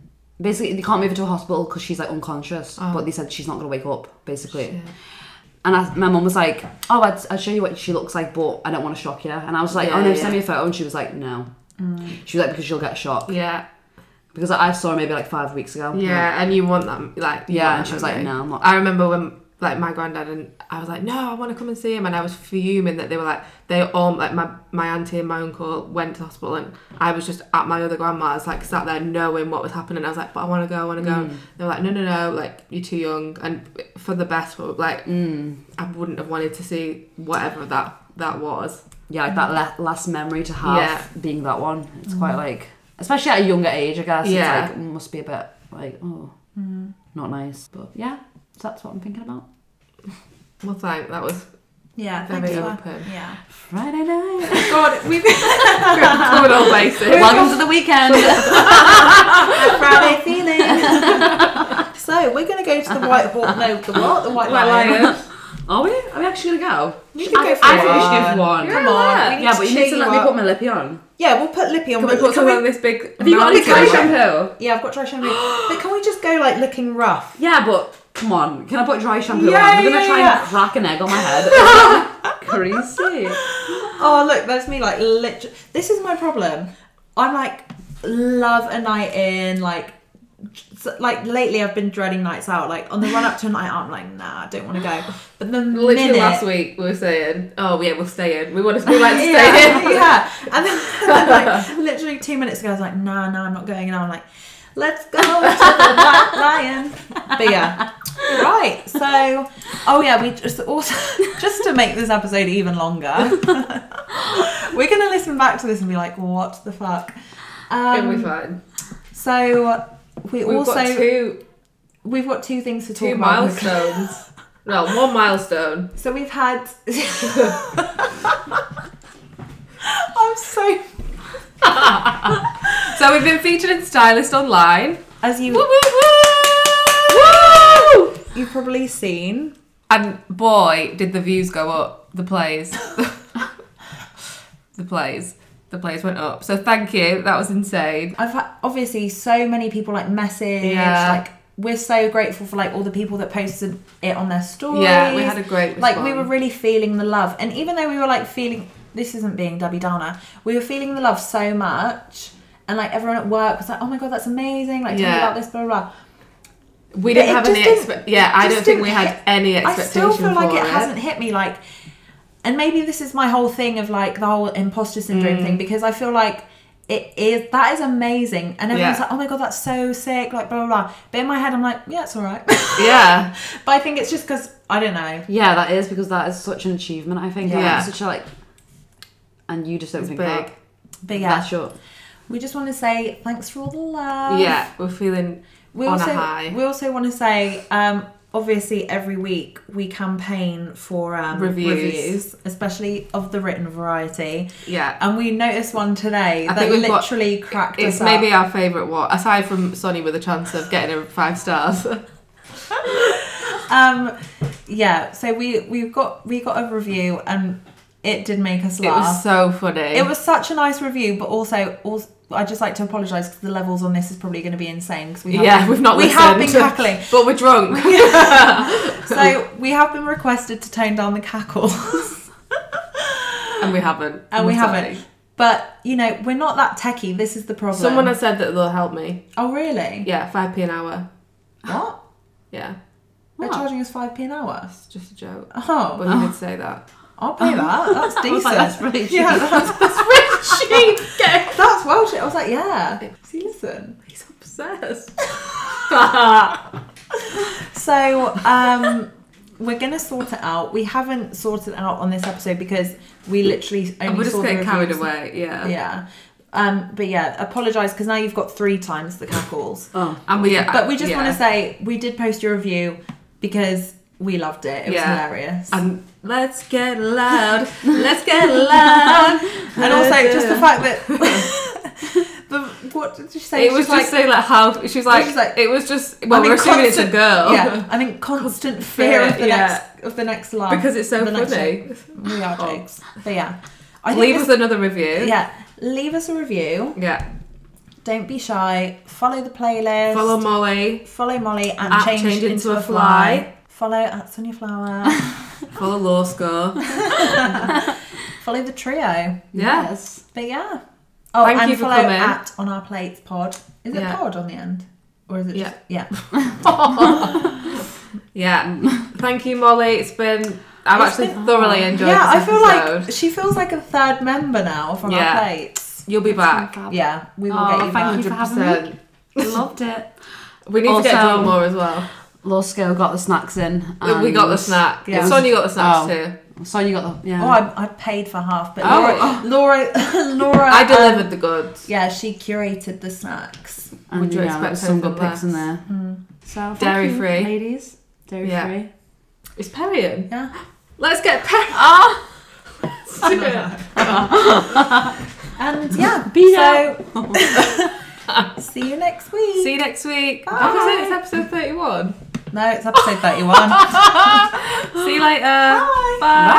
[SPEAKER 3] Basically, they can't move her to a hospital because she's like unconscious.
[SPEAKER 1] Oh.
[SPEAKER 3] But they said she's not gonna wake up, basically.
[SPEAKER 1] Shit.
[SPEAKER 3] And I, my mum was like, "Oh, I'd, I'd show you what she looks like, but I don't want to shock you." And I was like, "Oh
[SPEAKER 1] Yeah,
[SPEAKER 3] no,
[SPEAKER 1] yeah. Mm.
[SPEAKER 3] send me a photo." And she was like, "No." She was like, "Because she'll get shocked."
[SPEAKER 1] yeah,
[SPEAKER 3] Because I saw her maybe like five weeks ago.
[SPEAKER 1] yeah. And you want them, like you
[SPEAKER 3] Yeah,
[SPEAKER 1] want
[SPEAKER 3] and
[SPEAKER 1] that
[SPEAKER 3] she was like,
[SPEAKER 1] memory.
[SPEAKER 3] "No, I'm not."
[SPEAKER 1] I remember when like my granddad and I was like, no, I want to come and see him, and I was fuming that they were like, they all like my my auntie and my uncle went to the hospital, and I was just at my other grandma's, like sat there knowing what was happening. I was like, but I want to go, I want
[SPEAKER 2] Mm.
[SPEAKER 1] to go.
[SPEAKER 3] Mm.
[SPEAKER 1] They were like, no, no, no, like you're too young, and for the best, but like
[SPEAKER 3] Mm.
[SPEAKER 1] I wouldn't have wanted to see whatever that that was.
[SPEAKER 3] yeah, like that la- last memory to have
[SPEAKER 1] Yeah.
[SPEAKER 3] being that one. It's
[SPEAKER 2] Mm.
[SPEAKER 3] quite like, especially at a younger age, I guess.
[SPEAKER 1] Yeah.
[SPEAKER 3] It's like mm, must be a bit like oh,
[SPEAKER 2] Mm.
[SPEAKER 3] not nice. But yeah, so that's what I'm thinking about.
[SPEAKER 1] Well, thank that was
[SPEAKER 2] yeah.
[SPEAKER 1] Very
[SPEAKER 2] Thank you.
[SPEAKER 1] open.
[SPEAKER 2] Yeah.
[SPEAKER 3] Friday night.
[SPEAKER 2] God, we've
[SPEAKER 1] covered all bases.
[SPEAKER 3] Welcome to the weekend.
[SPEAKER 2] Friday feeling. so we're gonna go to the White Hawk. No, the what? The White,
[SPEAKER 1] White
[SPEAKER 2] Lion.
[SPEAKER 1] lion.
[SPEAKER 3] Are we? Are we actually gonna go?
[SPEAKER 2] You should
[SPEAKER 3] I,
[SPEAKER 2] go for
[SPEAKER 3] I think we should do
[SPEAKER 2] one.
[SPEAKER 3] for one.
[SPEAKER 2] Come on. We need
[SPEAKER 3] yeah,
[SPEAKER 2] to
[SPEAKER 3] but you
[SPEAKER 2] cheer
[SPEAKER 3] need to
[SPEAKER 2] you
[SPEAKER 3] let me
[SPEAKER 2] up.
[SPEAKER 3] put my lippy on.
[SPEAKER 2] Yeah, we'll put lippy on.
[SPEAKER 1] Can we
[SPEAKER 2] but
[SPEAKER 1] put
[SPEAKER 2] can
[SPEAKER 1] something
[SPEAKER 2] we-
[SPEAKER 1] on this big?
[SPEAKER 3] Have you got a
[SPEAKER 1] mountain?
[SPEAKER 3] big eye shampoo?
[SPEAKER 2] yeah, I've got dry shampoo. but can we just go like looking rough?
[SPEAKER 3] Yeah, but come on. Can I put dry shampoo
[SPEAKER 2] Yeah,
[SPEAKER 3] on? We're gonna
[SPEAKER 2] yeah,
[SPEAKER 3] try
[SPEAKER 2] yeah.
[SPEAKER 3] and crack an egg on my head. Crazy.
[SPEAKER 2] Oh look, there's me like lit. This is my problem. I'm like love a night in like. so- Like lately, I've been dreading nights out. Like on the run up to a night out, I'm like, nah, I don't want to go. But the
[SPEAKER 1] Literally
[SPEAKER 2] minute,
[SPEAKER 1] last week we were saying, oh yeah, we'll stay in. We want to we like to stay in.
[SPEAKER 2] yeah, yeah. And then, then, like literally two minutes ago, I was like, nah, nah, I'm not going. And I'm like, let's go to the Black Lion. But yeah, right. So, oh yeah, we just also just to make this episode even longer, we're gonna listen back to this and be like, what the fuck.
[SPEAKER 1] It'll be
[SPEAKER 2] Um,
[SPEAKER 1] fine.
[SPEAKER 2] so we
[SPEAKER 1] We've
[SPEAKER 2] also
[SPEAKER 1] got two
[SPEAKER 2] we've got two things to talk
[SPEAKER 1] two
[SPEAKER 2] about.
[SPEAKER 1] milestones. well, one milestone.
[SPEAKER 2] So we've had. I'm so
[SPEAKER 1] So we've been featured in Stylist Online.
[SPEAKER 2] as you
[SPEAKER 1] Woo woo woo! Woo!
[SPEAKER 2] you've probably seen.
[SPEAKER 1] And boy, did the views go up. The plays. the plays. The plays went up. So thank you. That was insane.
[SPEAKER 2] I've had, obviously so many people like message
[SPEAKER 1] Yeah.
[SPEAKER 2] like we're so grateful for like all the people that posted it on their stories.
[SPEAKER 1] Yeah, we had a great
[SPEAKER 2] like we were
[SPEAKER 1] response.
[SPEAKER 2] really feeling the love, and even though we were like feeling this isn't being Debbie Downer, we were feeling the love so much, and like everyone at work was like, oh my god, that's amazing! Like tell me
[SPEAKER 1] Yeah.
[SPEAKER 2] about this, blah blah. blah.
[SPEAKER 1] We
[SPEAKER 2] But
[SPEAKER 1] didn't
[SPEAKER 2] it
[SPEAKER 1] have
[SPEAKER 2] just
[SPEAKER 1] any
[SPEAKER 2] didn't-
[SPEAKER 1] expect. Yeah, I
[SPEAKER 2] just
[SPEAKER 1] don't think
[SPEAKER 2] didn't
[SPEAKER 1] we had
[SPEAKER 2] hit-
[SPEAKER 1] any
[SPEAKER 2] I
[SPEAKER 1] expectation
[SPEAKER 2] still feel like
[SPEAKER 1] for
[SPEAKER 2] it, hasn't hit me like and maybe this is my whole thing of like the whole imposter
[SPEAKER 1] Mm.
[SPEAKER 2] syndrome thing because I feel like it is that is amazing and everyone's
[SPEAKER 1] Yeah.
[SPEAKER 2] like oh my god that's so sick like blah blah blah but in my head I'm like yeah it's all right
[SPEAKER 1] Yeah.
[SPEAKER 2] but I think it's just because I don't know
[SPEAKER 3] Yeah, that is because that is such an achievement. I think. Yeah.
[SPEAKER 1] Yeah.
[SPEAKER 3] Such a like. And you just don't think
[SPEAKER 1] big.
[SPEAKER 3] that.
[SPEAKER 2] but yeah
[SPEAKER 3] That's your.
[SPEAKER 2] we just want to say thanks for all the love
[SPEAKER 1] Yeah, we're feeling
[SPEAKER 2] Uh, we
[SPEAKER 1] on
[SPEAKER 2] also
[SPEAKER 1] a high.
[SPEAKER 2] we also want to say um obviously every week we campaign for um
[SPEAKER 1] Reviews.
[SPEAKER 2] reviews especially of the written variety
[SPEAKER 1] yeah.
[SPEAKER 2] And we noticed one today
[SPEAKER 1] I
[SPEAKER 2] that
[SPEAKER 1] think we've got-
[SPEAKER 2] literally cracked
[SPEAKER 1] It's
[SPEAKER 2] us up.
[SPEAKER 1] maybe our favourite one, aside from Sonny with a chance of getting a five stars.
[SPEAKER 2] Um, yeah. So we we got we got a review and it did make us
[SPEAKER 1] It was
[SPEAKER 2] laugh.
[SPEAKER 1] so funny.
[SPEAKER 2] It was, such a nice review, but also also. I just like to apologise because the levels on this is probably going to be insane because we have
[SPEAKER 1] yeah, we've not
[SPEAKER 2] we
[SPEAKER 1] listened,
[SPEAKER 2] have been cackling.
[SPEAKER 1] but we're drunk.
[SPEAKER 2] So we have been requested to tone down the cackle,
[SPEAKER 1] and we haven't.
[SPEAKER 2] and we
[SPEAKER 1] We're
[SPEAKER 2] haven't.
[SPEAKER 1] sorry.
[SPEAKER 2] But you know we're not that techie. This is the problem.
[SPEAKER 1] Someone has said that they'll help me.
[SPEAKER 2] oh really?
[SPEAKER 1] Yeah, 5p an hour.
[SPEAKER 2] What?
[SPEAKER 1] Yeah,
[SPEAKER 2] They're
[SPEAKER 3] What?
[SPEAKER 2] charging us five p an hour.
[SPEAKER 1] it's just a joke.
[SPEAKER 2] Oh,
[SPEAKER 1] But he did say that.
[SPEAKER 2] I'll pay that. That's
[SPEAKER 3] I
[SPEAKER 2] decent.
[SPEAKER 3] was like, Oh, that's really cheap.
[SPEAKER 2] yeah, that's,
[SPEAKER 1] She
[SPEAKER 2] that's Welsh. I was like, yeah. See, listen.
[SPEAKER 1] He's obsessed.
[SPEAKER 2] So, um, we're gonna sort it out. We haven't sorted it out on this episode because we literally only
[SPEAKER 1] And we're just
[SPEAKER 2] saw the
[SPEAKER 1] getting carried
[SPEAKER 2] reviews.
[SPEAKER 1] away. Yeah.
[SPEAKER 2] Yeah. Um, but yeah, apologise because now you've got three times the cackles.
[SPEAKER 3] Oh.
[SPEAKER 1] And we. Yeah,
[SPEAKER 2] But we just
[SPEAKER 1] yeah.
[SPEAKER 2] want to say we did post your review because we loved it. It was
[SPEAKER 1] Yeah.
[SPEAKER 2] hilarious.
[SPEAKER 1] And
[SPEAKER 2] Let's get loud. Let's get loud. and also just the fact that the what did you say?
[SPEAKER 1] it was
[SPEAKER 2] She's
[SPEAKER 1] just saying like how she was like,
[SPEAKER 2] She's like-
[SPEAKER 1] it was just well
[SPEAKER 2] I'm in
[SPEAKER 1] we're assuming it's a
[SPEAKER 2] constant-
[SPEAKER 1] girl
[SPEAKER 2] yeah. I'm in constant fear of the
[SPEAKER 1] yeah.
[SPEAKER 2] next of the next laugh
[SPEAKER 1] because it's so
[SPEAKER 2] The next
[SPEAKER 1] funny.
[SPEAKER 2] We are
[SPEAKER 1] Oh.
[SPEAKER 2] jokes, but yeah. I think
[SPEAKER 1] Leave
[SPEAKER 2] this-
[SPEAKER 1] us another review.
[SPEAKER 2] yeah. Leave us a review.
[SPEAKER 1] Yeah.
[SPEAKER 2] Don't be shy. Follow the playlist.
[SPEAKER 1] Follow Molly.
[SPEAKER 2] Follow Molly and
[SPEAKER 1] At
[SPEAKER 2] change,
[SPEAKER 1] Change
[SPEAKER 2] into, a fly. Follow at Sonia Flower.
[SPEAKER 1] Follow Law Score.
[SPEAKER 2] follow the trio.
[SPEAKER 1] Yeah.
[SPEAKER 3] Yes.
[SPEAKER 2] But yeah. Oh,
[SPEAKER 1] Thank
[SPEAKER 2] and
[SPEAKER 1] you for
[SPEAKER 2] follow
[SPEAKER 1] coming.
[SPEAKER 2] at on our plates pod. Is it
[SPEAKER 1] Yeah.
[SPEAKER 2] pod on the end? Or is it just yeah?
[SPEAKER 1] yeah. Thank you, Molly. It's been. I've
[SPEAKER 2] It's
[SPEAKER 1] actually
[SPEAKER 2] been-
[SPEAKER 1] thoroughly enjoyed.
[SPEAKER 2] yeah, I
[SPEAKER 1] this
[SPEAKER 2] feel
[SPEAKER 1] episode.
[SPEAKER 2] like she feels like a third member now from
[SPEAKER 1] Yeah.
[SPEAKER 2] our plates.
[SPEAKER 1] you'll be back.
[SPEAKER 2] Yeah, we will
[SPEAKER 3] Oh,
[SPEAKER 2] get you
[SPEAKER 3] thank
[SPEAKER 2] back.
[SPEAKER 3] you for having
[SPEAKER 1] 100%.
[SPEAKER 3] Loved it.
[SPEAKER 1] We need to get
[SPEAKER 3] Also-
[SPEAKER 1] John more as well.
[SPEAKER 3] Losco got the snacks in. and-
[SPEAKER 1] we got the snack.
[SPEAKER 2] Oh, yeah.
[SPEAKER 1] Sonia got the snacks
[SPEAKER 3] Oh.
[SPEAKER 1] too.
[SPEAKER 3] Sonia got the yeah.
[SPEAKER 2] Oh, I, I paid for half, but
[SPEAKER 1] Oh.
[SPEAKER 2] Laura, Laura, Laura.
[SPEAKER 1] I
[SPEAKER 2] um,
[SPEAKER 1] delivered the goods.
[SPEAKER 2] yeah, she curated the snacks.
[SPEAKER 3] and
[SPEAKER 1] Would you
[SPEAKER 3] yeah,
[SPEAKER 1] expect
[SPEAKER 3] there was some good
[SPEAKER 1] anything
[SPEAKER 3] picks in there.
[SPEAKER 2] Hmm.
[SPEAKER 3] So thank
[SPEAKER 1] Dairy
[SPEAKER 3] you,
[SPEAKER 1] free.
[SPEAKER 3] ladies. Dairy
[SPEAKER 1] Yeah.
[SPEAKER 3] free.
[SPEAKER 1] It's Perian.
[SPEAKER 2] Yeah.
[SPEAKER 1] Let's get Perry.
[SPEAKER 2] Ah.
[SPEAKER 1] Oh.
[SPEAKER 2] And yeah,
[SPEAKER 3] Be
[SPEAKER 2] so see you next week.
[SPEAKER 1] See you next week.
[SPEAKER 2] Bye.
[SPEAKER 1] Oh, is it? It's episode 31.
[SPEAKER 2] no, it's episode thirty-one.
[SPEAKER 1] See you later.
[SPEAKER 2] Bye.
[SPEAKER 1] Bye.